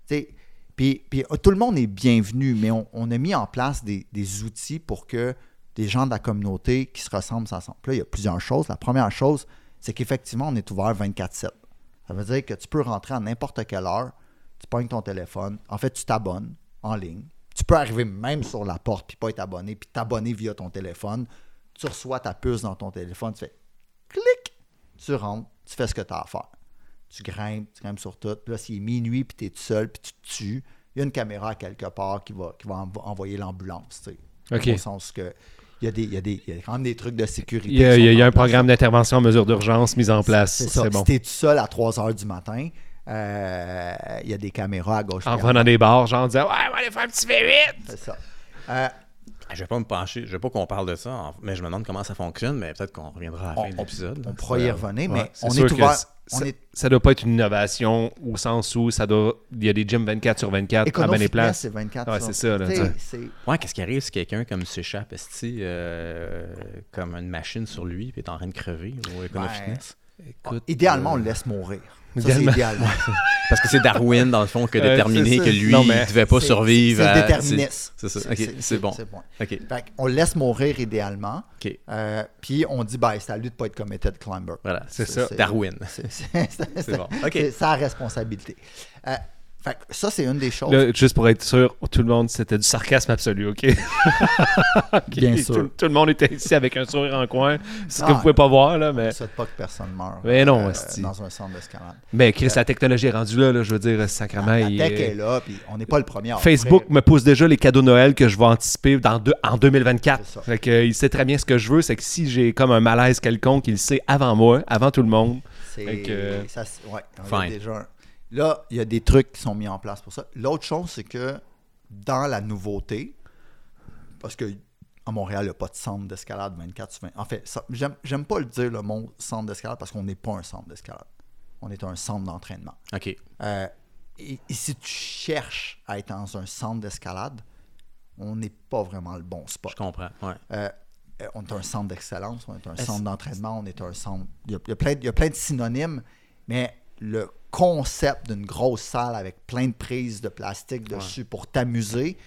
S3: Tu sais, Puis, puis, euh, tout le monde est bienvenu, mais on, on a mis en place des, des outils pour que des gens de la communauté qui se ressemblent s'assemblent. Puis Là, il y a plusieurs choses. La première chose, c'est qu'effectivement, on est ouvert 24-7. Ça veut dire que tu peux rentrer à n'importe quelle heure, tu pognes ton téléphone, en fait, tu t'abonnes en ligne. Tu peux arriver même sur la porte puis pas être abonné, puis t'abonner via ton téléphone. Tu reçois ta puce dans ton téléphone, tu fais clic, tu rentres, tu fais ce que tu as à faire. Tu grimpes, tu grimpes sur tout. Puis là, s'il est minuit, puis tu es tout seul, puis tu te tues, il y a une caméra à quelque part qui va, qui va envo- envoyer l'ambulance, tu sais.
S2: OK.
S3: Au sens que il y, a des, il, y a des, il y a quand même des trucs de sécurité.
S2: Il y a,
S3: qui
S2: il y a- il y a
S3: sont
S2: un
S3: en place.
S2: programme d'intervention en mesure d'urgence mis en place.
S3: C'est ça.
S2: C'est bon.
S3: Si t'es tout seul à 3 heures du matin, euh, il y a des caméras à gauche.
S2: En
S3: puis à
S2: venant des bars, genre, on disait, ouais, on va aller faire un petit V8.
S3: droite, C'est ça. Euh,
S1: Ah, Je vais pas me pencher, je veux pas qu'on parle de ça, en- mais je me demande comment ça fonctionne, mais peut-être qu'on reviendra à la fin de l'épisode. là.
S3: on pourra y revenir, mais
S2: Ouais, c'est
S3: on
S2: sûr
S3: est
S2: que
S3: ouvert.
S2: c'est-
S3: On
S2: ça-
S3: est
S2: Ça doit pas être une innovation au sens où ça doit. Il y a des gyms 24 sur 24 à
S3: Écono
S2: bien des
S3: Fitness,
S2: places.
S3: c'est 24
S2: Ouais,
S3: sur-
S2: c'est ça, là,
S3: T'sais,
S2: t'sais.
S3: c'est-
S1: Ouais, qu'est-ce qui arrive si quelqu'un comme s'échappe esti, euh, comme une machine sur lui puis est en train de crever au Econo
S3: Ben,
S1: Fitness?
S2: Écoute, euh,
S1: euh,
S3: Idéalement, on le laisse mourir. Ça, c'est
S1: [laughs]
S2: Également.
S3: idéal.
S1: Parce que c'est Darwin, dans le fond,
S3: [laughs]
S1: qui a
S3: Euh,
S2: Ouais,
S1: déterminé
S2: c'est ça.
S1: que lui,
S2: Non, mais
S1: il devait pas
S3: C'est-
S1: survivre
S3: C'est
S1: à...
S3: le déterminisme.
S1: c'est ça. Ok, c'est bon. OK.
S3: on laisse mourir idéalement.
S1: OK.
S3: euh, puis on dit, ben, c'est à lui de ne pas être comme Ted Climber.
S1: Voilà.
S2: C'est
S1: C'est
S2: ça.
S1: ça. Darwin.
S3: C'est- [laughs] c'est-
S1: C'est
S3: c'est- [laughs]
S1: bon. OK.
S3: c'est sa responsabilité. Euh, fait que ça, c'est une des choses.
S2: Là, juste pour être sûr, tout le monde, c'était du sarcasme absolu,
S3: [laughs]
S2: OK? OK,
S3: Bien
S2: tout-
S3: sûr.
S2: Tout, le monde était ici avec un sourire en coin. Ce que
S3: Ah.
S2: vous pouvez pas voir, là, mais...
S3: Je souhaite pas que personne meure
S2: Mais non,
S3: euh,
S2: esti.
S3: dans un centre d'escalade.
S2: Mais Chris, la technologie est rendue là, là, je veux dire, sacrément.
S3: La
S2: il-
S3: tech est là, puis on n'est pas le premier. à
S2: Facebook
S3: offrir.
S2: me pousse déjà les cadeaux Noël que je vais anticiper dans deux- en 2024.
S3: C'est ça.
S2: Fait que, euh, il sait très bien ce que je veux, c'est que si j'ai comme un malaise quelconque, il le sait avant moi, avant tout le monde. Fait
S3: C'est,
S2: que, euh,
S3: ça, c'est- ouais, on a
S1: fine.
S3: déjà un- Là, il y a des trucs qui sont mis en place pour ça. L'autre chose, c'est que dans la nouveauté, parce que à Montréal, il n'y a pas de centre d'escalade 24 sur 20. En fait, ça- j'aime, j'aime pas le dire le mot centre d'escalade parce qu'on n'est pas un centre d'escalade. On est un centre d'entraînement.
S1: [laughs] OK.
S3: Euh, et, et si tu cherches à être dans un centre d'escalade, on n'est pas vraiment le bon spot.
S1: Je comprends. Ouais.
S3: Euh, euh, on est un centre d'excellence, on est un
S1: Est-ce-
S3: centre d'entraînement, on est un centre. Il y a, il y a plein, de- il y a plein de synonymes, mais le concept d'une grosse salle avec plein de prises de plastique dessus pour t'amuser.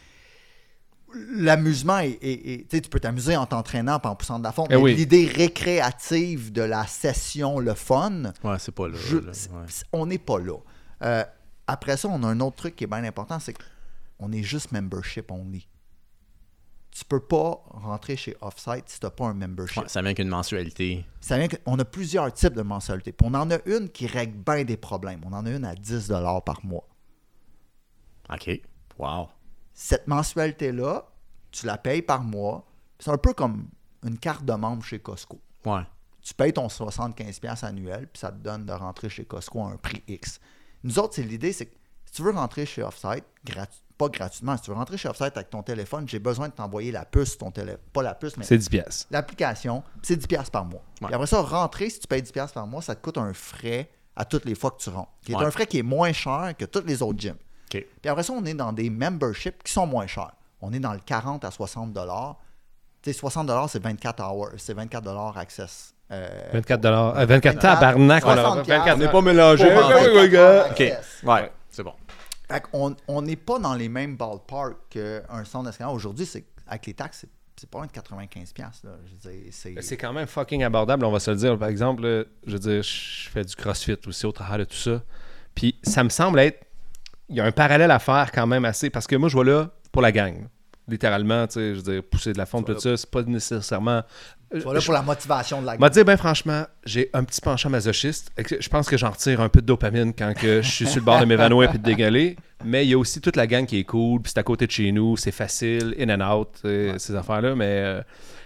S3: L'amusement est. est- est- tu sais, tu peux t'amuser en t'entraînant puis en poussant de la fonte.
S2: Eh
S3: mais
S2: oui.
S3: L'idée récréative de la session, le fun,
S1: Ouais, c'est pas là.
S3: je-
S1: là,
S3: c'est-
S1: ouais.
S3: c'est- on n'est pas là. Euh, après ça, on a un autre truc qui est bien important, c'est qu'on est juste membership only. Tu peux pas rentrer chez Offsite si tu n'as pas un membership.
S1: Ouais, ça vient qu'une mensualité.
S3: Ça vient qu'on a plusieurs types de mensualités. Puis on en a une qui règle bien des problèmes. On en a une à 10 par mois.
S1: OK. Wow.
S3: Cette mensualité-là, tu la payes par mois. C'est un peu comme une carte de membre chez Costco.
S1: Ouais.
S3: tu payes ton 75$ annuel, puis ça te donne de rentrer chez Costco à un prix X. Nous autres, c'est l'idée, c'est que si tu veux rentrer chez Offsite, gratu- pas gratuitement, si tu veux rentrer chez Offsite avec ton téléphone, j'ai besoin de t'envoyer la puce, ton téléphone, pas la puce, mais
S2: C'est 10 pièces.
S3: l'application, puis c'est 10$ par mois.
S1: Ouais.
S3: Et après ça, rentrer, si tu payes 10$ par mois, ça te coûte un frais à toutes les fois que tu rentres, qui est
S1: Ouais.
S3: un frais qui est moins cher que tous les autres gyms.
S1: OK.
S3: Puis après ça, on est dans des memberships qui sont moins chers. On est dans le 40 à 60 dollars. Tu sais, 60 dollars, c'est 24 hours, c'est 24 dollars access. euh,
S2: 24 dollars, euh, 24
S3: 24,
S2: tabarnak, on a
S3: 64.
S2: 24.
S3: On n'est
S2: pas mélangé.
S3: Pour
S2: Oui, oui,
S3: 24
S2: oui, gars.
S3: heures.
S1: OK. Ouais. C'est bon.
S3: Fait qu'on- on n'est pas dans les mêmes ballparks qu'un centre d'escalade. Aujourd'hui, c'est avec les taxes, c'est- c'est pas loin de 95$. Là. Je veux dire, c'est-
S2: C'est quand même fucking abordable, on va se le dire. Par exemple, là, je veux dire, je fais du crossfit aussi au travers de tout ça. Puis ça me semble être. Il y a un parallèle à faire quand même assez. Parce que moi, je vois là pour la gang. Littéralement, tu sais, je veux dire, pousser de la fonte, tout ça, c'est pas nécessairement.
S3: Voilà pour la motivation de la
S2: M'a dit, ben franchement, j'ai un petit penchant masochiste. et que Je pense que j'en retire un peu de dopamine quand que je suis sur le bord de m'évanouir puis de dégueuler. Mais il y a aussi toute la gang qui est cool, puis c'est à côté de chez nous, c'est facile, in and out, euh, ces affaires-là. Mais euh,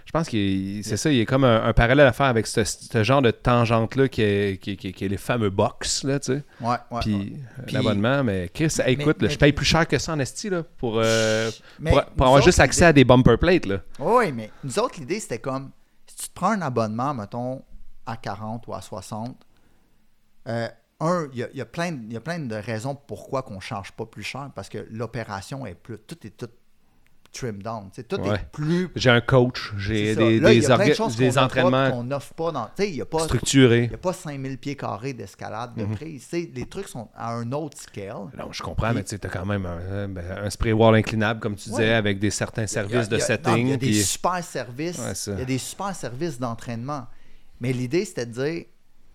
S2: je pense que c'est ça, il y a comme un, un parallèle à faire avec ce, ce genre de tangente-là qui est, qui, qui- qui est les fameux box, là, tu sais.
S3: Ouais, ouais,
S2: Puis
S3: ouais.
S2: euh,
S3: Puis-
S2: l'abonnement, mais Chris, hey,
S3: Mais-
S2: écoute, là,
S3: mais-
S2: je paye plus cher que ça en esti, là, pour, euh,
S3: Mais
S2: pour, pour
S3: nous
S2: avoir
S3: autres,
S2: juste accès à des bumper plates, là.
S3: Oui, mais nous autres, l'idée, c'était comme si tu te prends un abonnement, mettons, à 40 ou à 60, euh, un, il y a, il y a plein de- il y a plein de raisons pourquoi qu'on ne change pas plus cher, parce que l'opération est plus. Tout est tout trim down. tu sais, Tout
S2: Ouais.
S3: est plus.
S2: J'ai un coach, j'ai
S3: c'est ça.
S2: des,
S3: Là, il
S2: des
S3: y a plein de
S2: orga-
S3: choses qu'on
S2: des
S3: offre pas,
S2: entraînements
S3: qu'on n'offre pas dans. Tu sais, il n'y a pas.
S2: structuré.
S3: Il n'y a pas 5000 pieds carrés d'escalade
S2: Mhm.
S3: de prise. Tu sais, Les trucs sont à un autre scale.
S2: Non, je comprends, mais tu sais, t'as quand même un, un- ben, un spray wall inclinable, comme tu disais,
S3: Ouais.
S2: avec des certains services de
S3: Il y a-
S2: setting.
S3: non, Il y a des
S2: puis-
S3: super services.
S2: Ouais, ça.
S3: il y a des super services d'entraînement. Mais l'idée, c'était de dire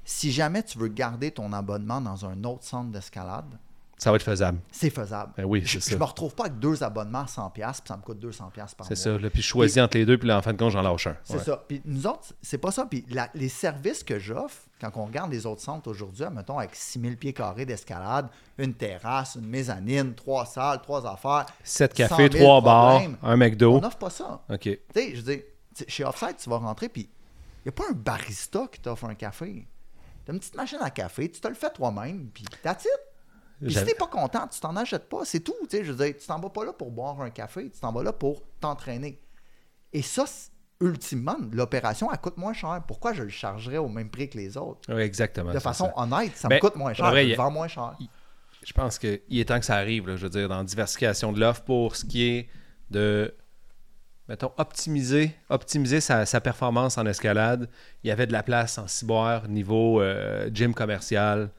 S3: si jamais tu veux garder ton abonnement dans un autre centre d'escalade,
S2: Ça va être faisable.
S3: c'est faisable.
S2: Ben oui,
S3: je,
S2: c'est
S3: je
S2: ça.
S3: me retrouve pas avec deux abonnements à 100$, puis ça me coûte 200$ par mois.
S2: C'est ça. Là, puis je choisis entre les deux, puis là, en fin de compte, j'en lâche un.
S3: Ah, C'est
S2: Ouais.
S3: ça. Puis nous autres, c'est pas ça. Puis la- les services que j'offre, quand on regarde les autres centres aujourd'hui, mettons avec 6000 pieds carrés d'escalade, une terrasse, une mezzanine, trois salles, trois affaires.
S2: Sept
S3: 100
S2: cafés,
S3: 000
S2: trois bars,
S3: problèmes,
S2: un McDo.
S3: On n'offre pas ça.
S2: OK.
S3: Tu sais, je veux dire, tu- chez Offside, tu vas rentrer, puis il n'y a pas un barista qui t'offre un café. T'as une petite machine à café, tu te le fais toi-même, puis that's it. Puis si
S2: J'avais-
S3: t'es pas content, tu t'en achètes pas, c'est tout. Tu sais, je veux dire, tu t'en vas pas là pour boire un café, tu t'en vas là pour t'entraîner. Et ça, c'est- ultimement, l'opération, elle coûte moins cher. Pourquoi je le chargerais au même prix que les autres?
S2: Ouais, exactement.
S3: De
S2: c'est
S3: façon
S2: ça.
S3: honnête, ça
S2: Ben,
S3: me coûte moins cher,
S2: pour vrai,
S3: je
S2: il y
S3: le
S2: a-
S3: vends moins cher.
S2: je pense qu'il est temps que ça arrive, là, je veux dire, dans la diversification de l'offre pour ce qui est de, mettons, optimiser, optimiser sa, sa performance en escalade. Il y avait de la place en cyber niveau euh, gym commercial.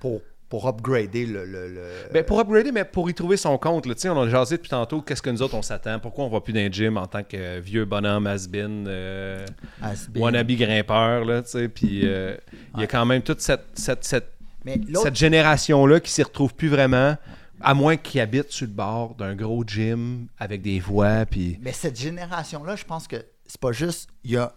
S3: pour, pour upgrader le. le- le-
S2: Ben, pour upgrader, mais pour y trouver son compte, là, tu sais, on a jasé depuis tantôt, qu'est-ce que nous autres on s'attend, pourquoi on va plus dans le gym en tant que euh, vieux bonhomme has-been, euh,
S3: Has-been.
S2: wannabe grimpeur, là, tu sais, puis euh, il y a quand même toute cette, cette, cette,
S3: Mais l'autre,
S2: cette génération-là qui s'y retrouve plus vraiment, à moins qu'ils habitent sur le bord d'un gros gym avec des voix, puis...
S3: mais cette génération-là, je pense que c'est pas juste. Il y a.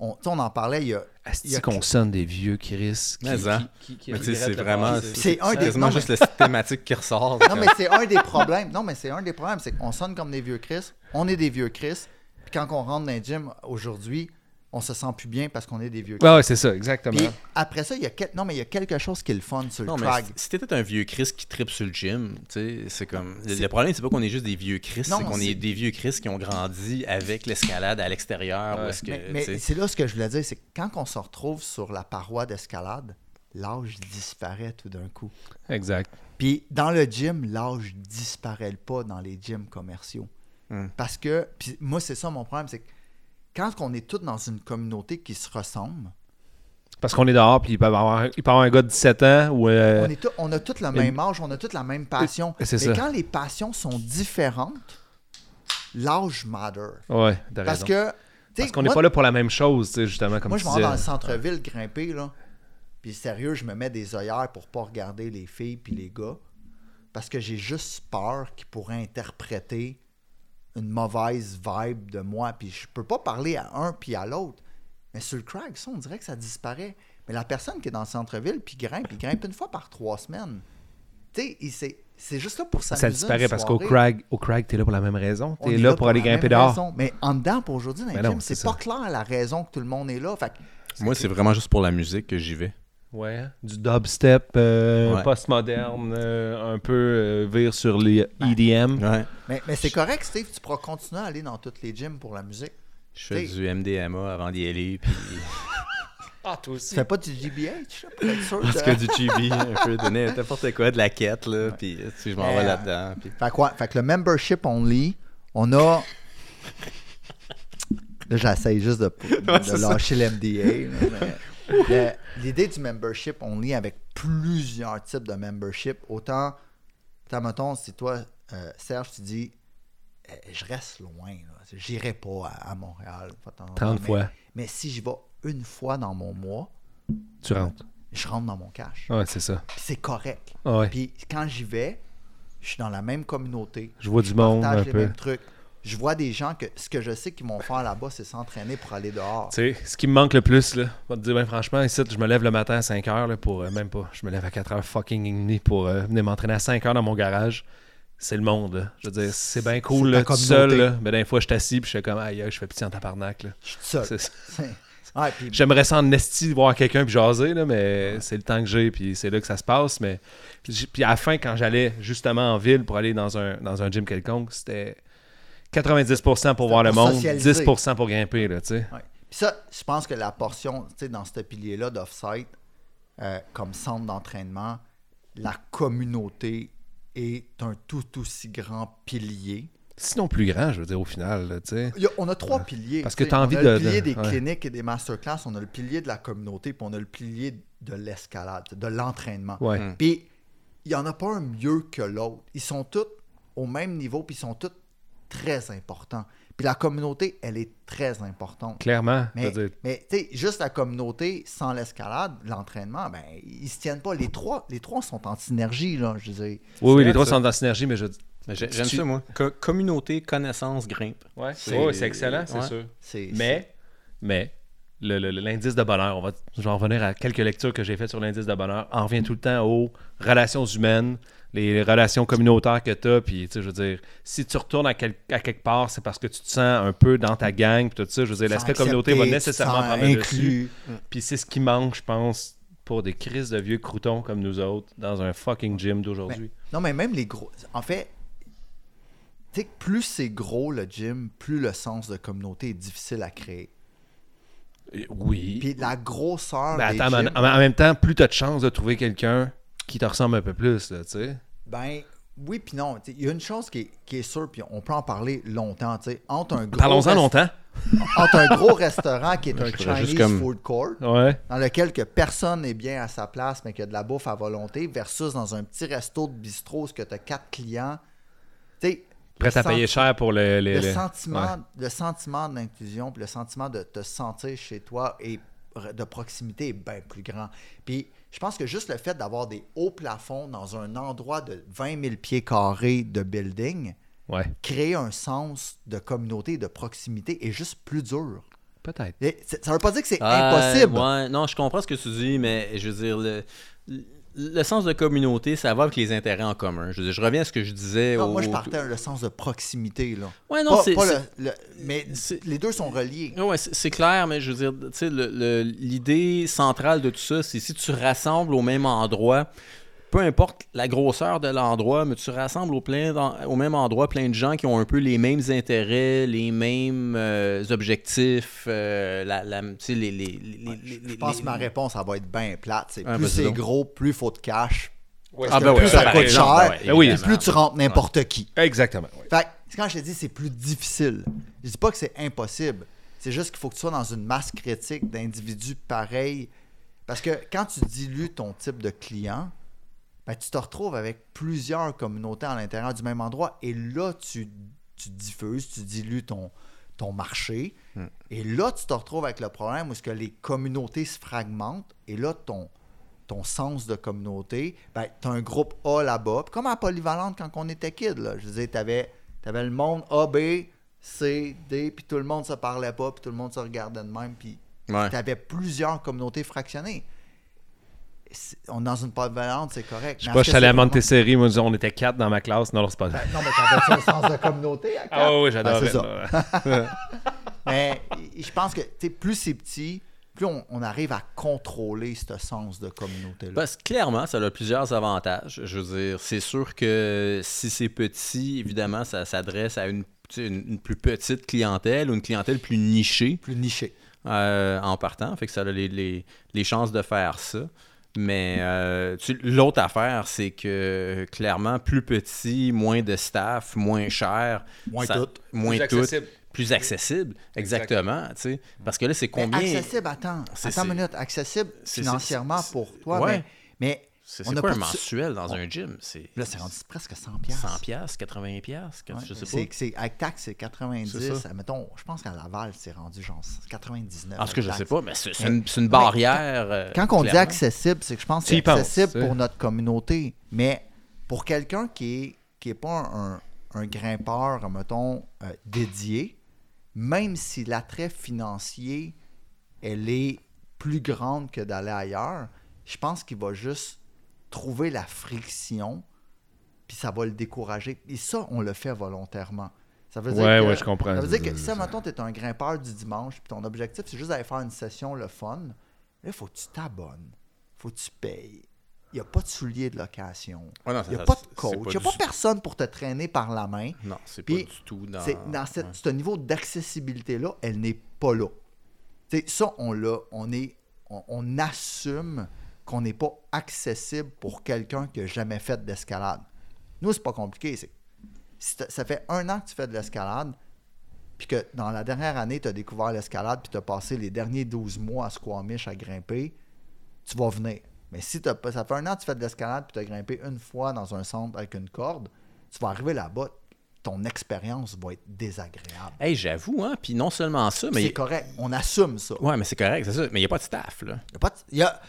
S3: On, tu sais, on en parlait, il y a. il y
S2: Asti
S3: a-
S2: qu'on sonne des vieux Chris qui,
S1: Mais
S2: qui-
S1: hein.
S2: qui- qui
S1: Mais tu sais,
S2: regrettent
S1: c'est
S2: le
S1: vraiment.
S2: passé.
S3: C'est un des-
S1: quasiment
S3: non,
S1: juste la thématique qui ressort.
S3: Non, mais c'est un des problèmes. Non, mais c'est un des problèmes. C'est qu'on sonne comme des vieux Chris. On est des vieux Chris. Puis quand on rentre dans le gym aujourd'hui, on se sent plus bien parce qu'on est des vieux Chris.
S2: Ouais, ouais, c'est ça, exactement.
S3: Puis après ça, il y a, quel- non, mais il y a quelque chose qui est le fun sur le
S1: Non, mais
S3: track.
S1: si- si t'étais un vieux Chris qui tripe sur le gym, tu sais, c'est comme. Le, le problème, c'est pas qu'on est juste des vieux Chris,
S3: Non,
S1: c'est qu'on
S3: c'est-
S1: est... des vieux Chris qui ont grandi avec l'escalade à l'extérieur.
S2: Ouais.
S1: où est-ce que,
S3: Mais,
S1: tu
S3: mais
S1: sais.
S3: c'est là ce que je voulais dire, c'est que quand on se retrouve sur la paroi d'escalade, l'âge disparaît tout d'un coup.
S2: Exact.
S3: Puis dans le gym, l'âge disparaît pas dans les gyms commerciaux.
S1: Hmm.
S3: Parce que, puis moi, c'est ça mon problème, c'est que quand on est tous dans une communauté qui se ressemble,
S2: Parce qu'on est dehors, puis il peut y avoir, il peut y avoir un gars de 17 ans ou... euh,
S3: on, est tout- on a tous le même âge, on a tous la même passion.
S2: C'est
S3: Mais
S2: ça.
S3: quand les passions sont différentes, l'âge matter.
S2: Ouais, t'as
S3: Parce
S2: raison.
S3: que, tu sais,
S2: Parce qu'on n'est
S3: moi,
S2: pas là pour la même chose, tu sais, justement, comme
S3: Moi,
S2: tu
S3: je m'en vais
S2: disais.
S3: dans le centre-ville grimper, là. Puis sérieux, je me mets des œillères pour pas regarder les filles puis les gars. Parce que j'ai juste peur qu'ils pourraient interpréter une mauvaise vibe de moi. Puis je peux pas parler à un puis à l'autre. Mais sur le crack, ça, on dirait que ça disparaît. Mais la personne qui est dans le centre-ville puis grimpe, il grimpe une fois par trois semaines. Tu sais, il- c'est- c'est juste là pour s'amuser.
S2: Ça
S3: une
S2: disparaît parce qu'au
S3: soirée.
S2: crag, au crag, t'es là pour la même raison.
S3: On
S2: T'es
S3: est
S2: là pour aller
S3: la même
S2: grimper dehors.
S3: raison. Mais en dedans, pour aujourd'hui, dans le
S2: Mais
S3: gym,
S2: non, c'est
S3: c'est pas
S2: ça.
S3: clair la raison que tout le monde est là. Fait que
S1: Moi, c'est vraiment juste pour la musique que j'y vais.
S2: Ouais. Du dubstep euh,
S1: Ouais.
S2: postmoderne, euh, un peu euh, vire sur les E EDM.
S1: Ouais.
S3: Mais, mais c'est correct, Steve, tu pourras continuer à aller dans toutes les gyms pour la musique.
S1: Je fais
S3: T'sais.
S1: du MDMA avant d'y aller, puis
S2: Ah, toi
S3: Tu
S2: aussi.
S3: fais pas du GBH, là, pour être sûr.
S1: parce
S3: de-
S1: que du chibi, un peu, de n- n'importe quoi, de la quête, là, puis tu sais, je m'en
S3: Mais,
S1: vais
S3: euh,
S1: là-dedans. puis-
S3: Fait, quoi? fait que le membership only, on a. Là, j'essaye juste de, de lâcher l'MDA. L'idée du membership only avec plusieurs types de membership, autant, t'as, mettons, si toi, euh, Serge, tu dis, euh, je reste loin, là. j'irai pas à, à Montréal. Pas tant-
S2: 30
S3: mais-
S2: fois.
S3: Mais si j'y vais une fois dans mon mois,
S2: Tu rentres.
S3: je rentre dans mon cash.
S2: Ouais, c'est ça.
S3: Puis c'est correct.
S2: Ah ouais.
S3: Puis quand j'y vais, je suis dans la même communauté.
S2: Je vois du monde un
S3: partage les
S2: peu.
S3: mêmes trucs. Je vois des gens que ce que je sais qu'ils vont faire là-bas, c'est s'entraîner pour aller dehors.
S2: Tu sais, ce qui me manque le plus, là, je vais te dire, ben, franchement, ici, je me lève le matin à 5 h, là, pour. euh, même pas. Je me lève à 4 h fucking et demie pour euh, venir m'entraîner à 5 h dans mon garage. C'est le monde, là. Je veux dire, c'est bien cool, là,
S3: ta
S2: tout
S3: communauté.
S2: seul, là. Mais des fois, je suis assis, puis je suis comme, aïe, aïe, je fais petit en tabarnak, là.
S3: Je suis tout
S2: C'est
S3: seul.
S2: ça.
S3: [laughs] Ouais, puis-
S2: J'aimerais ça en esti voir quelqu'un puis jaser, là, mais c'est le temps que j'ai, puis c'est là que ça se passe. Mais puis puis à la fin, quand j'allais justement en ville pour aller dans un, dans un gym quelconque, c'était 90% pour voir le
S3: pour
S2: monde,
S3: socialiser.
S2: 10% pour grimper, là, tu sais.
S3: ouais. Puis ça, je pense que la portion, tu sais, dans ce pilier-là d'off-site, euh, comme centre d'entraînement, la communauté est un tout aussi grand pilier.
S2: Sinon plus grand, je veux dire, au final, là, tu sais.
S3: Il y a- on a trois piliers.
S2: Parce que
S3: tu sais.
S2: t'as envie
S3: on a
S2: de-
S3: le pilier
S2: de-
S3: des
S2: ouais.
S3: cliniques et des masterclass, on a le pilier de la communauté, puis on a le pilier de l'escalade, de l'entraînement.
S2: Ouais.
S3: Puis il n'y en a pas un mieux que l'autre. Ils sont tous au même niveau, puis ils sont tous très importants. Puis la communauté, elle est très importante.
S2: Clairement, je
S3: Mais,
S2: veux dire,
S3: mais tu sais, juste la communauté sans l'escalade, l'entraînement, ben, ils se tiennent pas. Les trois, les trois sont en synergie, là, je veux dire.
S2: Oui, oui, les
S1: vrai,
S2: trois
S1: ça.
S2: sont en synergie, mais je
S1: Mais j'ai- J'aime
S2: tu-
S1: ça, moi. Co- communauté, connaissance, grimpe.
S2: Ouais,
S1: C'est-
S2: c'est excellent, c'est
S1: ouais.
S2: sûr.
S3: C'est-
S2: Mais, mais le- le- le- l'indice de bonheur, on va, je vais en revenir à quelques lectures que j'ai faites sur l'indice de bonheur, en revient tout le temps aux relations humaines, les relations communautaires que tu as, puis tu sais, je veux dire, si tu retournes à, quel- à quelque part, c'est parce que tu te sens un peu dans ta gang, puis tout ça, je veux dire,
S3: Sans
S2: l'aspect communauté va
S3: accepter,
S2: nécessairement
S3: sans
S2: prendre le dessus.
S3: inclus.
S2: Puis c'est ce qui manque, je pense, pour des crises de vieux croutons comme nous autres, dans un fucking gym d'aujourd'hui.
S3: Non, mais même les gros. En fait, tu sais, que plus c'est gros le gym, plus le sens de communauté est difficile à créer.
S2: Euh, Oui.
S3: Puis la grosseur.
S2: Ben,
S3: des
S2: attends, mais
S3: gyms,
S2: en, en même temps, plus tu as de chances de trouver quelqu'un qui te ressemble un peu plus, là, tu sais.
S3: ben, oui, puis non. Tu sais, Il y a une chose qui est, qui est sûre, puis on peut en parler longtemps. tu sais, Entre un gros.
S2: Parlons-en
S3: rest-
S2: longtemps.
S3: entre un gros restaurant qui est
S1: Moi,
S3: un
S1: je ferais juste
S3: Chinese
S1: comme-
S3: food court,
S2: Ouais.
S3: dans lequel que personne n'est bien à sa place, mais qu'il y a de la bouffe à volonté, versus dans un petit resto de bistrot où tu as quatre clients. Tu sais,
S2: Prêt à
S3: le
S2: payer
S3: sent-
S2: cher pour le. le-
S3: le,
S2: le-
S3: sentiment, le sentiment d'inclusion, puis le sentiment de te sentir chez toi et r- de proximité est bien plus grand. Puis je pense que juste le fait d'avoir des hauts plafonds dans un endroit de 20 000 pieds carrés de building
S2: Ouais. Ouais.
S3: crée un sens de communauté, de proximité est juste plus dur.
S2: Peut-être.
S3: Et c'est- ça veut pas dire que c'est
S1: Ah,
S3: impossible.
S1: ouais, non, je comprends ce que tu dis, mais je veux dire, le, le- le sens de communauté, ça va avec les intérêts en commun. Je, veux dire, je reviens à ce que je disais.
S3: Non,
S1: au-
S3: moi, je partais dans le sens de proximité. Là.
S1: Ouais, non,
S3: Pas-
S1: c'est-
S3: pas
S1: c'est-
S3: le- le- mais
S1: c'est-
S3: les deux sont reliés.
S1: Ouais, c'est c'est clair, mais je veux dire, tu sais, le- le- l'idée centrale de tout ça, c'est si tu rassembles au même endroit, peu importe la grosseur de l'endroit, mais tu rassembles au, plein d'en- au même endroit plein de gens qui ont un peu les mêmes intérêts, les mêmes euh, objectifs, euh, la, la- tu sais, les, les, les- les-
S3: Je
S1: les-
S3: pense
S1: les-
S3: que ma réponse, ça va être bien plate. c'est
S1: Ah,
S3: plus
S1: vas-y
S3: c'est
S1: donc.
S3: gros, plus il faut de cash.
S1: Ah,
S3: Parce que
S1: ben
S3: plus
S1: ouais,
S3: ça
S1: par
S3: coûte
S1: exemple,
S3: cher,
S1: ouais,
S2: Ben oui,
S3: puis
S1: évidemment.
S3: plus tu rentres n'importe qui.
S2: Exactement. ouais.
S3: Fait que, quand je te dis c'est plus difficile, je dis pas que c'est impossible. C'est juste qu'il faut que tu sois dans une masse critique d'individus pareils. Parce que quand tu dilues ton type de client, ben, tu te retrouves avec plusieurs communautés à l'intérieur du même endroit. Et là, tu, tu diffuses, tu dilues ton, ton marché. Et là, tu te retrouves avec le problème où ce que les communautés se fragmentent. Et là, ton, ton sens de communauté, ben, tu as un groupe A là-bas. Puis Comme à Polyvalente quand on était kid. Là. Je disais, tu avais, le monde A, B, C, D, puis tout le monde se parlait pas, puis tout le monde se regardait de même. Puis
S1: Ouais.
S3: tu avais plusieurs communautés fractionnées. C'est- On est dans une polyvalente, c'est correct.
S2: Je sais
S3: Mais
S2: pas,
S3: est-ce
S2: je suis
S3: que
S2: allé
S3: c'est
S2: à
S3: vraiment-
S2: Montessori, moi, on était quatre dans ma classe. Non, non, c'est pas
S3: Ben, non, mais t'avais un sens de communauté à
S2: Ah
S3: quatre.
S2: oui,
S3: Ben,
S2: j'adore.
S3: c'est ça. Mais y- je pense que tu sais, plus c'est petit, plus on, on arrive à contrôler ce sens de communauté-là.
S1: Parce que clairement, ça a plusieurs avantages. Je veux dire, c'est sûr que si c'est petit, évidemment, ça s'adresse à une, tu sais, une- une plus petite clientèle ou une clientèle plus nichée
S3: plus niché.
S1: euh, en partant. Fait que ça a les, les- les chances de faire ça. Mais euh, tu- l'autre affaire, c'est que clairement, plus petit, moins de staff, moins cher.
S3: Moins
S1: ça-
S3: tout.
S1: Moins
S2: Plus
S1: tout.
S2: accessible.
S1: Plus accessible, exactement. tu sais. Parce que là, c'est
S3: Mais
S1: combien.
S3: accessible, attends,
S1: C'est-
S3: attends une
S1: c'est-
S3: minute. Accessible
S1: c'est-
S3: financièrement
S1: c'est-
S3: pour toi,
S1: ouais.
S3: mais,
S1: C'est
S3: mais on
S1: c'est
S3: n'a
S1: quoi un
S3: pas de-
S1: mensuel dans un gym? C'est
S3: Là, c'est rendu presque 100
S1: 100
S3: piastres.
S1: piastres, 80 piastres, que-
S3: Ouais.
S1: je sais
S3: C'est-
S1: pas.
S3: c'est- avec taxe, c'est
S1: C'est
S3: 90.
S1: ça.
S3: Mettons, je pense qu'à Laval, c'est rendu genre 99.
S1: En ce que je
S3: avec
S1: sais
S3: taxe.
S1: pas, mais c'est c'est
S3: Mais-
S1: une, c'est une
S3: mais
S1: barrière. euh,
S3: Quand on dit
S1: clairement.
S3: accessible, c'est que je pense que
S2: Tu y
S3: c'est accessible
S2: penses, tu sais.
S3: pour notre communauté. Mais pour quelqu'un qui est, qui est pas un, un grimpeur, mettons, euh, dédié, même si l'attrait financier, elle est plus grande que d'aller ailleurs, je pense qu'il va juste trouver la friction, puis ça va le décourager. Et ça, on le fait volontairement. Ça veut dire
S2: Ouais,
S3: que-
S2: ouais, je comprends.
S3: Ça veut dire que
S2: Je-
S3: si, mettons, tu es un grimpeur du dimanche, puis ton objectif, c'est juste d'aller faire une session le fun, là, il faut que tu t'abonnes, faut que tu payes. Il n'y a pas de souliers de location.
S1: Ouais, Ah non,
S3: Il n'y
S1: ça-
S3: a pas
S1: c'est
S3: de coach. Il
S1: pas
S3: n'y a
S1: du-
S3: pas personne pour te traîner par la main.
S1: Non, c'est pas
S3: Puis,
S1: du tout dans.
S3: C'est- dans cette- ce niveau d'accessibilité-là, elle n'est pas là. T'sais, ça, on l'a. On, est, on, on assume qu'on n'est pas accessible pour quelqu'un qui n'a jamais fait d'escalade. Nous, c'est pas compliqué. c'est- si t'as- ça fait un an que tu fais de l'escalade, puis que dans la dernière année, tu as découvert l'escalade, puis tu as passé les derniers 12 mois à squamish, à grimper, tu vas venir. Mais si t'as pas, ça fait un an que tu fais de l'escalade, puis tu as grimpé une fois dans un centre avec une corde, tu vas arriver là-bas, ton expérience va être désagréable.
S1: Hey, j'avoue, hein. Puis non seulement ça, mais.
S3: C'est correct, on assume ça.
S1: Ouais, mais c'est correct, c'est ça. Mais il n'y a pas de staff, là.
S3: Il n'y a, pas de- il y a-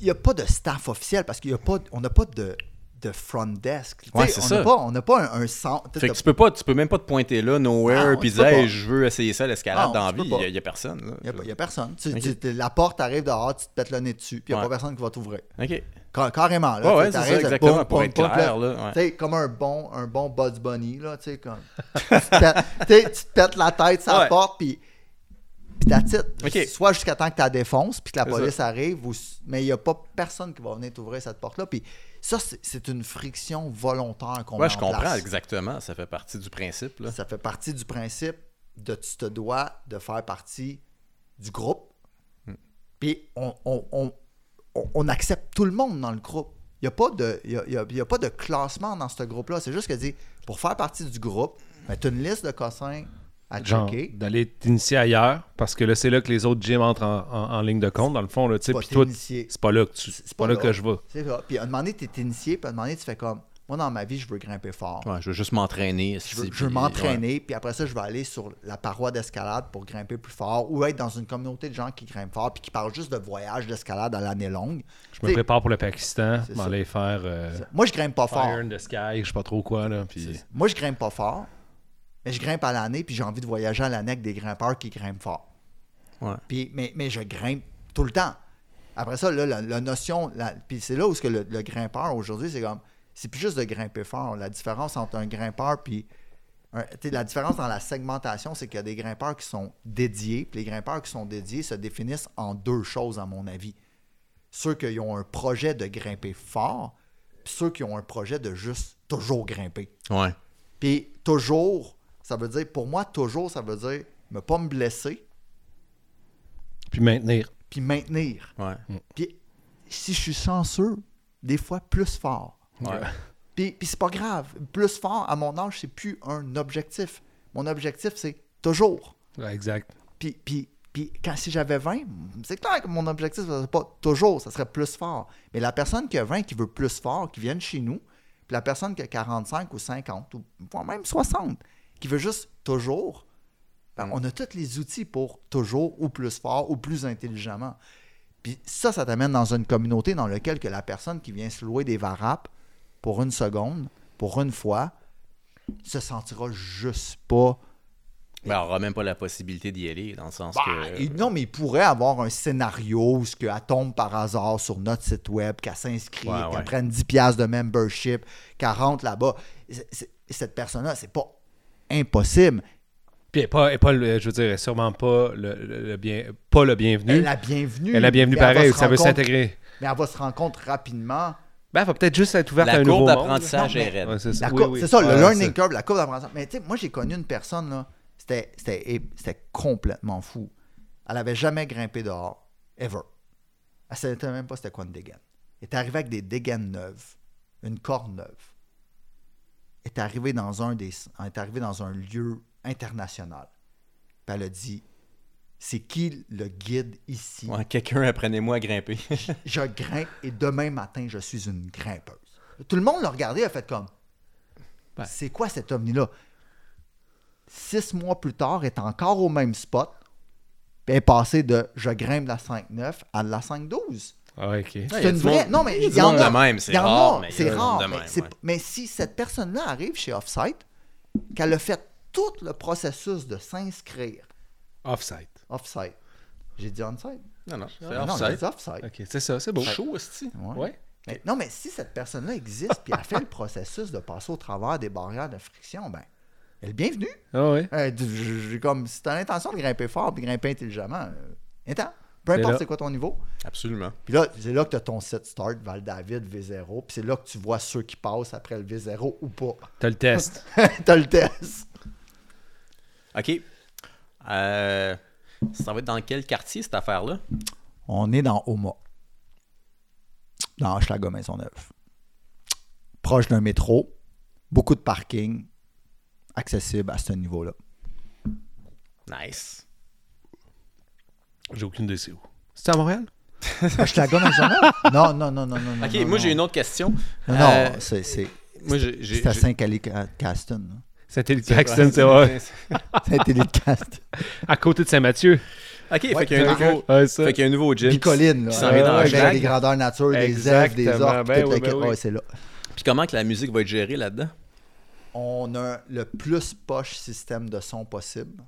S3: il y a pas de staff officiel parce qu'on n'a pas de, de front desk. Tu sais,
S1: Ouais, c'est
S3: on
S1: ça.
S3: n'a pas, on n'a pas un, un centre. tu sais,
S1: Fait que tu peux pas, tu peux même pas te pointer là,
S3: Ah,
S1: nowhere,
S3: non,
S1: puis
S3: tu peux
S1: dire, hey,
S3: pas.
S1: je veux essayer ça, l'escalade
S3: Ah,
S1: dans la
S3: tu peux
S1: vie.
S3: pas.
S1: Il n'y a, personne, là.
S3: Il n'y a, personne. Tu-
S1: Ok.
S3: tu- tu- la porte arrive dehors, tu te pètes le nez dessus, puis il n'y a
S1: Ouais.
S3: pas personne qui va t'ouvrir.
S1: OK.
S3: Ca- carrément. Là,
S1: Ouais,
S3: tu sais,
S1: ouais, c'est ça,
S3: t'arrives,
S1: exactement,
S3: boum,
S1: pour
S3: boum,
S1: être
S3: boum,
S1: clair, là, ouais.
S3: Tu sais, comme un bon, un bon Bugs Bunny, là, tu sais, comme. [laughs] tu, te pètes, tu sais, tu te pètes la tête sur
S1: Ouais.
S3: la porte, puis. Puis t'as titre.
S1: Ok.
S3: Soit jusqu'à temps que tu la défonces, puis que la
S1: C'est
S3: police arrive, ou, s- mais il n'y a pas personne qui va venir t'ouvrir cette porte-là. Puis ça, c'est- c'est une friction volontaire qu'on
S1: Ouais,
S3: met
S1: je
S3: en
S1: comprends
S3: place.
S1: exactement. Ça fait partie du principe, là.
S3: Ça fait partie du principe de tu te dois de faire partie du groupe. Puis on, on, on- on- on accepte tout le monde dans le groupe. Il n'y a, pas de- il y a- il y a- il y a pas de classement dans ce groupe-là. C'est juste que dit, pour faire partie du groupe, tu as une liste de cossins à [laughs]
S2: Genre,
S3: checker.
S2: d'aller t'initier ailleurs, parce que là, c'est là que les autres gyms entrent en, en- en ligne de compte, dans le fond, là, tu sais,
S3: pas
S2: puis toi,
S3: t'initier.
S2: c'est pas là que tu-
S3: C'est-
S2: c'est pas là que je vais.
S3: C'est ça. Puis à un moment donné, tu es initié, puis à un moment donné, tu fais comme Moi, dans ma vie, je veux grimper fort.
S1: Ouais, je veux juste m'entraîner.
S3: Je veux,
S1: si-
S3: je veux
S1: puis- ouais.
S3: m'entraîner, puis après ça, je vais aller sur la paroi d'escalade pour grimper plus fort ou être dans une communauté de gens qui grimpent fort puis qui parlent juste de voyage d'escalade à l'année longue.
S2: Je
S3: Tu
S2: me
S3: sais,
S2: prépare pour le Pakistan,
S3: C'est
S2: m'en
S3: ça.
S2: aller faire euh,
S3: Moi, je grimpe pas fort.
S2: Fire in the Sky, je sais pas trop quoi, là, puis...
S3: Moi, je grimpe pas fort, mais je grimpe à l'année, puis j'ai envie de voyager à l'année avec des grimpeurs qui grimpent fort.
S1: Ouais.
S3: Puis, mais, mais je grimpe tout le temps. Après ça, là, la, la notion, la- puis c'est là où ce que le, le grimpeur aujourd'hui, c'est comme, c'est plus juste de grimper fort. La différence entre un grimpeur puis un- tu sais, la différence dans la segmentation, c'est qu'il y a des grimpeurs qui sont dédiés, puis les grimpeurs qui sont dédiés se définissent en deux choses, à mon avis. Ceux qui ont un projet de grimper fort, puis ceux qui ont un projet de juste toujours grimper.
S1: Ouais.
S3: Puis toujours, ça veut dire, pour moi, toujours, ça veut dire ne pas me blesser,
S2: Puis maintenir.
S3: puis maintenir.
S1: Ouais.
S3: Puis si je suis chanceux, des fois plus fort.
S1: Ouais.
S3: Puis, puis c'est pas grave. Plus fort, à mon âge, c'est plus un objectif. Mon objectif, c'est toujours.
S2: Ouais, exact.
S3: Puis, puis, puis quand si j'avais 20, c'est clair que mon objectif, ce serait pas toujours, ça serait plus fort. Mais la personne qui a 20, qui veut plus fort, qui vient chez nous, puis la personne qui a 45 ou 50, ou voire même 60, qui veut juste toujours, ben, on a tous les outils pour toujours ou plus fort ou plus intelligemment. Puis ça, ça t'amène dans une communauté dans laquelle que la personne qui vient se louer des varapes pour une seconde, pour une fois, se sentira juste pas
S1: Ben, on n'aura même pas la possibilité d'y aller, dans le sens
S3: bah,
S1: que.
S3: il- non, mais il pourrait avoir un scénario où ce qu'elle tombe par hasard sur notre site web, qu'elle s'inscrit,
S1: Ouais,
S3: qu'elle
S1: ouais.
S3: prenne 10 piastres de membership, qu'elle rentre là-bas. C'est- c'est- Cette personne-là, c'est pas impossible.
S2: Puis elle est pas, elle est pas le- je veux dire, elle est sûrement pas le, le- le bien, pas le bienvenu.
S3: Elle a bienvenue.
S2: Elle a bienvenue
S3: mais elle va
S2: pareil,
S3: se
S2: ça veut
S3: rencontre-
S2: s'intégrer.
S3: Mais elle va se rencontrer rapidement.
S2: Ben, elle va peut-être juste être ouverte à
S1: La
S2: un
S1: courbe
S2: nouveau monde.
S1: d'apprentissage
S3: Non, mais-
S1: est raide.
S2: Ouais, c'est ça,
S3: La
S2: Oui,
S3: cour-
S2: oui.
S3: C'est ça, le
S2: Ouais,
S3: learning
S2: c'est-
S3: curve, la courbe d'apprentissage. Mais tu sais, moi, j'ai connu une personne, là, c'était- c'était c'était complètement fou. Elle n'avait jamais grimpé dehors, ever. Elle ne savait même pas c'était quoi une dégaine. Elle est arrivée avec des dégaines neuves, une corne neuve. Elle est arrivée dans un, des, elle est arrivée dans un lieu international. Puis elle a dit, c'est qui le guide ici?
S1: Ouais, quelqu'un, apprenez-moi à grimper. [laughs]
S3: je grimpe et demain matin, je suis une grimpeuse. Tout le monde l'a regardé a fait comme
S2: Ben.
S3: C'est quoi cet ovni-là? Six mois plus tard, elle est encore au même spot. puis Elle est passée de je grimpe de la 5-9 à de la 5-12.
S2: Ah, ouais, ok.
S1: Ouais,
S3: C'est
S1: y a
S3: une
S1: du
S3: vraie.
S1: monde-
S3: Non, mais
S1: y a
S3: il
S1: du
S3: y en
S1: monde
S3: a.
S1: de même, c'est
S3: Il y en a,
S1: rare, mais il y a
S3: c'est
S1: du
S3: rare.
S1: monde de
S3: mais
S1: même,
S3: c'est-
S1: ouais.
S3: Mais si cette personne-là arrive chez Offsite, qu'elle a fait tout le processus de s'inscrire,
S2: Offside.
S3: Offsite. J'ai dit Onsite?
S1: Non, non, c'est
S3: Non, j'ai dit
S1: offside.
S3: Offsite.
S2: Ok, c'est ça, c'est beau.
S1: Chaud, aussi.
S3: Ouais.
S2: Ouais.
S3: Mais- non, mais si cette personne-là existe puis elle
S2: [laughs]
S3: fait le processus de passer au travers des barrières de friction, ben, elle est bienvenue.
S2: Ah, ouais.
S3: Euh, du- j- j'ai comme, si t'as l'intention de grimper fort puis de grimper intelligemment, euh, attends, peu
S2: C'est
S3: importe
S2: là.
S3: c'est quoi ton niveau.
S1: Absolument.
S3: Puis là, c'est là que tu as ton set start, Val David, V0, puis c'est là que tu vois ceux qui passent après le V0 ou pas. [laughs]
S2: T'as le test.
S3: t'as le test.
S1: OK. Euh, ça va être dans quel quartier, cette affaire-là?
S3: On est dans Oma. Dans Hochelaga Maisonneuve. Proche d'un métro, beaucoup de parking, accessible à ce niveau-là.
S1: Nice.
S2: J'ai aucune idée c'est où. C'est à Montréal?
S3: Hochelaga Maisonneuve? Non, non, non, non, non.
S1: OK,
S3: non,
S1: moi,
S3: non.
S1: j'ai une autre question.
S3: Non, non,
S1: Euh,
S3: c'est, c'est,
S1: moi, j'ai... j'ai-
S3: c'est à
S1: j'ai-
S3: Saint-Cali-Caston.
S2: C'était le Claxton, c'est vrai.
S1: [laughs]
S3: Saint-Élie-de-Caston.
S2: À côté de Saint-Mathieu.
S1: OK, fait qu'il y a un
S2: Ouais,
S1: nouveau...
S2: ouais, ça.
S1: Fait qu'il y a un nouveau gym.
S3: Bicoline, là.
S1: Qui s'en vient dans
S2: Ouais,
S1: la
S3: Avec
S1: jungle.
S3: les grandeurs nature, des
S2: Exactement,
S3: œufs, des orques,
S2: ben
S3: toute
S2: oui,
S3: la
S2: ben
S3: kit.
S2: oui.
S3: Ouais, c'est là.
S1: Puis comment que la musique va être gérée là-dedans?
S3: On a le plus poche système de son possible.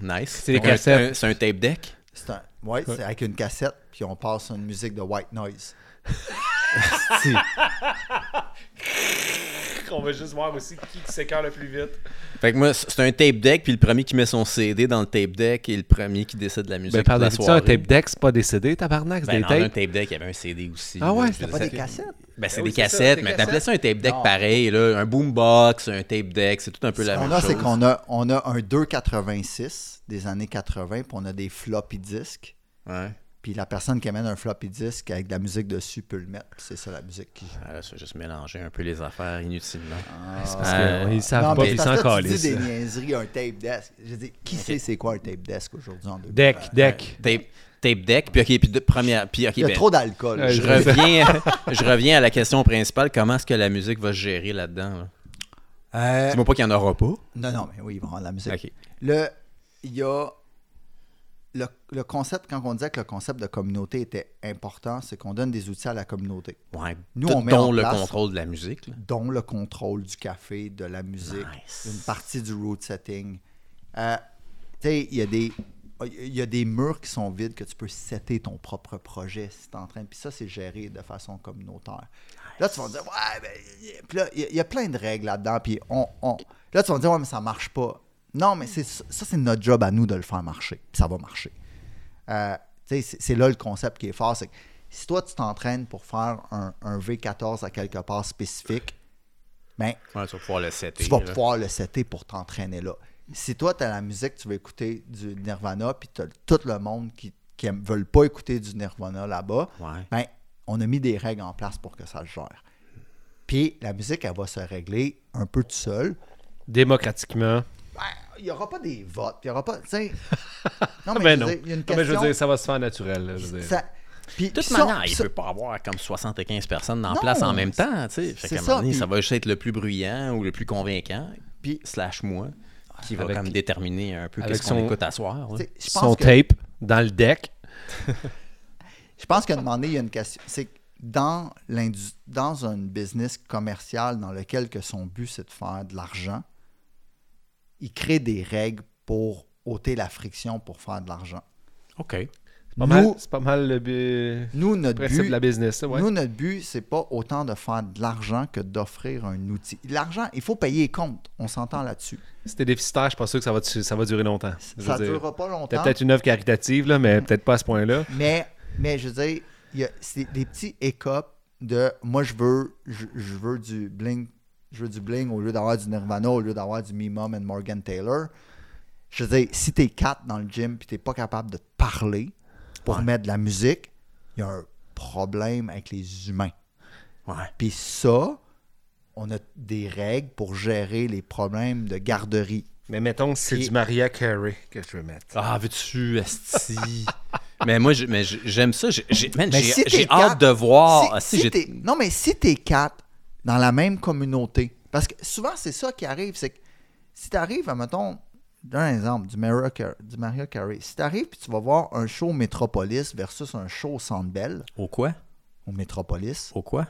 S1: Nice.
S2: C'est des
S1: Donc, un-
S2: cassettes.
S1: un- C'est un tape deck.
S3: C'est un, ouais, c'est avec une cassette, puis on passe une musique de white noise.
S2: On va juste voir aussi qui s'écarte le plus vite.
S1: Fait que moi, c- c'est un tape deck, puis le premier qui met son CD dans le tape deck et le premier qui décide de la musique.
S2: Ben, par
S1: de la
S2: définition, un
S1: soirée.
S2: tape deck, c'est pas des CD, tabarnak, c'est
S1: Ben,
S2: des
S1: dans un
S2: tapes.
S1: tape deck, il y avait un CD aussi.
S2: Ah
S1: là,
S2: ouais,
S1: je
S2: c'était
S1: veux
S3: Pas
S1: dire,
S3: des cassettes?
S1: Ben, c'est
S2: Ben
S1: des
S2: oui, c'est ça,
S1: cassettes,
S2: des
S1: mais
S2: cassettes.
S1: t'appelais ça un tape deck
S3: Non.
S1: pareil, là, un boombox, un tape deck, c'est tout un peu
S3: Ce
S1: la
S3: qu'on
S1: même
S3: a,
S1: chose.
S3: c'est qu'on a, on a un 2,86 des années 80, puis on a des floppy disques.
S1: Ouais.
S3: Puis la personne qui amène un floppy disk avec de la musique dessus peut le mettre. puis C'est ça la musique qui.
S1: Ah, c'est juste mélanger un peu les affaires inutilement.
S2: C'est parce
S1: Ah.
S2: qu'ils savent
S3: Non,
S2: pas,
S3: mais
S2: puis ils
S3: parce
S2: s'en
S3: que Tu dis
S2: calissent.
S3: des niaiseries, un tape desk. Je dis, qui sait c'est quoi un tape desk aujourd'hui en 2020?
S2: Deck, deck.
S1: Tape, tape deck, puis OK, puis de- première... Puis, OK,
S3: Il y a
S1: ben,
S3: trop d'alcool.
S2: Ouais,
S1: je, reviens, je reviens à la question principale, comment est-ce que la musique va se gérer là-dedans? Là?
S3: Euh,
S1: Dis-moi pas qu'il n'y en aura pas.
S3: non, non, mais oui, ils vont avoir de la musique.
S1: OK.
S3: Le, il y a le, le concept, quand on disait que le concept de communauté était important, c'est qu'on donne des outils à la communauté,
S1: Ouais,
S3: Nous,
S1: tout
S3: on met
S1: dont
S3: en
S1: le
S3: place-
S1: contrôle de la musique. là.
S3: dont le contrôle du café, de la musique,
S1: Nice.
S3: une partie du route setting. Euh, tu sais, il y a des. Il y a des murs qui sont vides que tu peux setter ton propre projet si t'es en train. Puis ça, c'est géré de façon communautaire. Là, tu vas dire, ouais, mais. Puis là, il y a- il y, a plein de règles là-dedans. Puis on, on- Là, tu vas dire, ouais, mais ça marche pas. Non, mais c'est ça, c'est notre job à nous de le faire marcher. Puis ça va marcher. Euh, tu sais, c'est c'est là le concept qui est fort. C'est que si toi, tu t'entraînes pour faire un, un V14 à quelque part spécifique, ben,
S1: Ouais, tu vas pouvoir le setter.
S3: tu vas
S1: là.
S3: pouvoir le setter pour t'entraîner là. Si toi, tu as la musique, tu veux écouter du Nirvana, puis tu as tout le monde qui ne veulent pas écouter du Nirvana là-bas,
S1: Ouais.
S3: ben, on a mis des règles en place pour que ça se gère. Puis la musique, elle va se régler un peu tout seul.
S2: Démocratiquement.
S3: Ben, Il n'y aura pas des votes, puis il n'y aura pas.
S2: [laughs]
S3: tu sais.
S2: Ah,
S3: Non,
S2: ben
S3: mais je
S2: non.
S3: veux dire, il y a une
S2: Ah, ben, je
S3: question.
S2: veux dire, ça va se faire naturel. là, je veux dire.
S3: ça- puis
S1: De toute
S3: ça-
S1: manière, il
S3: ça-
S1: peut pas avoir comme 75 personnes en
S3: Non,
S1: place en même temps. tu sais. Fait
S3: c'est
S1: qu'à un
S3: ça,
S1: moment donné,
S3: puis-
S1: ça va juste être le plus bruyant ou le plus convaincant,
S3: Puis-
S1: slash moi, qui va
S2: Avec-
S1: comme déterminer un peu
S2: avec
S1: qu'est-ce qu'on
S2: son-
S1: écoute à soir. là.
S3: tu sais, je pense
S2: Son
S3: que-
S2: tape dans le deck.
S3: Je pense qu'à demander, il y a une question. C'est que dans, l'indu- dans un business commercial dans lequel que son but, c'est de faire de l'argent, il crée des règles pour ôter la friction pour faire de l'argent.
S1: OK.
S2: C'est pas mal-
S3: Nous-
S2: C'est pas mal le bu-
S3: Nous, notre
S2: principe
S3: but,
S2: de la business, ça, ouais.
S3: nous, notre but, c'est pas autant de faire de l'argent que d'offrir un outil. L'argent, il faut payer les comptes. On s'entend là-dessus.
S2: C'était déficitaire, je pense que ça va, ça va durer longtemps. Je
S3: Ça
S2: veux
S3: ne
S2: dire,
S3: durera pas
S2: C'était
S3: longtemps.
S2: peut-être une œuvre caritative, là, mais peut-être pas à ce point-là.
S3: Mais, mais je veux dire, il y a- c'est des petits écopes de moi, je veux, je, je veux du bling. Je veux du bling au lieu d'avoir du Nirvana, au lieu d'avoir du Me Mom and Morgan Taylor. Je veux dire, si t'es quatre dans le gym puis t'es pas capable de te parler pour mettre de la musique, il y a un problème avec les humains.
S1: Ouais.
S3: Puis ça, on a des règles pour gérer les problèmes de garderie.
S2: Mais mettons, c'est
S3: Et-
S2: du Maria Carey que je veux mettre.
S1: Ah, veux-tu, Esti? [laughs] mais moi, je- mais je- j'aime ça. J'ai- J'ai man,
S3: Mais
S1: j'ai-
S3: si
S1: j'ai
S3: t'es
S1: hâte
S3: quatre-
S1: de voir. Ah,
S3: si,
S1: si
S3: si
S1: j'ai-
S3: t'es- non, mais si t'es quatre dans la même communauté, parce que souvent c'est ça qui arrive, c'est que si t'arrives, à, mettons, d'un exemple, du Mario, Car- du Mario Carey, si t'arrives puis tu vas voir un show Metropolis versus un show Centre Bell,
S1: Au quoi?
S3: au Metropolis,
S1: Au quoi?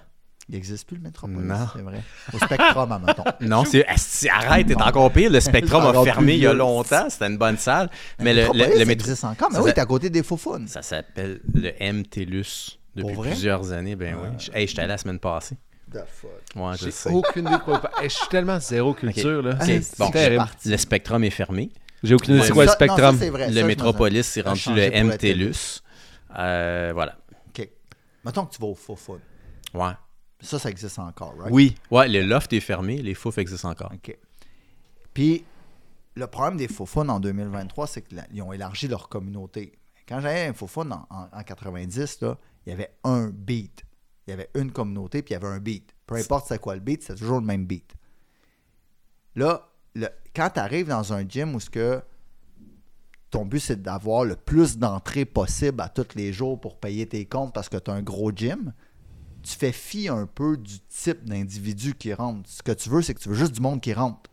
S3: il n'existe plus le Metropolis,
S1: Non.
S3: c'est vrai, au Spectrum, à mettons.
S1: Non, c'est Esti, arrête, t'es encore pire. Le
S3: [laughs]
S1: Spectrum a
S3: Encore plus
S1: fermé il y a
S3: vieux.
S1: longtemps. C'était une bonne salle. [laughs] Mais le,
S3: Metropolis
S1: le, le métro-
S3: existe encore, mais
S1: ça
S3: oui,
S1: s'appelle-
S3: t'es à côté des Faufounes.
S1: Ça s'appelle le MTLUS depuis
S3: Pour vrai? Ah.
S1: plusieurs années. Ben oui. Je- Hey, j'étais allé la semaine passée.
S3: The fuck.
S1: Ouais, je
S2: J'ai
S1: sais.
S2: aucune idée de quoi. on parle. Hey, Je suis tellement zéro culture, là.
S1: Ok,
S3: c'est-
S1: Bon,
S3: c'est
S2: terrible.
S3: parti.
S1: le spectrum est fermé.
S2: J'ai aucune idée
S1: Ouais,
S2: c'est quoi le
S3: Ça- non, ça,
S2: spectrum.
S3: c'est vrai, ça, je
S1: le
S3: m'en
S1: métropolis s'est
S3: souviens.
S1: rendu
S3: Ça a
S1: le
S3: changé pour la télé.
S1: MTLUS. Euh, voilà.
S3: OK. Mettons que tu vas au Faufounes.
S1: Ouais.
S3: Ça, ça existe encore, right?
S1: Oui. Ouais, le loft est fermé. Les fouf existent encore.
S3: OK. Puis, le problème des faufounes en 2023, c'est qu'ils ont élargi leur communauté. Quand j'avais un foufoune en, en, en 90, là, il y avait un beat. Il y avait une communauté, puis il y avait un beat. Peu importe c'est quoi le beat, c'est toujours le même beat. Là, le- quand tu arrives dans un gym où ce que ton but, c'est d'avoir le plus d'entrées possible à tous les jours pour payer tes comptes parce que tu as un gros gym, tu fais fi un peu du type d'individu qui rentre. Ce que tu veux, c'est que tu veux juste du monde qui rentre.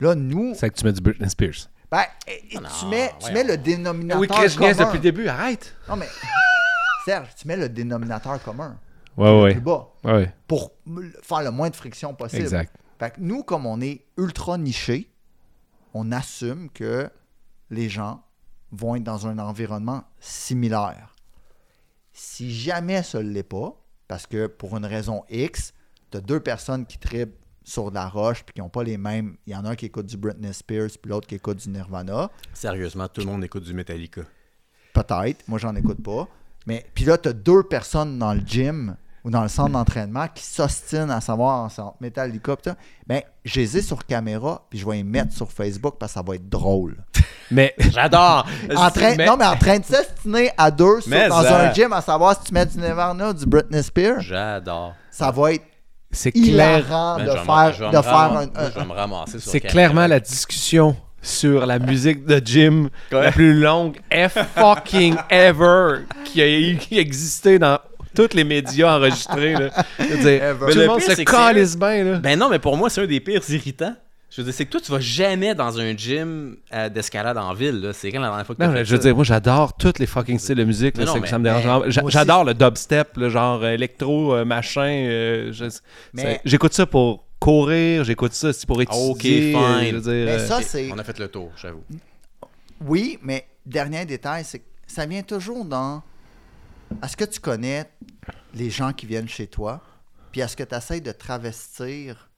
S3: Là, nous,
S2: C'est que tu mets du Britney Spears.
S3: ben, et- et tu, mets, tu mets le dénominateur
S2: Oui, Chris, je
S3: commun.
S2: niaise depuis le début, arrête.
S3: Non, mais Serge, tu mets le dénominateur commun
S2: Ouais,
S3: plus
S2: ouais.
S3: bas
S2: Ouais,
S3: pour m- faire le moins de friction possible.
S2: exact.
S3: Fait que nous, comme on est ultra niché, on assume que les gens vont être dans un environnement similaire. Si jamais ça ne l'est pas, parce que pour une raison X, tu as deux personnes qui tripent sur de la roche puis qui n'ont pas les mêmes. Il y en a un qui écoute du Britney Spears puis l'autre qui écoute du Nirvana.
S1: Sérieusement, tout le monde écoute du Metallica.
S3: Peut-être. Moi, j'en écoute pas. Mais puis là, tu as deux personnes dans le gym ou dans le centre d'entraînement qui s'ostinent à savoir entre Metallica, pis tout ça, ben, je les ai sur caméra, puis je vais les mettre sur Facebook parce que ça va être drôle.
S2: Mais
S1: [laughs]
S2: j'adore.
S3: En train, Non, mais en train de s'ostiner à deux sur-
S1: Mais
S3: dans
S1: ça-
S3: un gym à savoir si tu mets du Nirvana ou du Britney Spears,
S1: J'adore.
S3: ça va être
S4: C'est clair.
S3: hilarant
S1: Man,
S3: de
S1: Ben, je vais me-
S3: faire,
S1: je vais
S3: de
S1: me
S3: faire
S1: ram-
S3: un, un-
S1: Je vais me ramasser sur
S4: C'est
S1: caméra.
S4: clairement la discussion sur la musique de Jim la plus longue F fucking ever qui a, qui a existé dans tous les médias enregistrés. Là. Je veux dire,
S3: Ever.
S4: tout
S1: Mais
S4: le
S1: le
S4: monde
S1: pire,
S4: se
S1: c'est que c'est
S4: calisse bien. Là.
S1: Ben non, mais pour moi, c'est un des pires irritants. Je veux dire, c'est que toi, tu vas jamais dans un gym euh, d'escalade en ville. là. C'est quand la dernière fois que
S4: Non,
S1: t'as
S4: mais
S1: fait
S4: je veux
S1: ça?
S4: dire, moi, j'adore tous les fucking styles de musique. là,
S1: Mais non,
S4: c'est que
S1: mais-
S4: ça me dérange.
S3: mais
S4: vraiment. J'a-
S3: moi aussi,
S4: J'adore le dubstep, le genre euh, électro, euh, machin. euh, je-
S3: Mais-
S4: ça- J'écoute ça pour courir, j'écoute ça aussi pour
S2: Ah,
S4: étudier.
S1: Ok, fine.
S4: euh, Je veux dire,
S2: Ben,
S3: Mais
S4: euh,
S3: ça,
S1: Ok,
S3: c'est.
S1: On a fait le tour, j'avoue.
S3: Oui, mais dernier détail, c'est que ça vient toujours dans est-ce que tu connais les gens qui viennent chez toi, puis est-ce que tu essaies de travestir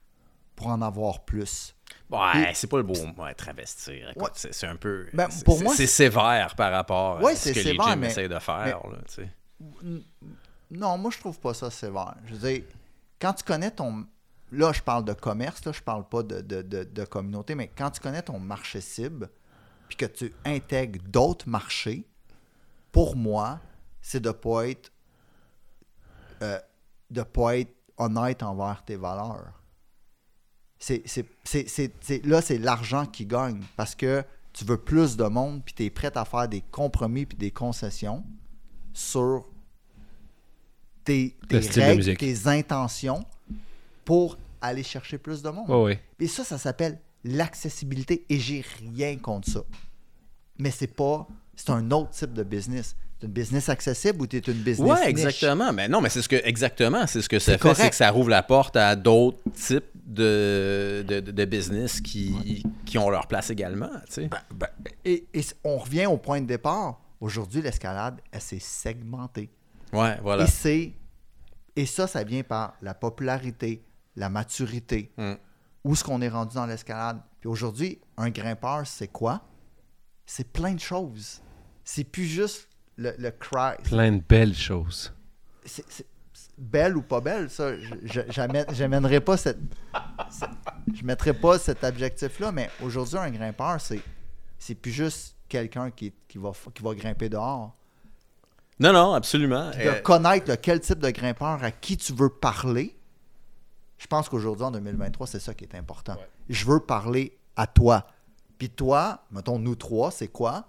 S3: pour en avoir plus?
S1: Ouais, c'est pas le beau mot, ouais, travestir. Écoute,
S3: Ouais.
S1: c'est c'est un peu.
S3: Ben,
S1: c'est-
S3: pour
S1: c'est-
S3: moi,
S1: c'est sévère par rapport
S3: Ouais,
S1: à ce
S3: c'est
S1: que les
S3: sévère,
S1: gyms
S3: mais-
S1: essayent de faire. là, tu sais.
S3: Non, moi, je trouve pas ça sévère. Je veux dire, quand tu connais ton. Là, je parle de commerce, là, je parle pas de, de- de- de communauté, mais quand tu connais ton marché cible, puis que tu intègres d'autres marchés, pour moi, c'est de pas être. euh, de pas être honnête envers tes valeurs. C'est, c'est- c'est- c'est- c'est- là, c'est l'argent qui gagne parce que tu veux plus de monde, puis tu es prêt à faire des compromis puis des concessions sur tes,
S2: Le
S3: tes
S2: style de
S3: règles,
S2: musique.
S3: tes intentions pour aller chercher plus de monde.
S2: Ouais, ouais.
S3: Et ça, ça s'appelle l'accessibilité et j'ai rien contre ça. Mais c'est pas. C'est un autre type de business. C'est une business accessible ou tu es une business.
S1: Ouais,
S3: niche?
S1: exactement. Mais non, mais c'est ce que exactement, c'est ce que ça
S3: C'est
S1: fait,
S3: correct.
S1: c'est que ça rouvre la porte à d'autres types de, de, de- de business qui, qui ont leur place également. Tu sais.
S3: Ben, et, et on revient au point de départ. Aujourd'hui, l'escalade, elle s'est segmentée.
S1: Ouais, voilà.
S3: Et c'est. Et ça, ça vient par la popularité, la maturité,
S1: Mm.
S3: où est-ce qu'on est rendu dans l'escalade. Puis aujourd'hui, un grimpeur, c'est quoi? C'est plein de choses. C'est plus juste le, le cry.
S2: Plein de belles choses.
S3: C'est- c'est- c'est belle ou pas belle, ça, je- je- j'amène- j'amènerai pas cette, cette- Je mettrai pas cet objectif-là, mais aujourd'hui, un grimpeur, c'est c'est plus juste quelqu'un qui, qui, va, qui va grimper dehors.
S1: Non, non, absolument.
S3: de
S1: Euh,
S3: connaître le- quel type de grimpeur à qui tu veux parler, je pense qu'aujourd'hui, en 2023, c'est ça qui est important. Je veux parler à toi. Puis toi, mettons, nous trois, c'est quoi?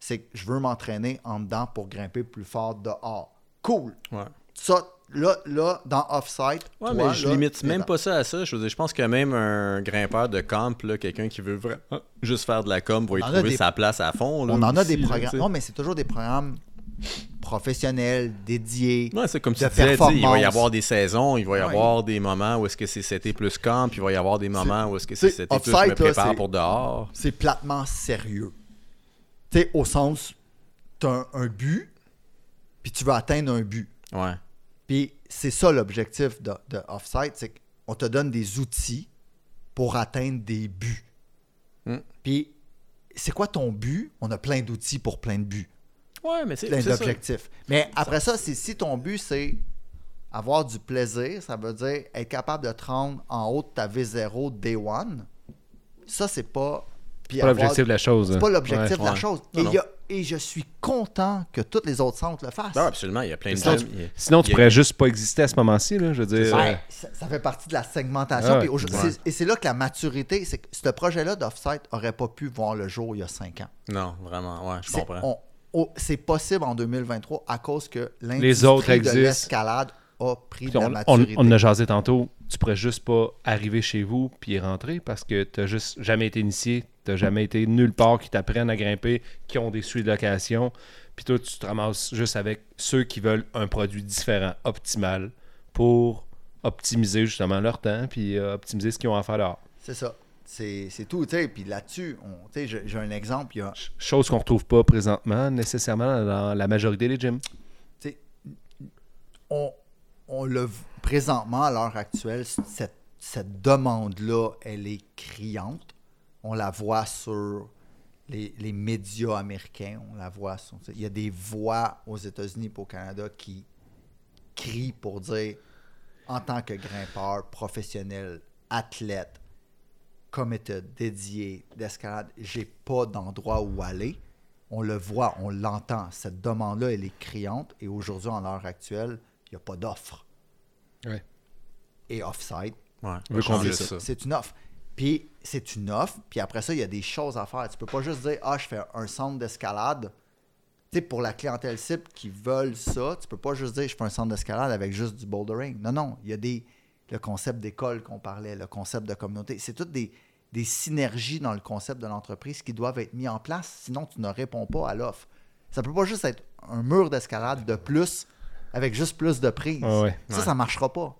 S3: C'est que je veux m'entraîner en dedans pour grimper plus fort dehors. Cool.
S1: Ouais.
S3: Ça, là, là dans offside.
S1: Ouais,
S3: toi,
S1: mais je
S3: là,
S1: limite
S3: t'es
S1: même
S3: dans-
S1: pas ça à ça. Je veux dire, je pense que même un grimpeur de camp, là, quelqu'un qui veut vraiment juste faire de la com, va y
S3: On en a
S1: trouver
S3: des-
S1: sa place à fond. là,
S3: On en a
S1: aussi,
S3: des
S1: là, tu sais.
S3: programmes. Non, mais c'est toujours des programmes professionnels, dédiés.
S1: Ouais, c'est comme tu
S3: de
S1: disais, tu sais, il va y
S3: performance.
S1: avoir des saisons, il va y
S3: Ouais.
S1: avoir des moments où est-ce que c'est c'était plus camp, puis il va y avoir des moments où est-ce que c'est
S3: c'est-
S1: c'était plus je
S3: offside,
S1: me
S3: là,
S1: prépare
S3: c'est-
S1: pour dehors.
S3: c'est platement sérieux. Tu sais, au sens, t'as un, un but, puis tu veux atteindre un but.
S1: Ouais.
S3: Puis c'est ça l'objectif de, de Offside, c'est qu'on te donne des outils pour atteindre des buts.
S1: Mm.
S3: Puis c'est quoi ton but? On a plein d'outils pour plein de buts,
S1: Ouais, mais c'est
S3: plein
S1: c'est ça.
S3: d'objectifs. Mais après ça, c'est si ton but, c'est avoir du plaisir, ça veut dire être capable de te rendre en haut de ta V0 Day One. Ça, c'est pas... puis
S2: Pas
S3: avoir-
S2: l'objectif de la chose. hein.
S3: c'est pas l'objectif
S1: Ouais,
S3: de la
S1: ouais.
S3: chose.
S1: Non,
S3: et,
S1: non.
S3: il y a- et je suis content que tous les autres centres le fassent.
S1: Non, Ah, absolument, il y a plein de
S2: Sinon,
S1: gens.
S2: tu,
S1: il y a-
S2: sinon, tu
S1: il y a-
S2: pourrais juste pas exister à ce moment-ci, là. Je veux dire.
S3: Ouais,
S2: euh,
S3: ça, ça fait partie de la segmentation.
S2: Ah,
S3: puis aujourd'hui-
S1: ouais.
S3: c'est- Et c'est là que la maturité, c'est que ce projet-là d'offset aurait pas pu voir le jour il y a cinq ans.
S1: Non, vraiment, ouais, je
S3: C'est-
S1: comprends.
S3: on- on- C'est possible en 2023 à cause que
S2: autres
S3: l'industrie de
S2: existent.
S3: l'escalade a pris
S2: Puis
S3: de la
S2: On, on,
S3: maturité.
S2: on a jasé tantôt, tu pourrais juste pas arriver chez vous puis y rentrer parce que t'as juste jamais été initié, t'as jamais été nulle part qui t'apprennent à grimper, qui ont des sous de location, puis toi tu te ramasses juste avec ceux qui veulent un produit différent, optimal, pour optimiser justement leur temps puis euh, optimiser ce qu'ils ont à faire dehors.
S3: C'est ça. C'est c'est tout. tu sais. Puis là-dessus, on- tu sais, j'ai j'ai un exemple. Il y a,
S2: Ch- Chose qu'on retrouve pas présentement nécessairement dans la majorité des gyms.
S3: tu sais, on, on le v- présentement à l'heure actuelle, c- cette, cette demande-là, elle est criante. On la voit sur les, les médias américains, on la voit sur. Il y a des voix aux États-Unis et au Canada qui, cri pour dire en tant que grimpeur professionnel, athlète, committed, dédié, d'escalade, j'ai pas d'endroit où aller. On le voit, on l'entend. Cette demande-là, elle est criante. Et aujourd'hui, en l'heure actuelle, il n'y a pas d'offre.
S2: Ouais.
S3: Et offside,
S1: Ouais,
S2: veut combler
S1: changer ça.
S3: c'est une offre. Puis c'est une offre, puis après ça, il y a des choses à faire. Tu peux pas juste dire Ah, je fais un centre d'escalade. Tu sais, pour la clientèle cible qui veulent ça, tu peux pas juste dire je fais un centre d'escalade avec juste du bouldering. Non, non, il y a des le concept d'école qu'on parlait, le concept de communauté. C'est toutes des, des synergies dans le concept de l'entreprise qui doivent être mises en place, sinon tu ne réponds pas à l'offre. Ça peut pas juste être un mur d'escalade de plus avec juste plus de prises.
S2: Ah ouais.
S3: Ça, ça marchera pas.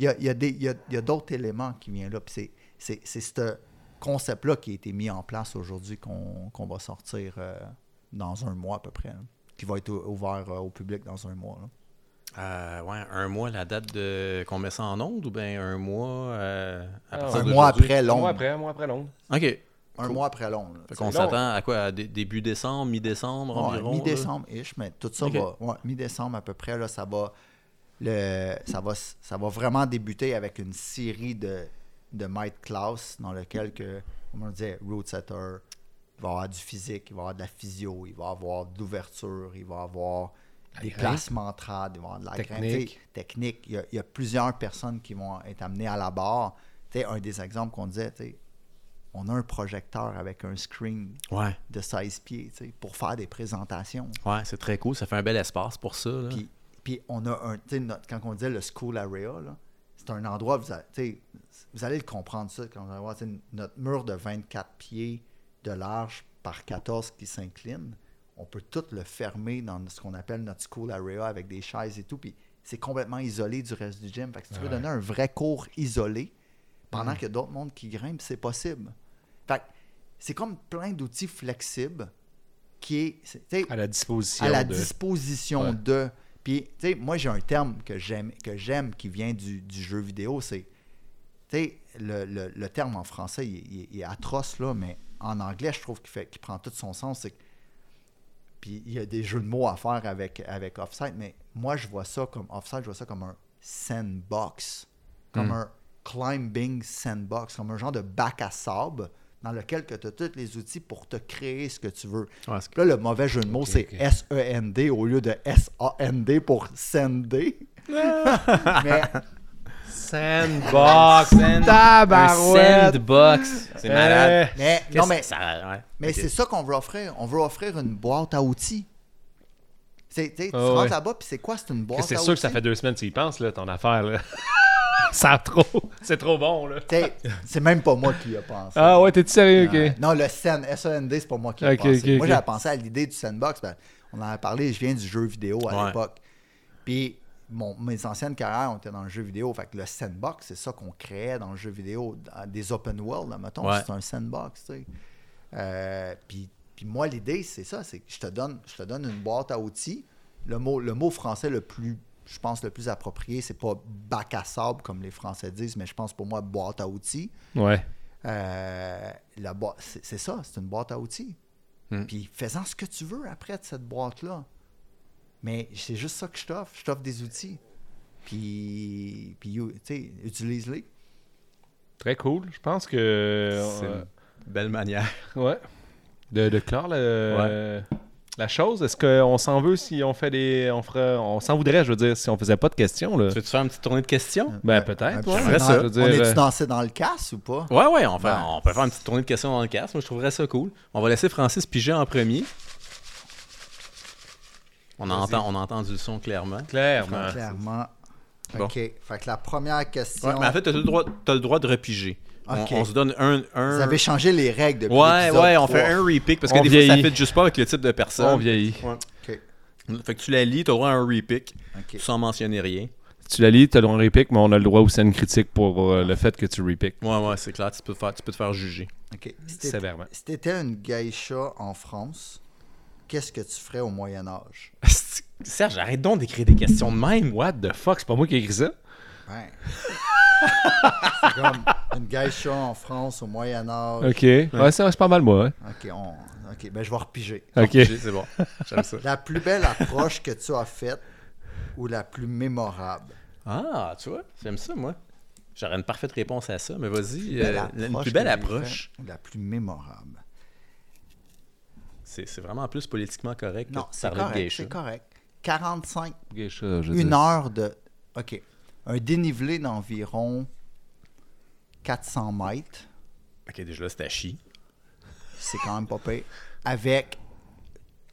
S3: Il y a, il y a des- il y a- il y a d'autres éléments qui viennent là. puis c'est- C'est c'est ce concept-là qui a été mis en place aujourd'hui qu'on qu'on va sortir euh, dans un mois à peu près. là, Qui va être ou- ouvert euh, au public dans un mois.
S2: Ah.
S3: là.
S1: Euh, ouais, un mois, la date de qu'on met ça en onde ou bien un mois euh, à partir
S2: Ah,
S3: Un
S1: d'aujourd'hui?
S3: mois après
S2: Un
S3: long.
S2: mois après, un mois après Londres.
S1: OK. Fait
S3: Un mois après long. là.
S1: qu'on
S2: long.
S1: s'attend à quoi? À dé- début décembre, mi-décembre
S3: Ouais,
S1: environ? là?
S3: Mi-décembre-ish, mais tout ça
S1: Ok.
S3: va. ouais, mi-décembre à peu près, là, ça va. Le, ça, va s- ça va vraiment débuter avec une série de, de maîtres classe dans lequel que, comme on disait, Root Setter, il va y avoir du physique, il va y avoir de la physio, il va y avoir d'ouverture, il va y avoir des
S2: grimpe.
S3: placements de trad, il va y avoir de la grimpe, tu sais,
S2: Technique.
S3: technique. Il y, a, il y a plusieurs personnes qui vont être amenées à la barre. Tu sais, un des exemples qu'on disait, tu sais, on a un projecteur avec un screen
S1: Ouais,
S3: de 16 pieds tu sais, pour faire des présentations.
S1: ouais, c'est très cool. Ça fait un bel espace pour ça. là.
S3: Puis, puis on a un, tu sais, notre- quand on disait le school area, là, c'est un endroit, vous, a- tu sais, vous allez le comprendre ça, quand vous allez voir tu sais, notre mur de 24 pieds de large par 14 qui s'incline, on peut tout le fermer dans ce qu'on appelle notre school area avec des chaises et tout, puis c'est complètement isolé du reste du gym. Fait que si tu veux donner un vrai cours isolé, pendant
S1: Mm.
S3: qu'il y a d'autres mondes qui grimpent, c'est possible. Fait que c'est comme plein d'outils flexibles qui est... c'est- tu sais,
S2: À la disposition.
S3: à la
S2: de...
S3: disposition
S2: Ouais.
S3: de. Puis, tu sais, moi, j'ai un terme que j'aime, que j'aime qui vient du, du jeu vidéo, c'est. Tu sais, le, le- le terme en français, il, est- il est- il est atroce, là, mais en anglais, je trouve qu'il fait- qu'il prend tout son sens. c'est que- Puis, il y a des jeux de mots à faire avec, avec Offside, mais moi, je vois ça comme. Offside, je vois ça comme un sandbox,
S2: Hmm.
S3: comme un climbing sandbox, comme un genre de bac à sable dans lequel tu as tous les outils pour te créer ce que tu veux.
S1: Ouais, c'est-
S3: Puis Là, le mauvais jeu de mots, c'est
S2: ok.
S3: S-E-N-D au lieu de S-A-N-D pour sender.
S2: Ah!
S3: Mais
S2: Sandbox.
S1: Un sandbox. C'est malade.
S3: mais- non,
S1: Qu'est-ce
S3: mais,
S1: que ça- ouais.
S3: mais
S1: Ok.
S3: c'est ça qu'on veut offrir. On veut offrir une boîte à outils. C'est- tu sais, tu
S2: Ah
S3: rentres
S2: ouais.
S3: là-bas, puis c'est quoi? C'est une boîte à outils.
S2: C'est sûr que ça fait deux semaines que tu y penses, là, ton affaire. Là. [laughs] ça a trop. C'est trop bon, là.
S3: Tu sais, C'est même pas moi qui y a pensé.
S2: Ah ouais, t'es-tu sérieux?
S3: Euh, non, le SEN, S-E-N-D, c'est pas moi qui ai
S2: Ok,
S3: pensé.
S2: ok,
S3: moi,
S2: ok.
S3: j'avais pensé à l'idée du sandbox. ben, on en a parlé, je viens du jeu vidéo à
S1: Ouais.
S3: l'époque. Puis, mon- mes anciennes carrières, on était dans le jeu vidéo. Fait que le sandbox, c'est ça qu'on créait dans le jeu vidéo. dans Des open world, là, mettons,
S1: Ouais.
S3: c'est un sandbox, tu sais. Euh, puis, puis moi, l'idée, c'est ça. C'est que je te, donne, je te donne une boîte à outils. Le mot, le mot français le plus, je pense, le plus approprié, c'est pas bac à sable, comme les Français disent, mais je pense pour moi, boîte à outils.
S2: Ouais.
S3: Euh, la boi- c'est c'est ça, c'est une boîte à outils.
S1: Hmm.
S3: Puis fais-en ce que tu veux après de cette boîte-là. Mais c'est juste ça que je t'offre. Je t'offre des outils. Puis, puis you- tu sais, utilise-les.
S2: Très cool. Je pense que. euh,
S1: C'est une belle manière.
S2: Ouais. De, de clore le- la chose. Est-ce qu'on s'en veut si on fait des. On, ferait... on s'en voudrait, je veux dire, si on faisait pas de questions, là.
S1: Tu veux-tu faire une petite tournée de questions?
S2: Ben,
S3: Un
S2: peut-être.
S3: petit
S2: Ouais.
S3: peu dans-
S2: Je veux
S3: on
S2: dire,
S3: est-tu
S2: euh,
S3: dansé dans le casse ou pas?
S1: Ouais, ouais, on, fait-
S3: Ouais.
S1: on peut faire une petite tournée de questions dans le casque. Moi, je trouverais ça cool. On va laisser Francis piger en premier. On, entend, on a entendu le son clairement.
S2: Clairement.
S3: Clairement.
S1: Bon.
S3: OK. Fait que la première question.
S1: Ouais, mais en fait, tu as, le droit de repiger. On-
S3: Ok.
S1: On, se donne un. un...
S3: vous avez changé les règles depuis
S1: Ouais,
S3: l'épisode
S1: ouais, on fait
S3: 3.
S1: un repick parce
S2: On
S1: que des fois, ça
S2: vieillit.
S1: fait juste pas avec le type de
S2: On
S1: personne.
S2: vieillit.
S3: OK.
S1: fait que tu la lis, tu as droit à un repick
S3: OK.
S1: sans mentionner rien.
S2: Tu la lis, t'as le droit de repick, mais on a le droit aussi à une critique pour euh, le fait que tu repick.
S1: Ouais, ouais, c'est clair, tu peux, te faire, tu peux te faire juger.
S3: OK. Si t'étais-
S2: Sévèrement.
S3: si t'étais une geisha en France, qu'est-ce que tu ferais au Moyen-Âge?
S1: [laughs] Serge, arrête donc d'écrire des questions de même.
S2: What the fuck? C'est pas moi qui ai écrit ça?
S3: Ouais. c'est comme une geisha en France au Moyen Âge.
S2: Ok. Ouais, ça, c'est pas mal, moi. hein.
S3: Ok, on- ok, ben je vais repiger.
S2: Ok.
S1: C'est bon, j'aime ça.
S3: La plus belle approche que tu as faite ou la plus mémorable?
S1: [laughs] Ah, tu vois, j'aime ça, moi. J'aurais une parfaite réponse à ça, mais vas-y,
S3: Belle
S1: euh,
S3: approche
S1: la- une
S3: que
S1: plus belle
S3: j'ai
S1: approche.
S3: faite, ou La plus mémorable.
S1: C'est c'est vraiment plus politiquement correct
S3: Non,
S1: que de
S3: c'est
S1: parler de
S3: correct,
S1: geisha.
S3: c'est correct. 45,
S2: Geisha, je veux
S3: une
S2: dire.
S3: heure de... OK. Un dénivelé d'environ 400 mètres.
S1: Ok, déjà là, c'est à chier.
S3: c'est quand même pas pire. Avec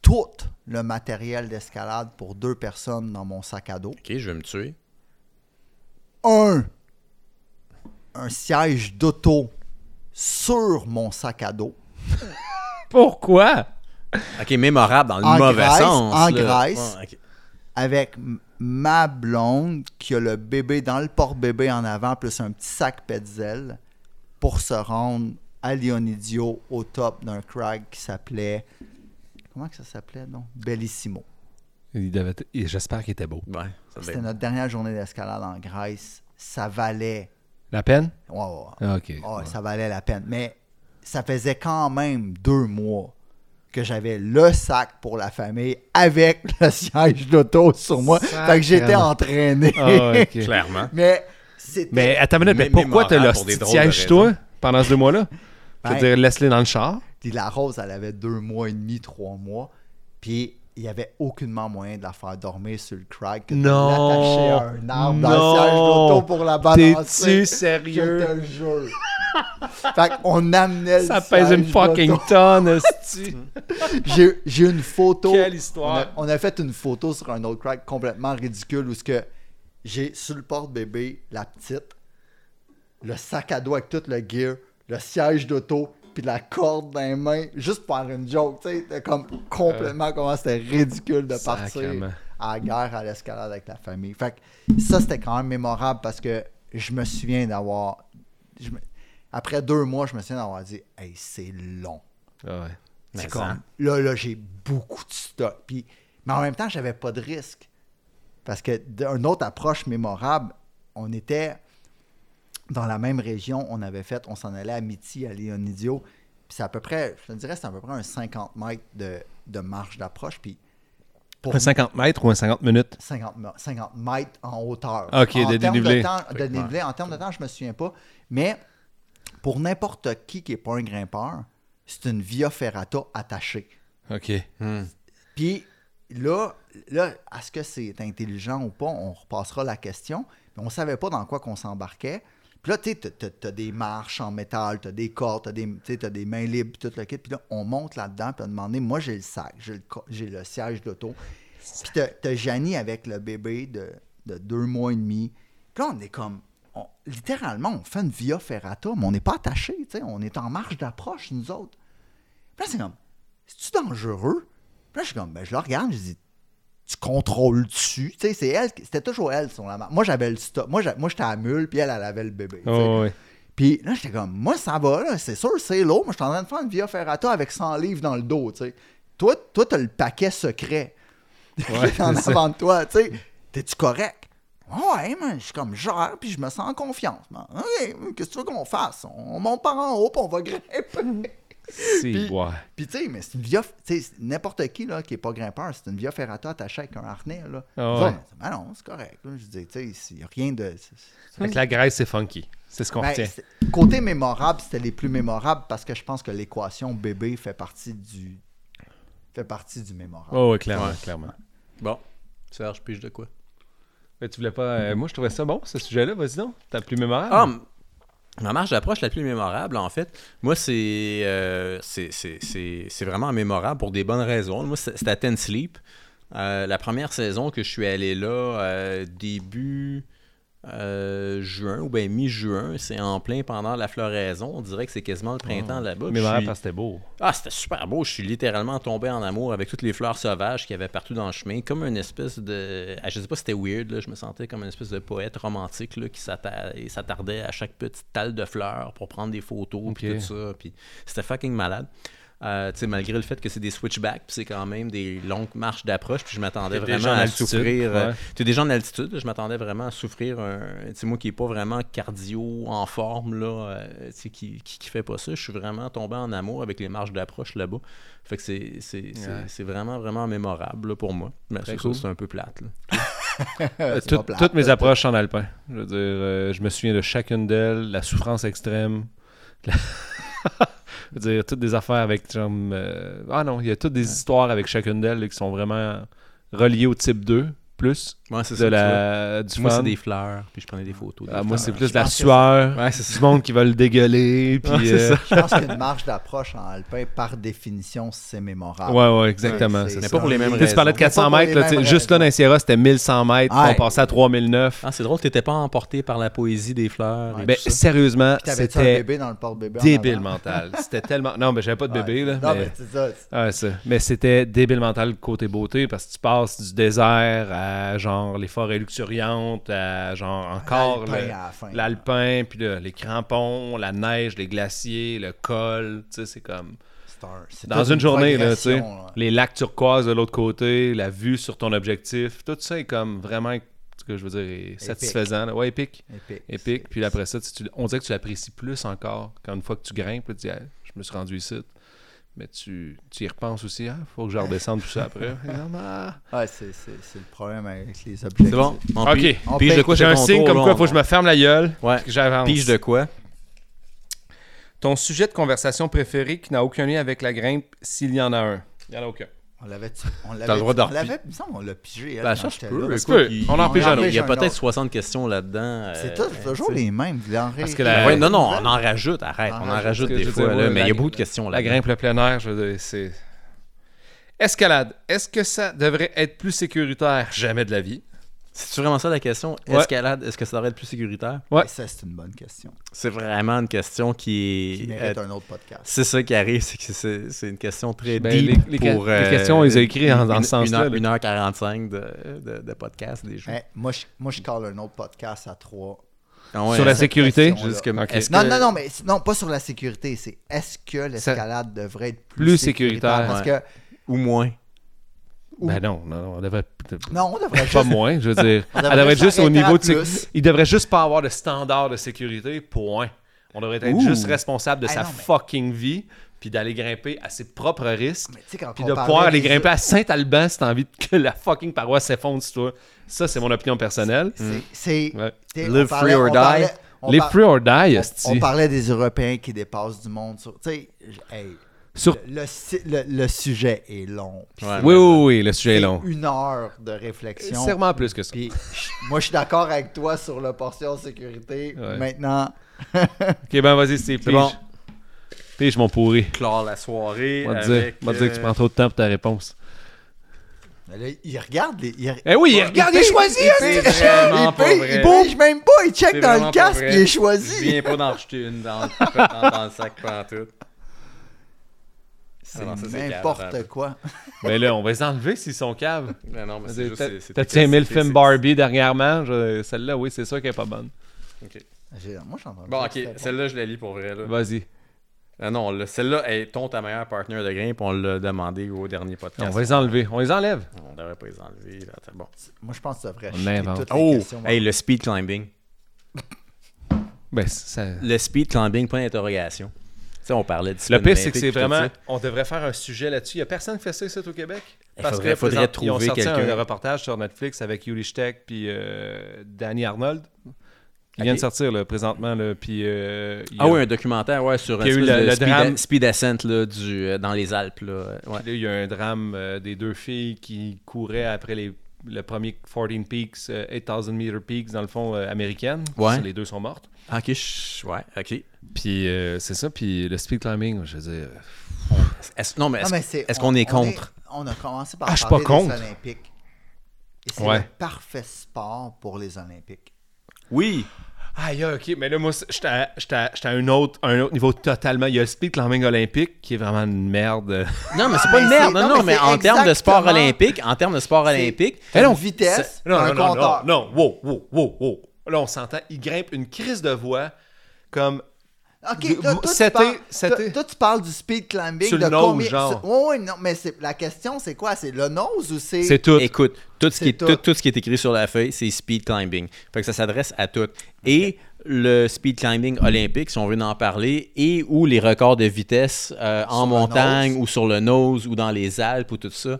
S3: tout le matériel d'escalade pour deux personnes dans mon sac à dos.
S1: Ok, je vais me tuer.
S3: Un, un siège d'auto sur mon sac à dos.
S2: Pourquoi?
S1: Ok, mémorable dans le
S3: En
S1: mauvais
S3: Grèce,
S1: sens.
S3: en
S1: là.
S3: Grèce.
S1: Ouais, ok.
S3: Avec m- ma blonde qui a le bébé dans le porte-bébé en avant, plus un petit sac Petzel pour se rendre à Leonidio au top d'un crag qui s'appelait. Comment que ça s'appelait, non? Bellissimo.
S2: Il devait être- et J'espère qu'il était beau.
S1: Ouais, ça devait
S3: C'était notre dernière journée d'escalade en Grèce. Ça valait
S2: La peine?
S3: Ouais, ouais, ouais.
S2: Ah, OK.
S3: Ouais, Ça valait la peine. Mais ça faisait quand même deux mois que j'avais le sac pour la famille avec [laughs] le siège d'auto sur moi. Fait que j'étais
S2: Sacrément.
S3: entraîné.
S2: Ah, [laughs] ok.
S1: être- Clairement.
S3: [laughs] Mais c'était.
S2: Mais attends une minute, mais
S1: Mais
S2: pourquoi t'as
S1: mémorable
S2: le
S1: pour des
S2: petit
S1: drôles de
S2: siège, toi, pendant ces deux mois-là? Je veux
S3: Ben-
S2: dire, laisse-les dans le char.
S3: Puis la rose, elle avait deux mois et demi, trois mois. Puis il n'y avait aucunement moyen de la faire dormir sur le crag que de
S2: Non.
S3: l'attacher à un arbre dans le
S2: Non.
S3: siège d'auto pour la
S2: T'es-tu
S3: balancer. Je te
S2: sérieux?
S3: le jure. [laughs] fait qu'on amenait le
S2: Ça pèse une
S3: siège
S2: fucking
S3: d'auto. [laughs]
S2: tonne, esti.
S3: J'ai j'ai une photo.
S2: Quelle histoire.
S3: On a, on a fait une photo sur un autre crack complètement ridicule où ce que j'ai sur le porte-bébé la petite, le sac à dos avec tout le gear, le siège d'auto, puis la corde dans les mains, juste pour faire une joke, tu sais, c'était comme
S2: Euh.
S3: complètement comment c'était ridicule de partir
S2: Sacrement.
S3: à la guerre à l'escalade avec la famille. Fait que ça c'était quand même mémorable parce que je me souviens d'avoir je me- après deux mois, je me souviens d'avoir dit "Hey, c'est long."
S2: Ah ouais.
S1: Mais
S3: C'est
S1: ça.
S3: comme, là, là, j'ai beaucoup de stock. Puis, mais en même temps, j'avais pas de risque. Parce que d'une autre approche mémorable, on était dans la même région, on avait fait, on s'en allait à Miti, à Léonidio. Puis c'est à peu près, je te dirais, c'est à peu près un 50 mètres de, de marche d'approche. Puis pour
S2: Un 50 mètres ou un 50 minutes?
S3: 50, me- 50 mètres en hauteur.
S2: Ah, Ok,
S3: en
S2: de
S3: termes
S2: dénivelé.
S3: temps- de dénivelé, En termes de temps, je me souviens pas. Mais pour n'importe qui qui n'est pas un grimpeur, c'est une Via Ferrata attachée.
S2: OK.
S3: Puis là, là est-ce que c'est intelligent ou pas? On repassera la question. Mais on savait pas dans quoi qu'on s'embarquait. Puis là, tu sais, t'as- t'as- t'as des marches en métal, t'as des cordes, t'as des, tu sais, t'as des mains libres, puis tout le kit. Puis là, on monte là-dedans, puis on a demandé, moi, j'ai le sac, j'ai le, co- j'ai le siège d'auto. Puis t'as- t'as Janie avec le bébé de, de deux mois et demi. Puis là, on est comme, on- littéralement, on fait une via ferrata, mais on n'est pas attaché, tu sais, on est en marche d'approche, nous autres. Puis là, c'est comme, c'est-tu dangereux? Puis là, je suis comme, ben, je la regarde, je dis, tu contrôles-tu? Tu sais, c'est elle, qui- c'était toujours elle sur la marque. Moi, j'avais le stop. Moi, j'a- moi, j'étais à la mule, puis elle, elle avait le bébé. tu sais.
S2: Oh, ouais.
S3: Puis là, j'étais comme, moi, ça va, là, c'est sûr, c'est lourd. Moi, je suis en train de faire une Via Ferrata avec 100 livres dans le dos, tu sais. Toi, toi, t'as le paquet secret [laughs] qui est en avant de toi, tu sais. T'es-tu correct? Ouais, man, je suis comme genre, puis je me sens en confiance. man. OK, qu'est-ce que tu veux qu'on fasse? On monte par en haut, puis on va grimper.
S2: Si,
S3: Puis-
S2: ouais.
S3: Puis tu sais, mais c'est une via, tu sais, c'est n'importe qui là, qui n'est pas grimpeur, c'est une via ferrata attachée avec un harnais. Là.
S2: Ah
S3: Ils
S2: ouais.
S3: disent, Ah, mais non, c'est correct. là. Je dis, tu sais, il n'y a rien de. c'est- c'est-
S2: Fait que la Grèce, c'est funky. C'est ce qu'on
S3: Ben,
S2: retient.
S3: c'est- côté mémorable, c'était les plus mémorables parce que je pense que l'équation bébé fait partie du fait partie du mémorable.
S2: Oh, ouais, clairement, clairement.
S1: Bon, Serge, pige de quoi?
S2: Mais tu voulais pas. euh, moi, je trouvais ça bon, ce sujet-là. Vas-y donc. T'as plus mémorable.
S1: Ah, m- ma marche d'approche la plus mémorable, en fait, moi, c'est euh, c'est- c'est- c'est- c'est vraiment mémorable pour des bonnes raisons. Moi, c'est- c'était à Ten Sleep. Euh, la première saison que je suis allé là, euh, début euh, juin ou bien mi-juin, c'est en plein pendant la floraison. On dirait que c'est quasiment le printemps là-bas. Puis je
S2: mémorable
S1: suis-
S2: parce que c'était beau.
S1: ah, c'était super beau. Je suis littéralement tombé en amour avec toutes les fleurs sauvages qu'il y avait partout dans le chemin. Comme une espèce de. ah, Je sais pas si c'était weird, là. je me sentais comme une espèce de poète romantique là, qui s'atta- et s'attardait à chaque petite talle de fleurs pour prendre des photos puis
S2: Ok.
S1: tout ça. Puis c'était fucking malade. Euh, tu sais, malgré le fait que c'est des switchbacks, puis c'est quand même des longues marches d'approche, puis je m'attendais
S2: T'es déjà
S1: vraiment
S2: en
S1: à
S2: altitude,
S1: souffrir. euh,
S2: ouais.
S1: tu es déjà en altitude. Je m'attendais vraiment à souffrir un. Tu sais, moi qui est pas vraiment cardio en forme, là, euh, tu sais, qui, qui, qui fait pas ça, je suis vraiment tombé en amour avec les marches d'approche là-bas. Fait que c'est, c'est, c'est-
S2: Ouais.
S1: c'est vraiment, vraiment mémorable là, pour moi. Mais
S2: Très
S1: ça, ça,
S2: cool.
S1: c'est un peu plate. là.
S4: Euh,
S3: C'est
S4: tout-
S3: pas plate.
S4: toutes mes approches en alpin. Je veux dire, euh, je me souviens de chacune d'elles, la souffrance extrême. la- [laughs] je veux dire, toutes des affaires avec. genre, euh, Ah non, il y a toutes des histoires avec chacune d'elles là, qui sont vraiment reliées au type 2, plus
S1: Moi, c'est
S4: de
S1: ça, tu
S4: la, du
S1: vois. Moi,
S4: fun.
S1: c'est des fleurs, puis je prenais des photos. des
S4: Ah, moi,
S1: fleurs.
S4: c'est plus de la
S3: pense que
S4: sueur,
S1: Ouais, c'est ça.
S4: du monde qui va le dégueuler. Puis,
S1: Ouais, c'est
S4: euh,
S3: Je pense qu'une marge d'approche en alpin, par définition, c'est mémorable.
S4: Ouais, ouais, exactement.
S3: Ouais, c'est-
S4: c'est ça.
S1: Mais pas pour les mêmes
S3: Tu
S4: Tu sais, tu parlais de
S1: raisons.
S3: raisons.
S4: 400
S3: Pas pour les
S4: mètres, là, tu sais,
S3: mêmes
S4: juste là dans Sierra, c'était 1100 mètres,
S3: Ouais.
S4: on passait à 3009.
S1: Ah, c'est drôle, t'étais pas emporté par la poésie des fleurs.
S3: Ouais.
S1: et
S4: Ben,
S3: tout ça.
S4: sérieusement,
S3: Puis t'avais-tu un
S4: c'était
S3: bébé dans le porte-bébé? en
S4: débile
S3: avant?
S4: mental. C'était tellement. Non, mais j'avais pas de bébé,
S3: Ouais.
S4: là.
S3: Non,
S4: mais...
S3: mais c'est ça. c'est-
S4: Ouais, ça. Mais c'était débile mental côté beauté parce que tu passes du désert à genre les forêts luxuriantes, à genre encore
S3: l'alpin hein,
S4: le-
S3: à la fin.
S4: l'alpin, puis là, les crampons, la neige, les glaciers, le col. Tu sais, c'est comme.
S3: c'est un- c'est
S4: Dans
S3: toute
S4: une journée, là, tu sais.
S3: progression, là.
S4: Les lacs turquoise de l'autre côté, la vue sur ton objectif, tout ça est comme vraiment, ce que je veux dire, est satisfaisant. là. Ouais, épique.
S3: Épique.
S4: Épique. Puis après ça, tu- tu- on dirait que tu l'apprécies plus encore quand une fois que tu grimpes, là, tu dis, Hey, je me suis rendu ici. Mais tu, tu y repenses aussi, ah, faut que je redescende tout ça après. Non, mais, ah.
S3: Ouais, c'est c'est- c'est le problème avec les objectifs.
S1: C'est bon. on
S4: Ok. Ben,
S1: pige-
S3: On
S1: Pige de
S3: pige.
S1: quoi
S4: J'ai
S1: c'est
S4: un
S1: ton
S4: signe
S1: tour,
S4: comme
S1: là,
S4: quoi,
S1: on-
S4: faut que je me ferme la gueule.
S1: Ouais.
S4: que j'avance.
S1: Pige de quoi
S4: Ton sujet de conversation préféré qui n'a aucun lien avec la grimpe, s'il y en a un. Il n'y en a aucun.
S3: On l'avait. On l'avait.
S1: le droit d'en
S3: on l'avait- il me semble qu'on l'a pigé. elle,
S1: Ben,
S3: quand
S1: ça, je
S3: j'étais
S1: peux,
S3: là.
S1: écoute,
S4: peux.
S1: il-
S4: On en
S3: on
S4: pige
S3: en
S4: un autre.
S1: Il y a
S3: Pige un
S1: peut-être
S3: autre.
S1: 60 questions là-dedans.
S3: C'est
S1: euh,
S3: tout- toujours les mêmes. Vous en
S4: Parce
S3: rire.
S4: que la-
S1: Ben, Ouais, non, non, on en rajoute, arrête,
S3: On en
S1: on en
S3: rajoute,
S1: rajoute
S4: que
S1: des
S4: je veux
S1: fois,
S4: dire,
S1: là,
S4: ouais,
S1: mais il y
S4: la-
S1: a beaucoup de questions là.
S4: La grimpe, le plein air, je veux dire, c'est. Escalade. Est-ce que ça devrait être plus sécuritaire? Jamais de la vie.
S1: C'est vraiment ça la question.
S4: Ouais.
S1: Escalade, est-ce que ça devrait être plus sécuritaire?
S4: Ouais.
S3: Et ça, c'est une bonne question.
S1: C'est vraiment une question qui
S3: Qui
S1: est.
S3: mérite
S1: euh,
S3: un autre podcast.
S1: c'est ça qui arrive, c'est que c'est c'est une question très
S4: Ben,
S1: deep
S4: les- les que-
S1: pour... euh,
S4: les questions, ils ont écrit en- dans ce sens-là, là.
S1: 1h45 de, de, de podcast, des jeux.
S3: Hein, moi, je, moi, je call un autre podcast à trois.
S1: Ah ouais,
S4: Sur la
S1: hein.
S4: sécurité?
S3: question-là.
S1: Jusque-
S4: Ok.
S1: est-ce
S3: Non,
S1: que-
S3: non, non, mais c'est- non, pas sur la sécurité. C'est est-ce que l'escalade devrait être plus,
S4: Plus sécuritaire,
S3: sécuritaire? Parce
S1: Ou moins.
S4: Ben non, non, non, on devrait.
S3: que non, on devrait
S4: Pas
S3: juste.
S4: moins, je veux dire.
S3: [laughs] On devrait
S4: Elle devrait être juste au
S3: s'arrêter à
S4: niveau de. sé-
S3: plus.
S4: Il devrait juste pas avoir de standard de sécurité, point. On devrait être
S1: Ouh.
S4: juste responsable de
S3: Ah
S4: sa
S3: non, mais-
S4: fucking vie, puis d'aller grimper à ses propres risques,
S3: Mais tu sais, quand
S4: puis
S3: on
S4: de
S3: parlait
S4: pouvoir aller
S3: des-
S4: grimper à Saint-Alban si t'as envie [laughs] que la fucking paroisse s'effondre sur toi. Ça, c'est mon opinion personnelle.
S3: C'est. c'est-
S4: Ouais.
S3: tu sais,
S1: Live
S3: on parlait-
S1: free or
S3: on
S1: die.
S3: parlait- on
S4: Live
S3: par-
S4: free or die,
S3: on-
S4: hostie.
S3: On parlait des Européens qui dépassent du monde. Sur, tu sais, j- hey,
S4: Sur-
S3: le, le si- le- le sujet est long. Puis
S1: Ouais,
S4: Oui, oui, oui, le sujet est
S3: c'est
S4: long.
S3: Une heure de réflexion.
S4: Sûrement plus que ça.
S3: Puis je- moi, je suis d'accord avec toi sur la portion sécurité.
S4: Ouais.
S3: Maintenant,
S4: Ok, ben vas-y, Steve.
S1: C'est
S4: Pige.
S1: bon.
S4: Pige, mon pourri.
S1: Clore la soirée
S4: On va te dire,
S1: avec... euh,
S4: on va te dire que tu prends trop de temps pour ta réponse.
S3: mais là, il regarde les. il-
S4: Eh oui,
S3: Ouais,
S4: regarde,
S3: il
S4: il
S3: paye-
S4: choisit!
S3: euh, il
S4: hein,
S3: paye-
S1: c'est
S4: c'est-
S1: vraiment
S3: il
S1: pas
S3: paye-
S1: vrai.
S3: il bouge même pas, il check
S1: C'est
S3: dans
S1: vraiment
S3: le
S1: pas
S3: casque,
S1: vrai.
S3: il est
S1: Je
S3: choisi.
S1: viens pas d'en rejeter une dans, dans, dans le sac pantoute.
S3: C'est
S1: Ah non, ça, c'est carrément.
S3: n'importe quoi.
S4: Ben là, on va les enlever s'ils sont caves. [laughs]
S1: Mais non, mais c'est juste... c'est- c'est-
S4: T'as-tu aimé le
S1: c'est-
S4: film
S1: c'est-
S4: Barbie dernièrement? Je- Celle-là, oui, c'est sûr qu'elle est pas bonne.
S3: J'ai- Moi, j'en ai
S1: Bon, ok, celle-là, je la lis pour vrai, là.
S4: Vas-y.
S1: Ah non, là, celle-là est ton ta meilleure partenaire de grimpe, on l'a demandé au dernier
S4: On
S1: podcast.
S4: va les enlever. On les enlève.
S1: On devrait pas les enlever. Là. Attends, Bon.
S3: Moi, je pense que tu devrais
S4: On
S3: jeter
S4: l'invente.
S3: toutes les
S1: Oh!
S3: questions.
S1: Hey, le speed climbing.
S4: Ben, ça...
S1: Le speed climbing, point d'interrogation. Tu sais, on parlait de
S4: Le
S1: discipline
S4: pire, c'est que
S1: olympique, puis
S4: c'est
S1: tout
S4: vraiment.
S1: ça.
S4: On devrait faire un sujet là-dessus. Il n'y a personne qui fait ça ici au Québec.
S1: Il faudrait- faudrait
S4: présent- ils ont
S1: trouver
S4: sorti
S1: quelqu'un.
S4: un reportage sur Netflix avec Yuli Steck puis euh, Danny Arnold. Il
S1: Ok.
S4: vient de sortir là, présentement. Là, puis, euh, il y
S1: Ah
S4: a-
S1: oui, un documentaire, ouais, sur un
S4: Qu'il y a eu
S1: espèce
S4: le-
S1: de
S4: le
S1: speed,
S4: drame.
S1: speed ascent là, du, euh, dans les Alpes. Là. Ouais.
S4: Puis là, il y a un drame euh, des deux filles qui couraient après les, le premier 14 Peaks, euh, 8000 meter Peaks, dans le fond, euh, américaine.
S1: Ouais.
S4: Ça, Les deux sont mortes.
S1: Ah, Ok, je- ouais, ok.
S4: Puis euh, c'est ça. Puis le speed climbing, je veux dire. euh,
S1: Est-ce- non, mais
S3: Non,
S1: est-ce
S3: mais c'est-
S1: est-ce
S3: on-
S1: qu'on est
S3: on
S1: contre?
S3: On a commencé par
S4: Ah, je suis
S3: parler
S4: pas
S3: des
S4: contre.
S3: Olympiques. Et c'est
S4: Ouais.
S3: le parfait sport pour les Olympiques.
S1: Oui!
S4: Aïe, aïe, ok, mais là, moi, c'est- j'étais à, j'étais à- j'étais à un, autre, un autre niveau totalement. Il y a le speed climbing olympique qui est vraiment une merde. [laughs]
S1: Non, mais c'est pas une
S3: Ah, Mais c'est-
S1: merde. Non,
S3: non,
S1: non,
S3: mais
S1: mais
S3: c'est
S1: en termes de sport
S3: exactement-
S1: olympique, en termes de sport olympique,
S3: T'as
S4: Eh non,
S3: une vitesse,
S4: Non,
S3: un
S4: non, non, non,
S3: compteur.
S4: non, wow, wow, wow, wow. Là, on s'entend, il grimpe une crise de voix comme.
S3: OK, là,
S4: Moi,
S3: toi, tu
S4: c'était-
S3: parles,
S4: c'était-
S3: toi- toi, tu parles du speed climbing.
S4: Sur le
S3: de
S4: nose,
S3: combien...
S4: genre.
S3: Oui, oui, non, mais c'est- la question, c'est quoi? C'est le nose ou c'est...
S4: C'est tout.
S1: Écoute, tout ce, qui
S3: C'est
S1: est, tout.
S3: tout.
S1: tout ce qui est écrit sur la feuille, c'est speed climbing. Fait que ça s'adresse à tout. Et le speed climbing olympique, si on veut en parler, et ou les records de vitesse euh, en
S3: Sur le
S1: montagne
S3: nose.
S1: ou sur le nose ou dans les Alpes ou tout ça.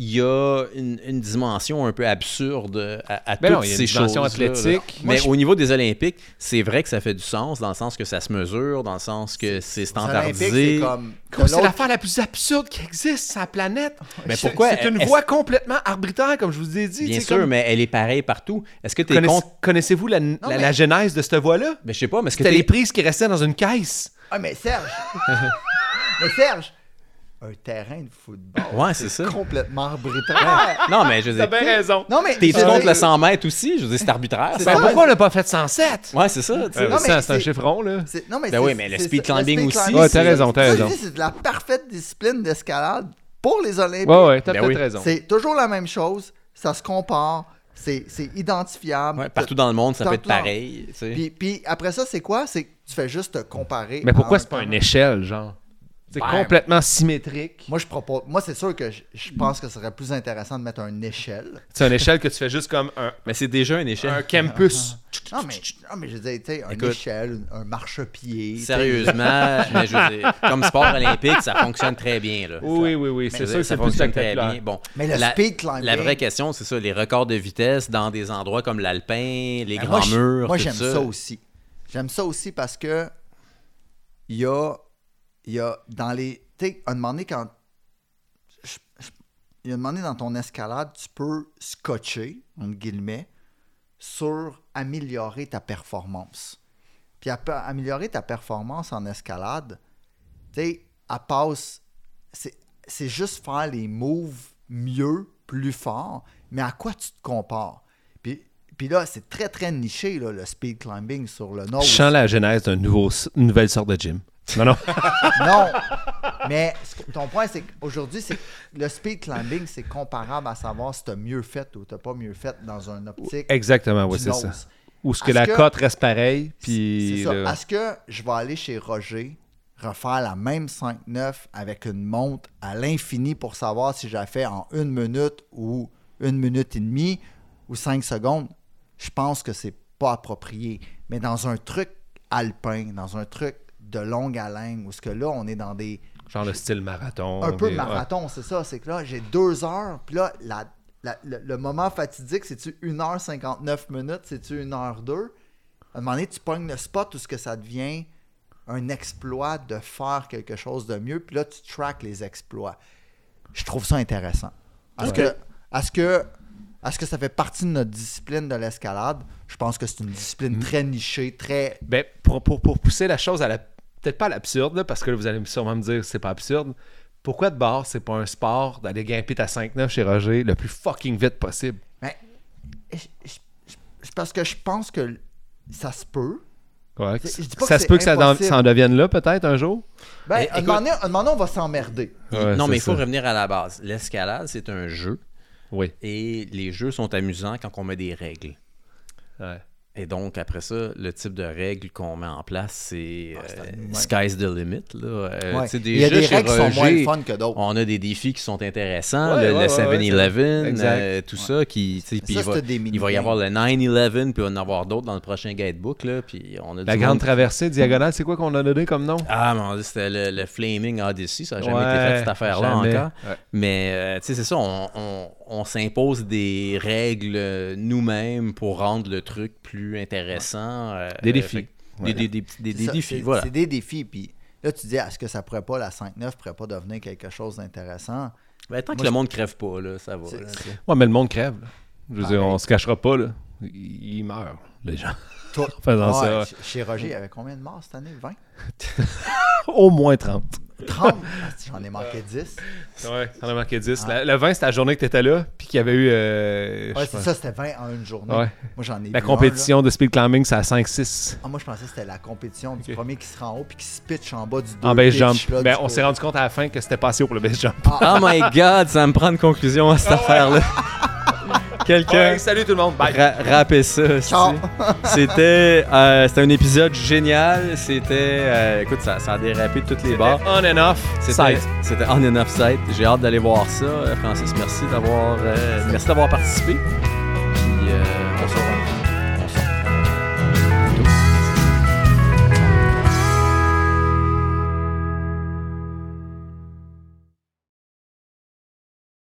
S1: il y a une, une dimension un peu absurde à, à
S4: Ben
S1: toutes
S4: non, il y a une
S1: ces choses.
S4: dimension athlétique.
S1: Mais
S4: Moi, je-
S1: au niveau des Olympiques, c'est vrai que ça fait du sens, dans le sens que ça se mesure, dans le sens que c'est standardisé.
S3: C'est comme. de
S4: Gros, C'est
S3: l'autre-
S4: l'affaire la plus absurde qui existe sur la planète.
S1: Mais
S4: C'est-
S1: pourquoi-
S4: C'est une
S1: est-ce-
S4: voie complètement arbitraire, comme je vous ai dit.
S1: Bien
S4: tu sais,
S1: sûr,
S4: comme-
S1: mais elle est pareille partout. Est-ce que tu es
S4: Connaiss-
S1: contre.
S4: Connaissez-vous la, la- la genèse de cette voie-là?
S1: Ben, je sais pas, mais est-ce que
S4: C'était
S1: t'es-
S4: les prises qui restaient dans une caisse.
S3: Ah, mais Serge! [laughs] mais Serge! Un terrain de football.
S1: Ouais, c'est ça.
S3: Complètement arbitraire.
S1: Non, mais je veux dire,
S4: raison.
S3: Non, mais.
S1: t'es
S3: je veux
S1: contre
S3: dire-
S1: le 100 mètres aussi? Je veux dire, c'est arbitraire.
S3: C'est
S1: ça.
S3: ça.
S4: Ben, pourquoi on n'a pas fait 107?
S1: Ouais, c'est ça. tu sais.
S3: Euh, Non, mais
S4: ça, c'est un
S3: c'est-
S4: chiffre rond, là.
S3: c'est- Non, mais
S1: Ben
S3: c'est-
S1: oui, mais le
S3: c'est-
S1: speed
S3: c'est- le
S1: climbing aussi,
S4: Ouais, t'as raison, t'as
S3: Ça, je
S4: raison.
S3: dis, C'est de la parfaite discipline d'escalade pour les Olympiques.
S4: Ouais, ouais, t'as
S1: Ben
S4: peut-être
S1: oui.
S4: raison.
S3: C'est toujours la même chose. Ça se compare. C'est c'est identifiable.
S1: Ouais, partout dans le monde, ça peut être
S3: Tant-
S1: pareil. tu sais.
S3: Puis, puis après ça, c'est quoi? C'est que tu fais juste te comparer.
S4: Mais pourquoi
S3: en-
S4: c'est pas une échelle, genre? C'est
S3: Ben,
S4: complètement symétrique.
S3: Moi, je propose. Moi, c'est sûr que je, je pense que ce serait plus intéressant de mettre une échelle.
S4: C'est une échelle que tu fais juste comme un,
S1: Mais c'est déjà une échelle.
S4: un campus.
S3: Non, mais, non, mais je disais, tu sais, une
S1: Écoute.
S3: échelle, un marchepied. tu sais.
S1: Sérieusement, mais je veux dire, comme sport olympique, ça fonctionne très bien. Là.
S4: Oui, oui, oui, oui.
S1: Je veux
S4: C'est
S1: dire,
S4: sûr que
S1: ça
S4: c'est plus
S1: fonctionne très
S4: spectaculaire.
S1: bien. Bon,
S3: Mais le
S1: la,
S3: speed climbing.
S1: la vraie question, c'est ça, les records de vitesse dans des endroits comme l'Alpin, les
S3: Ben,
S1: grands
S3: moi, je-
S1: murs,
S3: Moi,
S1: tout
S3: j'aime ça.
S1: ça
S3: aussi. J'aime ça aussi parce que il y a, il y a dans les. Tu sais, à un moment donné, quand. je- je- Il y a un moment donné, dans ton escalade, tu peux scotcher, entre guillemets, sur améliorer ta performance. Puis à- améliorer ta performance en escalade, tu sais, à passe. C'est c'est juste faire les moves mieux, plus fort, mais à quoi tu te compares? Puis, puis là, c'est très, très niché, là, le speed climbing sur le nord.
S4: Je sens la genèse d'une nouvelle sorte de gym. Non, [laughs] non.
S3: [laughs] Non! Mais ce que- ton point, c'est qu'aujourd'hui, c'est que le speed climbing, c'est comparable à savoir si tu as mieux fait ou tu pas mieux fait dans un optique.
S4: Exactement, oui,
S3: du
S4: c'est ça.
S3: nose.
S4: Ou ce que
S3: Est-ce
S4: la
S3: que-
S4: cote reste pareille, puis...
S3: C'est ça.
S4: là-
S3: Est-ce que je vais aller chez Roger refaire la même 5-9 avec une montre à l'infini pour savoir si je la fais en une minute ou une minute et demie ou cinq secondes? Je pense que c'est pas approprié. Mais dans un truc alpin, dans un truc de longue haleine, où ce que là, on est dans des
S4: Genre le style marathon.
S3: un peu
S4: des-
S3: marathon, c'est ça. C'est que là, j'ai deux heures, puis là, la- la- le, le moment fatidique, c'est-tu 1h59 minutes, c'est-tu 1h02? À un moment donné, tu pognes le spot où ce que ça devient un exploit de faire quelque chose de mieux, puis là, tu track les exploits. Je trouve ça intéressant. Est-ce que, est-ce que, est-ce que ça fait partie de notre discipline de l'escalade? Je pense que c'est une discipline très nichée, très...
S4: Ben, pour, pour- pour pousser la chose à la. Peut-être pas à l'absurde, là, parce que là, vous allez sûrement me dire c'est pas absurde. Pourquoi de bord, c'est pas un sport d'aller grimper ta 5-9 chez Roger le plus fucking vite possible?
S3: Mais, je- je- je- je- parce que je pense que ça se peut,
S4: Ouais,
S3: C'est- je dis pas que
S4: ça se
S3: c'est
S4: peut que ça en,
S3: impossible.
S4: ça en devienne là, peut-être, un jour?
S3: Ben,
S1: Eh,
S3: un,
S1: écoute-
S3: moment donné, un moment donné, on va s'emmerder.
S4: Ouais,
S1: non,
S4: c'est
S1: mais il faut
S4: ça.
S1: revenir à la base. L'escalade, c'est un jeu
S4: Oui.
S1: et les jeux sont amusants quand on met des règles.
S4: Ouais.
S1: Et donc, après ça, le type de règles qu'on met en place, c'est
S3: Ah, c'est
S1: euh,
S3: à nous-mêmes.
S1: sky's the limit. Là. Euh,
S3: Ouais.
S1: tu sais,
S3: Il y a
S1: déjà,
S3: des
S1: chez
S3: règles qui sont moins
S1: Roger,
S3: le fun que d'autres.
S1: On a des défis qui sont intéressants, le,
S4: Ouais, ouais, ouais, ouais,
S1: 7-Eleven,
S4: c'est vrai.
S1: euh, tout ça, qui, tu sais, puis
S3: Ça,
S1: il, va,
S3: c'est des
S1: il va y
S3: mini-games.
S1: avoir le 9-11, puis on va en avoir d'autres dans le prochain guidebook, là, puis on a
S4: La
S1: du
S4: grande
S1: monde-
S4: traversée diagonale, c'est quoi qu'on a donné comme nom?
S1: Ah, mon Dieu, c'était le, le Flaming Odyssey, ça n'a jamais été
S4: Ouais,
S1: fait, cette affaire-là
S4: jamais.
S1: encore.
S4: Ouais.
S1: Mais, euh, tu sais, c'est ça, on, on- on s'impose des règles euh, nous-mêmes pour rendre le truc plus intéressant. euh,
S4: Des
S1: euh,
S4: défis.
S1: fait- des, des- des petits- des-
S3: C'est
S1: des
S3: ça,
S1: défis,
S3: c'est-
S1: voilà.
S3: C'est des défis. Puis là, tu dis, est-ce que ça pourrait pas, la 5-9 pourrait pas devenir quelque chose d'intéressant?
S1: Ben, tant que
S3: Moi,
S1: le
S3: je-
S1: monde crève pas, là, ça va.
S3: C'est-
S1: là, tu sais.
S4: Ouais, mais le monde crève. là. Je veux dire,
S3: Pareil.
S4: on se cachera pas, là. Ils ils meurent, les gens. [laughs]
S3: Toi-
S4: en faisant
S3: Ouais,
S4: ça. ouais.
S3: ch- Chez Roger, il y avait combien de morts cette année?
S4: [laughs]
S3: 20?
S4: Au moins 30.
S3: 30? Ah, si, J'en ai manqué 10.
S4: Ouais, t'en as marqué 10. La- le 20, c'était la journée que t'étais là, puis qu'il y avait eu. euh, je
S3: Ah. Ouais,
S4: sais pas,
S3: c'est ça, c'était 20 en une journée.
S4: Ouais.
S3: Moi, j'en ai
S4: La
S3: vu un,
S4: compétition de speed climbing, c'est à 5-6.
S3: là. Ah, moi, je pensais que c'était la compétition du
S4: Ok.
S3: premier qui se rend haut puis qui se pitch en bas du
S4: En
S3: deux
S4: base
S3: pitch,
S4: jump.
S3: là,
S4: Ben,
S3: du
S4: on s'est rendu compte à la fin que c'était passé pour le base jump.
S1: Oh my god, ça me prend une conclusion
S3: Ah
S1: à cette
S3: [laughs]
S1: affaire-là. Quelqu'un.
S4: Ah salut tout le monde. Bye.
S1: Ra- rapper ça. esti.
S3: Ciao.
S1: [laughs] C'était euh, c'était un épisode génial. C'était. euh, écoute, ça, ça a dérapé de toutes les barres.
S4: On and off.
S1: C'était-
S4: Site.
S1: C'était on and off site. J'ai hâte d'aller voir ça. Euh, Francis, merci d'avoir euh, merci d'avoir participé. Puis euh, on se revoit.